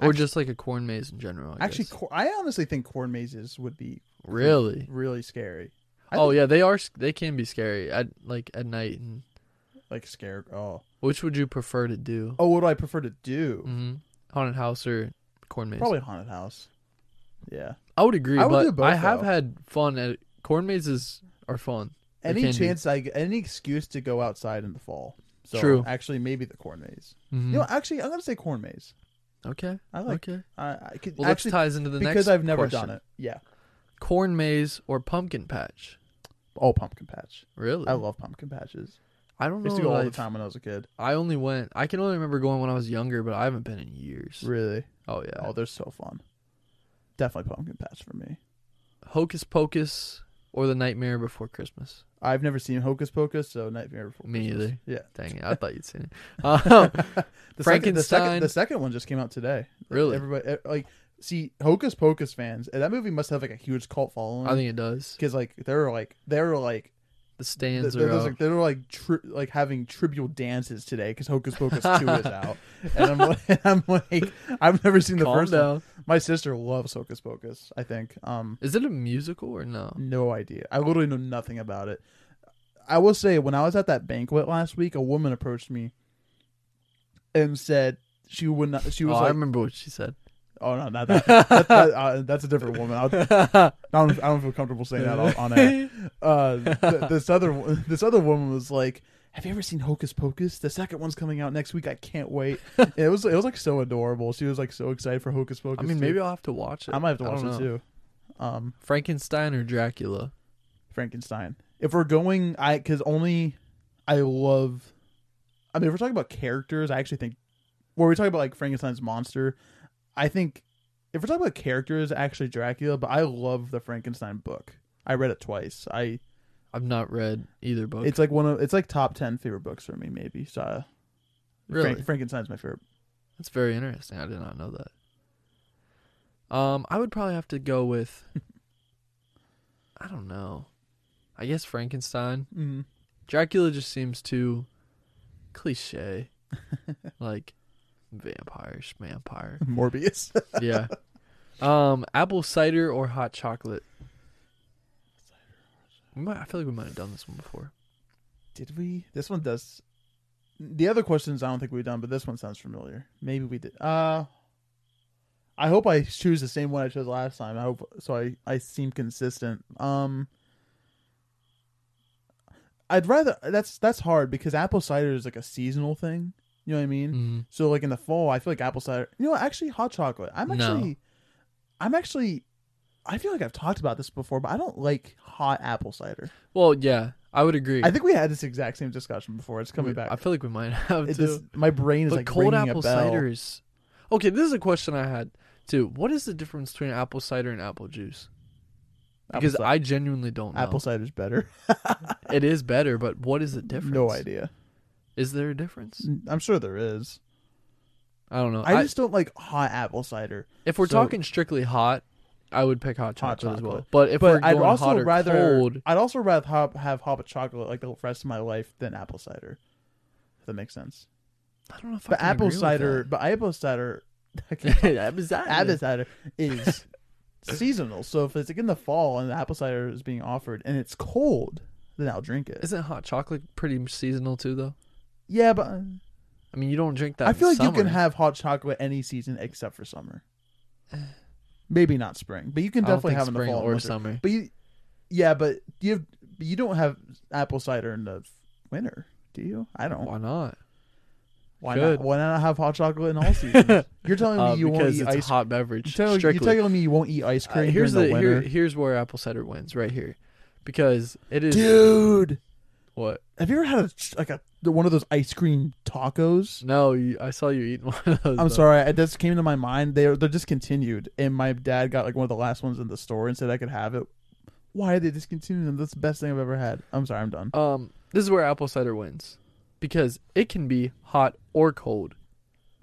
Speaker 2: or
Speaker 1: Actu-
Speaker 2: just like a corn maze in general. I
Speaker 1: Actually,
Speaker 2: guess.
Speaker 1: cor- I honestly think corn mazes would be
Speaker 2: really?
Speaker 1: really scary. I
Speaker 2: Oh
Speaker 1: think-
Speaker 2: yeah, they are s- they can be scary at like at night and
Speaker 1: Like scare. Oh,
Speaker 2: which would you prefer to do?
Speaker 1: oh, what do I prefer to do?
Speaker 2: hmm Haunted house or corn maze?
Speaker 1: Probably haunted house. Yeah.
Speaker 2: I would agree,
Speaker 1: I would
Speaker 2: but
Speaker 1: do both,
Speaker 2: I have
Speaker 1: though.
Speaker 2: had fun at corn mazes are fun. They
Speaker 1: Any
Speaker 2: can be.
Speaker 1: chance I g- any excuse to go outside in the fall. So
Speaker 2: True.
Speaker 1: Actually, maybe the corn maze.
Speaker 2: Mhm.
Speaker 1: You know, actually, I'm gonna say corn maze.
Speaker 2: okay.
Speaker 1: I like.
Speaker 2: okay.
Speaker 1: I, I could
Speaker 2: Well,
Speaker 1: actually
Speaker 2: that ties into the next
Speaker 1: because I've never
Speaker 2: question.
Speaker 1: done it. Yeah.
Speaker 2: Corn maze or pumpkin patch?
Speaker 1: Oh, pumpkin patch.
Speaker 2: Really?
Speaker 1: I love pumpkin patches.
Speaker 2: I don't
Speaker 1: I
Speaker 2: know.
Speaker 1: used to go all the
Speaker 2: if I've-
Speaker 1: time when I was a kid.
Speaker 2: I only went. I can only remember going when I was younger, but I haven't been in years.
Speaker 1: Really?
Speaker 2: Oh yeah.
Speaker 1: Oh, they're so fun. Definitely pumpkin patch for me.
Speaker 2: Hocus Pocus or the Nightmare Before Christmas?
Speaker 1: I've never seen Hocus Pocus, so Nightmare Before
Speaker 2: Me
Speaker 1: Christmas. Yeah.
Speaker 2: Dang it! I thought you'd seen it. Um,
Speaker 1: The second- the second,
Speaker 2: Frankenstein.
Speaker 1: the second one just came out today.
Speaker 2: Really?
Speaker 1: Everybody eh, like see Hocus Pocus fans. eh, That movie must have like a huge cult following.
Speaker 2: I think it does.
Speaker 1: because like they're like they're like
Speaker 2: The
Speaker 1: they're,
Speaker 2: stands are
Speaker 1: they're,
Speaker 2: up.
Speaker 1: like, they're like tri- like having trivial dances today because Hocus Pocus two is out, and I'm like, I'm like I've never seen the
Speaker 2: Calm
Speaker 1: first one.
Speaker 2: down.
Speaker 1: My sister loves Hocus Pocus. I think. Um,
Speaker 2: Is it a musical or no?
Speaker 1: no idea. I literally know nothing about it. I will say, when I was at that banquet last week, a woman approached me and said she would not. She
Speaker 2: Oh,
Speaker 1: was
Speaker 2: I
Speaker 1: like,
Speaker 2: remember what she said.
Speaker 1: "Oh no, not that. that, that- uh, that's a different woman. I'll, I don't. I don't feel comfortable saying that on, on air." Uh, th- this other wo- this other woman was like, "Have you ever seen Hocus Pocus? The second one's coming out next week. I can't wait." And it was it was like so adorable. She was like so excited for Hocus Pocus.
Speaker 2: I mean,
Speaker 1: too.
Speaker 2: maybe I'll have to watch it.
Speaker 1: I might have to watch
Speaker 2: don't
Speaker 1: it
Speaker 2: know.
Speaker 1: too. Um,
Speaker 2: Frankenstein or Dracula?
Speaker 1: Frankenstein. If we're going, I because only I love. I mean, if we're talking about characters, I actually think. Where we talking about like Frankenstein's monster, I think if we're talking about characters, actually Dracula. But I love the Frankenstein book. I read it twice. I
Speaker 2: I've not read either book.
Speaker 1: It's like one of it's like top ten favorite books for me, maybe. So uh,
Speaker 2: really,
Speaker 1: Frank, Frankenstein's my favorite.
Speaker 2: that's very interesting. I did not know that. Um, I would probably have to go with. I don't know. I guess Frankenstein.
Speaker 1: Mm.
Speaker 2: Dracula just seems too cliche, like vampire, vampire.
Speaker 1: Morbius.
Speaker 2: Yeah. Um, apple cider or hot chocolate. We might, I feel like we might have done this one before.
Speaker 1: did we? This one does. The other questions I don't think we've done, but this one sounds familiar. Maybe we did. Uh, I hope I choose the same one I chose last time. I hope so. I I seem consistent. Um, I'd rather that's that's hard because apple cider is like a seasonal thing. You know what I mean?
Speaker 2: Mhm.
Speaker 1: So like in the fall, I feel like apple cider. You know, what? actually, hot chocolate. I'm
Speaker 2: No.
Speaker 1: actually, I'm actually, I feel like I've talked about this before, but I don't like hot apple cider.
Speaker 2: Well, yeah, I would agree.
Speaker 1: I think we had this exact same discussion before. It's coming
Speaker 2: We-
Speaker 1: back.
Speaker 2: I feel like we might have
Speaker 1: It
Speaker 2: to.
Speaker 1: just, my brain is
Speaker 2: but
Speaker 1: like
Speaker 2: cold
Speaker 1: ringing
Speaker 2: apple
Speaker 1: a bell.
Speaker 2: cider is. Okay, this is a question I had too. What is the difference between apple cider and apple juice?
Speaker 1: Apple
Speaker 2: Because
Speaker 1: ci-
Speaker 2: I genuinely don't know.
Speaker 1: apple cider's better.
Speaker 2: It is better, but what is the difference?
Speaker 1: No idea.
Speaker 2: Is there a difference?
Speaker 1: I'm sure there is.
Speaker 2: I don't know.
Speaker 1: I
Speaker 2: I-
Speaker 1: just don't like hot apple cider.
Speaker 2: if we're
Speaker 1: so-
Speaker 2: talking strictly hot, I would pick hot
Speaker 1: Hot
Speaker 2: chocolate, as well.
Speaker 1: chocolate.
Speaker 2: But if we're
Speaker 1: But
Speaker 2: going
Speaker 1: I'd also
Speaker 2: hot or
Speaker 1: rather
Speaker 2: cold,
Speaker 1: I'd also rather hop, have hot chocolate like the rest of my life than apple cider. If that makes sense.
Speaker 2: I don't know if I
Speaker 1: But
Speaker 2: can
Speaker 1: apple
Speaker 2: agree with
Speaker 1: cider,
Speaker 2: that.
Speaker 1: but apple cider, I can't-
Speaker 2: apple cider.
Speaker 1: apple cider is seasonal. So if it's like in the fall and the apple cider is being offered and it's cold, then I'll drink it.
Speaker 2: Isn't hot chocolate pretty seasonal too, though?
Speaker 1: yeah, but uh,
Speaker 2: I mean, you don't drink that.
Speaker 1: I
Speaker 2: in
Speaker 1: feel like you can
Speaker 2: summer.
Speaker 1: have hot chocolate any season except for summer. Maybe not spring, but you can
Speaker 2: I don't
Speaker 1: definitely
Speaker 2: think
Speaker 1: have it in the
Speaker 2: spring
Speaker 1: fall and
Speaker 2: or
Speaker 1: winter.
Speaker 2: summer.
Speaker 1: But you, yeah, but you have, but you don't have apple cider in the winter, do you? I don't.
Speaker 2: Why not?
Speaker 1: Why
Speaker 2: Good.
Speaker 1: not? Why not have hot chocolate in all seasons? You're telling me
Speaker 2: Uh,
Speaker 1: you won't
Speaker 2: because
Speaker 1: eat
Speaker 2: it's a
Speaker 1: ice.
Speaker 2: hot
Speaker 1: You're
Speaker 2: beverage.
Speaker 1: telling, you're
Speaker 2: strictly.
Speaker 1: telling me you won't eat ice
Speaker 2: Uh,
Speaker 1: cream
Speaker 2: here's
Speaker 1: during
Speaker 2: the,
Speaker 1: the,
Speaker 2: here,
Speaker 1: winter,
Speaker 2: here's where apple cider wins right here, because it is
Speaker 1: dude.
Speaker 2: what?
Speaker 1: Have you ever had a, like a one of those ice cream tacos?
Speaker 2: No, you, I saw you eating one of those.
Speaker 1: I'm
Speaker 2: though.
Speaker 1: sorry, I just came to my mind. They're they're discontinued, and my dad got like one of the last ones in the store and said I could have it. Why are they discontinuing them? That's the best thing I've ever had. I'm sorry, I'm done.
Speaker 2: Um, this is where apple cider wins because it can be hot or cold.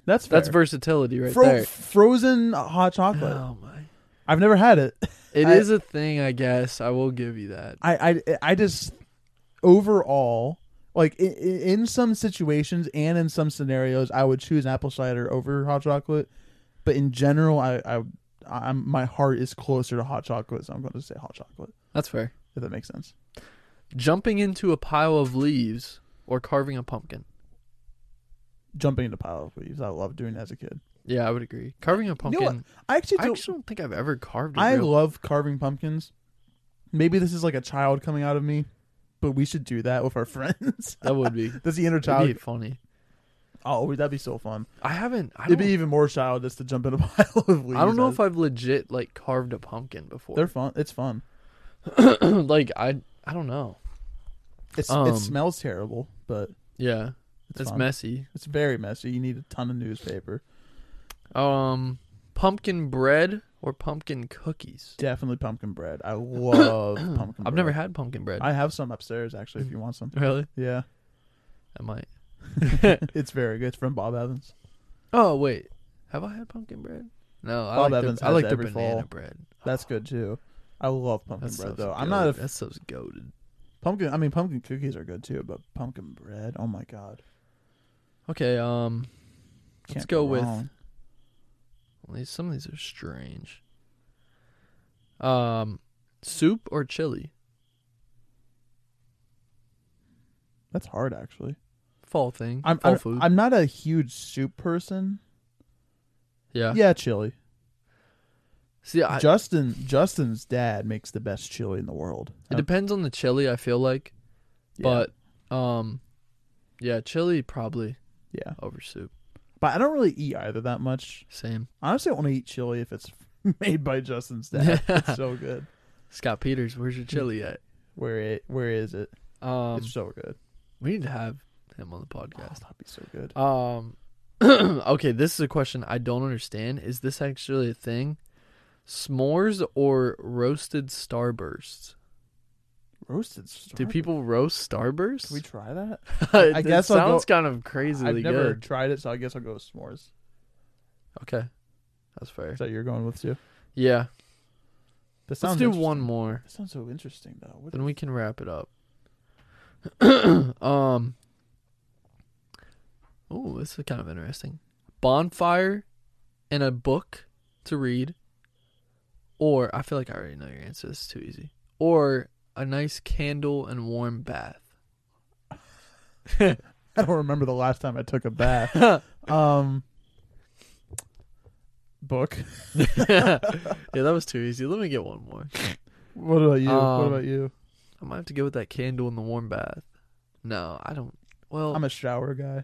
Speaker 1: That's fair.
Speaker 2: That's versatility right
Speaker 1: Fro-
Speaker 2: there.
Speaker 1: frozen hot chocolate.
Speaker 2: Oh my!
Speaker 1: I've never had it.
Speaker 2: It is
Speaker 1: I-
Speaker 2: a thing, I guess. I will give you that.
Speaker 1: I I I just overall like in, in some situations and in some scenarios I would choose apple cider over hot chocolate, but in general I I I'm, my heart is closer to hot chocolate, so I'm going to say hot chocolate.
Speaker 2: That's fair.
Speaker 1: If that makes sense.
Speaker 2: Jumping into a pile of leaves or carving a pumpkin.
Speaker 1: Jumping into pile of leaves, I loved doing that as a kid.
Speaker 2: Yeah, I would agree. Carving a
Speaker 1: You
Speaker 2: pumpkin.
Speaker 1: know what? I actually,
Speaker 2: I
Speaker 1: don't-
Speaker 2: actually don't think I've ever carved. a
Speaker 1: I
Speaker 2: real-
Speaker 1: love carving pumpkins. Maybe this is like a child coming out of me, but we should do that with our friends.
Speaker 2: that would be,
Speaker 1: That's the inner
Speaker 2: that'd
Speaker 1: child.
Speaker 2: be funny.
Speaker 1: Oh, that'd be so fun.
Speaker 2: I haven't. I
Speaker 1: It'd
Speaker 2: don't,
Speaker 1: be even more childish to jump in a pile of leaves.
Speaker 2: I don't know if I've legit like carved a pumpkin before.
Speaker 1: They're fun. It's fun.
Speaker 2: like I, I don't know.
Speaker 1: It's
Speaker 2: Um,
Speaker 1: it smells terrible, but
Speaker 2: Yeah,
Speaker 1: it's,
Speaker 2: it's,
Speaker 1: fun.
Speaker 2: messy.
Speaker 1: It's very messy. You need a ton of newspaper.
Speaker 2: Um, pumpkin bread or pumpkin cookies.
Speaker 1: Definitely pumpkin bread. I love pumpkin.
Speaker 2: I've never had pumpkin bread.
Speaker 1: I have some upstairs actually. If you want some,
Speaker 2: really?
Speaker 1: yeah,
Speaker 2: I might.
Speaker 1: it's very good. It's from Bob Evans.
Speaker 2: Oh wait, have I had pumpkin bread? No, I
Speaker 1: Bob
Speaker 2: like
Speaker 1: Evans
Speaker 2: the, I
Speaker 1: has
Speaker 2: like the
Speaker 1: every
Speaker 2: banana
Speaker 1: fall.
Speaker 2: bread.
Speaker 1: That's good too. I love pumpkin
Speaker 2: That's
Speaker 1: bread though. I'm not a f-
Speaker 2: That stuff's goaded.
Speaker 1: pumpkin. I mean, pumpkin cookies are good too, but pumpkin bread. Oh my god.
Speaker 2: Okay, um, Let's
Speaker 1: Can't
Speaker 2: go with-
Speaker 1: wrong.
Speaker 2: at least some of these are strange. Um, soup or chili?
Speaker 1: That's hard actually.
Speaker 2: Fall thing.
Speaker 1: I'm
Speaker 2: fall
Speaker 1: I'm,
Speaker 2: food.
Speaker 1: I'm not a huge soup person.
Speaker 2: yeah.
Speaker 1: Yeah, chili.
Speaker 2: See, I,
Speaker 1: Justin Justin's dad makes the best chili in the world.
Speaker 2: it depends on the chili. I feel like, but um, yeah, chili probably
Speaker 1: yeah, yeah.
Speaker 2: over soup.
Speaker 1: But I don't really eat either that much.
Speaker 2: Same.
Speaker 1: Honestly, I want to eat chili if it's made by Justin's dad. it's so good.
Speaker 2: Scott Peters, where's your chili at?
Speaker 1: Where it where is it?
Speaker 2: Um,
Speaker 1: it's so good.
Speaker 2: we need to have him on the
Speaker 1: Oh,
Speaker 2: podcast.
Speaker 1: that'd be so good.
Speaker 2: Um, okay, this is a question I don't understand. Is this actually a thing? S'mores or roasted starbursts?
Speaker 1: Roasted. Starburst.
Speaker 2: Do people roast
Speaker 1: Can we
Speaker 2: starbursts?
Speaker 1: try that?
Speaker 2: I,
Speaker 1: I guess I'll
Speaker 2: sounds kind of crazily
Speaker 1: I've never
Speaker 2: good.
Speaker 1: tried it, so I guess I'll go with s'mores.
Speaker 2: Okay, that's fair.
Speaker 1: Is that you're going with too?
Speaker 2: Yeah,
Speaker 1: That
Speaker 2: let's
Speaker 1: sounds
Speaker 2: do
Speaker 1: interesting.
Speaker 2: one more,
Speaker 1: That sounds so interesting though. What
Speaker 2: then we can wrap it up. um. Oh, this is kind of interesting. Bonfire and a book to read, or I feel like I already know your answer. This is too easy. Or a nice candle and warm bath.
Speaker 1: I don't remember the last time I took a bath. um, book.
Speaker 2: yeah, that was too easy. Let me get one more.
Speaker 1: What about you? what
Speaker 2: Um,
Speaker 1: about you?
Speaker 2: I might have to go with that candle in the warm bath. No, I don't. Well,
Speaker 1: I'm a shower guy.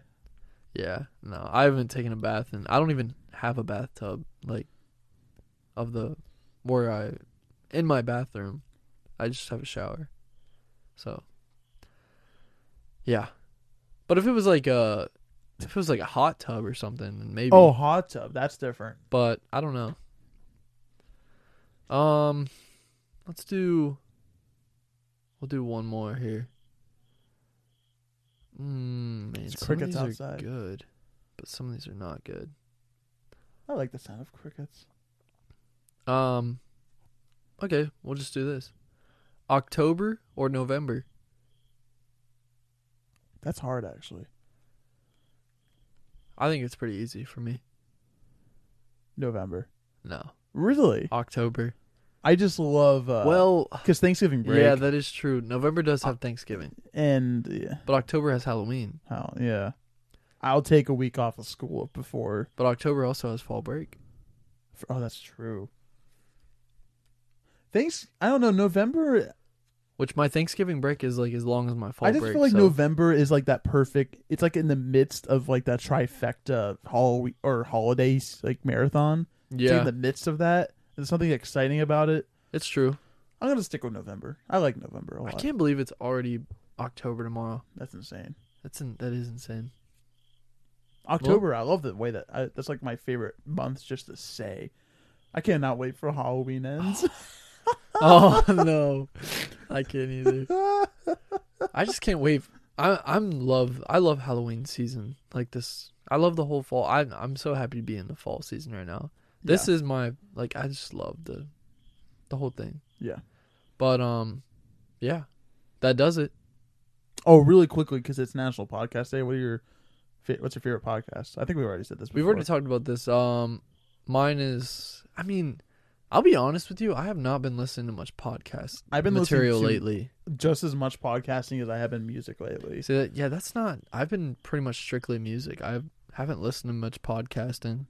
Speaker 2: yeah, no, I haven't taken a bath, and I don't even have a bathtub like of the where I in my bathroom. I just have a shower, so yeah. But if it was like a if it was like a hot tub or something, then maybe.
Speaker 1: Oh, hot tub. That's different.
Speaker 2: but I don't know. Um, let's do. We'll do one more here. Mm, man,
Speaker 1: It's
Speaker 2: some of
Speaker 1: crickets
Speaker 2: these are
Speaker 1: outside.
Speaker 2: good, but some of these are not good.
Speaker 1: I like the sound of crickets.
Speaker 2: Um, okay, we'll just do this. October or November?
Speaker 1: That's hard, actually.
Speaker 2: I think it's pretty easy for me.
Speaker 1: November.
Speaker 2: No,
Speaker 1: Really?
Speaker 2: October.
Speaker 1: I just love. Uh,
Speaker 2: well,
Speaker 1: because Thanksgiving break.
Speaker 2: yeah, that is true. November does have Thanksgiving,
Speaker 1: and yeah,
Speaker 2: but October has Halloween.
Speaker 1: how? Yeah, I'll take a week off of school before.
Speaker 2: But October also has fall break.
Speaker 1: For, oh, that's true. Thanks. I don't know. November.
Speaker 2: Which my Thanksgiving break is like as long as my fall
Speaker 1: I just
Speaker 2: break.
Speaker 1: feel like
Speaker 2: so-
Speaker 1: November is like that perfect. It's like in the midst of like that trifecta hall or holidays like marathon. It's like
Speaker 2: Yeah,
Speaker 1: in the midst of that, there's something exciting about it.
Speaker 2: it's true.
Speaker 1: I'm gonna stick with November. I like November a
Speaker 2: I
Speaker 1: lot.
Speaker 2: can't believe it's already October tomorrow.
Speaker 1: That's insane.
Speaker 2: That's in, that is insane.
Speaker 1: October. I love the way that. I, that's like my favorite month just to say. I cannot wait for Halloween ends.
Speaker 2: Oh no, I can't either. I just can't wait. I I'm love. I love Halloween season like this. I love the whole fall. I I'm so happy to be in the fall season right now. This is my like. I just love the the whole thing.
Speaker 1: Yeah.
Speaker 2: But um, yeah, that does it.
Speaker 1: Oh, really quickly because it's National Podcast Day. What are your fa- what's your favorite podcast? I think we already said this. Before.
Speaker 2: We've already talked about this. Um, mine is. I mean, I'll be honest with you. I have not been listening to much podcast.
Speaker 1: I've been listening
Speaker 2: material
Speaker 1: to-
Speaker 2: lately.
Speaker 1: just as much podcasting as I have been music lately.
Speaker 2: See that? Yeah, that's not. I've been pretty much strictly music. I haven't listened to much podcasting.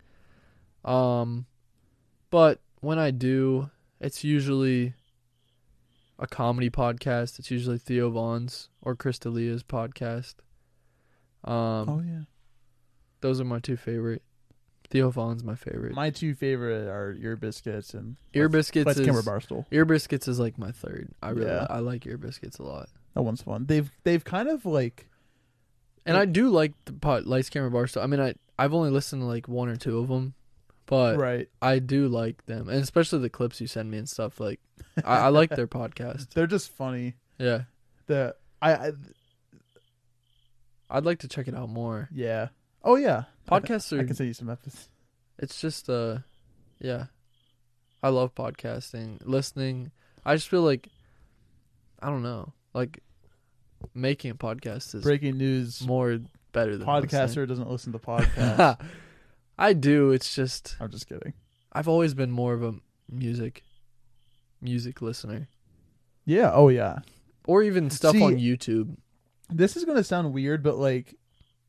Speaker 2: Um, but when I do, it's usually a comedy podcast. It's usually Theo Vaughn's or Chris D'Elia's podcast. Um,
Speaker 1: oh yeah,
Speaker 2: those are my two favorite. Theo Vaughn's my favorite.
Speaker 1: my two favorite are Ear Biscuits and
Speaker 2: Ear
Speaker 1: Let's-
Speaker 2: biscuits
Speaker 1: Let's
Speaker 2: is
Speaker 1: Kimber Barstool.
Speaker 2: Ear biscuits is like my third. I really
Speaker 1: Yeah.
Speaker 2: I like ear biscuits a lot,
Speaker 1: That one's fun. They've they've kind of like
Speaker 2: and
Speaker 1: Yeah.
Speaker 2: I do like the pot lights camera bar stuff. I mean, I I've only listened to like one or two of them, but
Speaker 1: right.
Speaker 2: I do like them, and especially the clips you send me and stuff. Like I, I like their podcast.
Speaker 1: They're just funny.
Speaker 2: Yeah,
Speaker 1: The I, I
Speaker 2: I'd like to check it out more.
Speaker 1: yeah. Oh yeah. I can-
Speaker 2: Podcasts
Speaker 1: I,
Speaker 2: are.
Speaker 1: can send you some episodes.
Speaker 2: It's just uh, yeah, I love podcasting, listening. I just feel like, I don't know, like making a podcast is
Speaker 1: Breaking news:
Speaker 2: more better than eh? listening.
Speaker 1: podcaster doesn't listen to podcasts.
Speaker 2: I do. It's just
Speaker 1: I'm just kidding.
Speaker 2: I've always been more of a music music listener
Speaker 1: Yeah. Oh yeah.
Speaker 2: or even stuff
Speaker 1: See-
Speaker 2: on YouTube.
Speaker 1: this is going to sound weird but like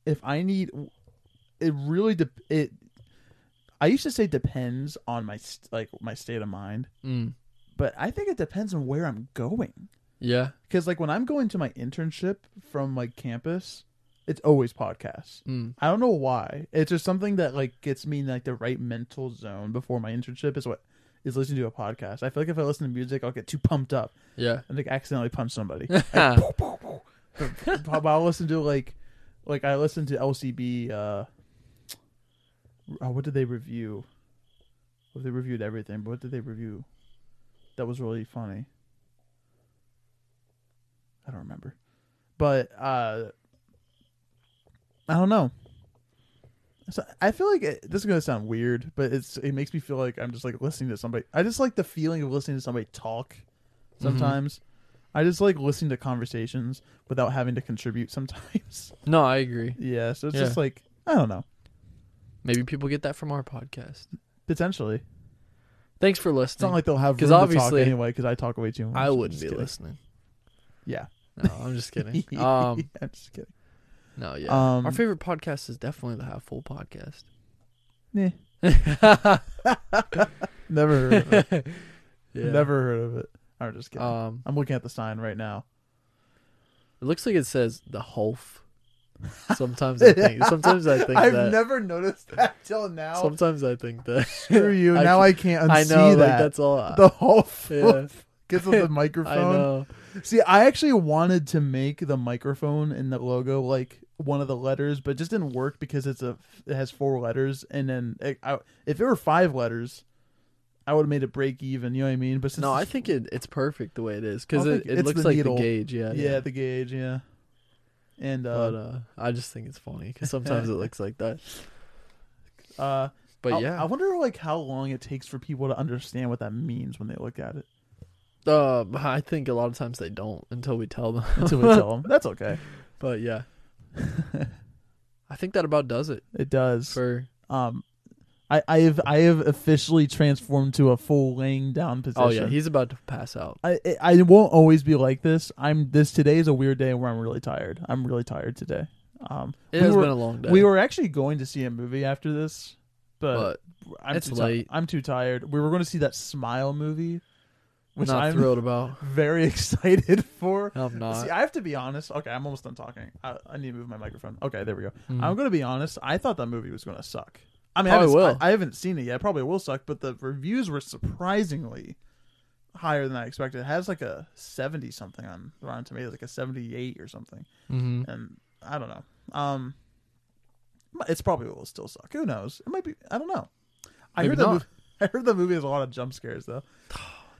Speaker 1: if i need it really de- it i used to say depends on my st- like my state of mind
Speaker 2: Mm.
Speaker 1: but i think it depends on where i'm going
Speaker 2: Yeah.
Speaker 1: because like when i'm going to my internship from like campus it's always podcasts
Speaker 2: Mm.
Speaker 1: i don't know why it's just something that like gets me in like the right mental zone before my internship is what is listening to a podcast i feel like if i listen to music i'll get too pumped up
Speaker 2: Yeah. Ah,
Speaker 1: and like accidentally punch somebody but I'll listen to like, like I listened to LCB. Uh, oh, what did they review? Well, they reviewed everything, but what did they review? That was really funny. I don't remember, but uh, I don't know. So I feel like it, this is gonna sound weird, but it's it makes me feel like I'm just like listening to somebody. I just like the feeling of listening to somebody talk. Sometimes, I just like listening to conversations without having to contribute sometimes.
Speaker 2: No, I agree.
Speaker 1: yeah, so it's
Speaker 2: Yeah.
Speaker 1: just like I don't know.
Speaker 2: Maybe people get that from our podcast.
Speaker 1: Potentially,
Speaker 2: Thanks for
Speaker 1: it's not
Speaker 2: listening.
Speaker 1: like they'll have
Speaker 2: 'Cause
Speaker 1: room
Speaker 2: obviously-
Speaker 1: to talk anyway because I talk way too much.
Speaker 2: I
Speaker 1: I'm
Speaker 2: wouldn't
Speaker 1: just
Speaker 2: be
Speaker 1: kidding.
Speaker 2: listening.
Speaker 1: Yeah,
Speaker 2: No, I'm just kidding. Um,
Speaker 1: I'm just kidding.
Speaker 2: no, yeah.
Speaker 1: Um,
Speaker 2: our favorite podcast is definitely the Half Full podcast.
Speaker 1: Nah. Never heard of it.
Speaker 2: Yeah.
Speaker 1: Never heard of it. I'm just kidding.
Speaker 2: Um,
Speaker 1: I'm looking at the sign right now.
Speaker 2: it looks like it says the Hulf. Sometimes I think. Sometimes I think
Speaker 1: I've
Speaker 2: that.
Speaker 1: never noticed that till now.
Speaker 2: sometimes I think that.
Speaker 1: Screw you.
Speaker 2: I
Speaker 1: now
Speaker 2: f-
Speaker 1: I can't unsee
Speaker 2: I know. Like
Speaker 1: that.
Speaker 2: that's all. I-
Speaker 1: the whole
Speaker 2: yeah.
Speaker 1: gets with the
Speaker 2: I
Speaker 1: microphone.
Speaker 2: know.
Speaker 1: See, I actually wanted to make the microphone and the logo like one of the letters, but it just didn't work because it's a it has four letters, and then it, I, if it were five letters, I would have made it break even. You know what I mean? But since
Speaker 2: No,
Speaker 1: it's-
Speaker 2: I think it, it's perfect the way it is because
Speaker 1: I
Speaker 2: it,
Speaker 1: think
Speaker 2: it
Speaker 1: it's
Speaker 2: looks
Speaker 1: the
Speaker 2: like
Speaker 1: needle.
Speaker 2: the gauge. Yeah.
Speaker 1: yeah, the gauge, yeah, and
Speaker 2: But
Speaker 1: uh,
Speaker 2: uh, I just think it's funny because sometimes it looks like that.
Speaker 1: uh
Speaker 2: But
Speaker 1: I-
Speaker 2: yeah,
Speaker 1: I wonder like how long it takes for people to understand what that means when they look at it
Speaker 2: Uh, I think a lot of times they don't until we tell them.
Speaker 1: until we tell them. That's okay.
Speaker 2: But yeah, I think that about does it
Speaker 1: It does.
Speaker 2: for.
Speaker 1: um I, I have I have officially transformed to a full laying down position.
Speaker 2: Oh yeah, he's about to pass out.
Speaker 1: I I- I won't always be like this. I'm this today is a weird day where I'm really tired. I'm really tired today. Um,
Speaker 2: It
Speaker 1: we
Speaker 2: has
Speaker 1: were
Speaker 2: been a long day.
Speaker 1: we were actually going to see a movie after this, but,
Speaker 2: but
Speaker 1: I'm
Speaker 2: it's
Speaker 1: too ti-
Speaker 2: late.
Speaker 1: I'm too tired. We were going to see that Smile movie, which
Speaker 2: not
Speaker 1: I'm
Speaker 2: thrilled about.
Speaker 1: very excited for.
Speaker 2: I'm not.
Speaker 1: See, I have to be honest. Okay, I'm almost done talking. I, I need to move my microphone. Okay, there we go.
Speaker 2: Mhm.
Speaker 1: I'm gonna be honest. I thought that movie was gonna suck. I mean,
Speaker 2: Probably
Speaker 1: I, haven't-
Speaker 2: will.
Speaker 1: I, I haven't seen it yet. It probably will suck, but the reviews were surprisingly higher than I expected. It has like a seventy something on Rotten Tomatoes, like a seventy eight or something.
Speaker 2: Mhm.
Speaker 1: And I don't know. Um, it's probably will still suck. Who knows? It might be. I don't know. I
Speaker 2: Maybe
Speaker 1: heard that.
Speaker 2: not.
Speaker 1: Movie, I heard that movie has a lot of jump scares though.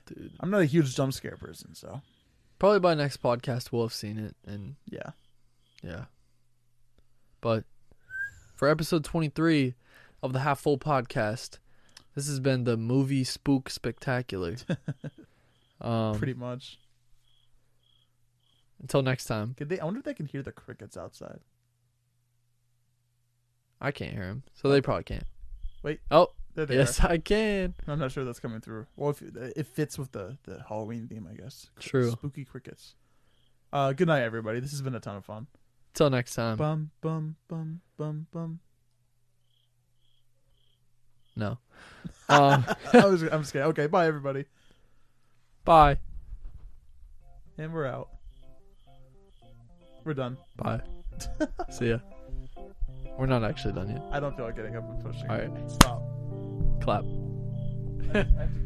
Speaker 2: Dude.
Speaker 1: I'm not a huge jump scare person, so
Speaker 2: Probably by next podcast we'll have seen it, and
Speaker 1: yeah.
Speaker 2: yeah. But for episode 23 of the Half Full Podcast, this has been the movie spook spectacular. um,
Speaker 1: Pretty much.
Speaker 2: Until next time,
Speaker 1: Could they? I wonder if they can hear the crickets outside.
Speaker 2: I can't hear him, so they probably can't.
Speaker 1: Oh. Wait.
Speaker 2: Oh,
Speaker 1: There they
Speaker 2: yes, I can.
Speaker 1: are. I'm not sure that's coming through. Well, if, it fits with the the Halloween theme, I guess.
Speaker 2: True.
Speaker 1: Spooky crickets. Uh, good night, everybody. This has been a ton of fun.
Speaker 2: Till next time.
Speaker 1: Bum bum bum bum bum.
Speaker 2: No. Um,
Speaker 1: I was, I'm scared. Okay, bye everybody,
Speaker 2: bye.
Speaker 1: and we're out. We're done.
Speaker 2: Bye. See ya. We're not actually done yet.
Speaker 1: I don't feel like getting up and pushing.
Speaker 2: All right.
Speaker 1: Stop.
Speaker 2: Clap.
Speaker 1: I have to go.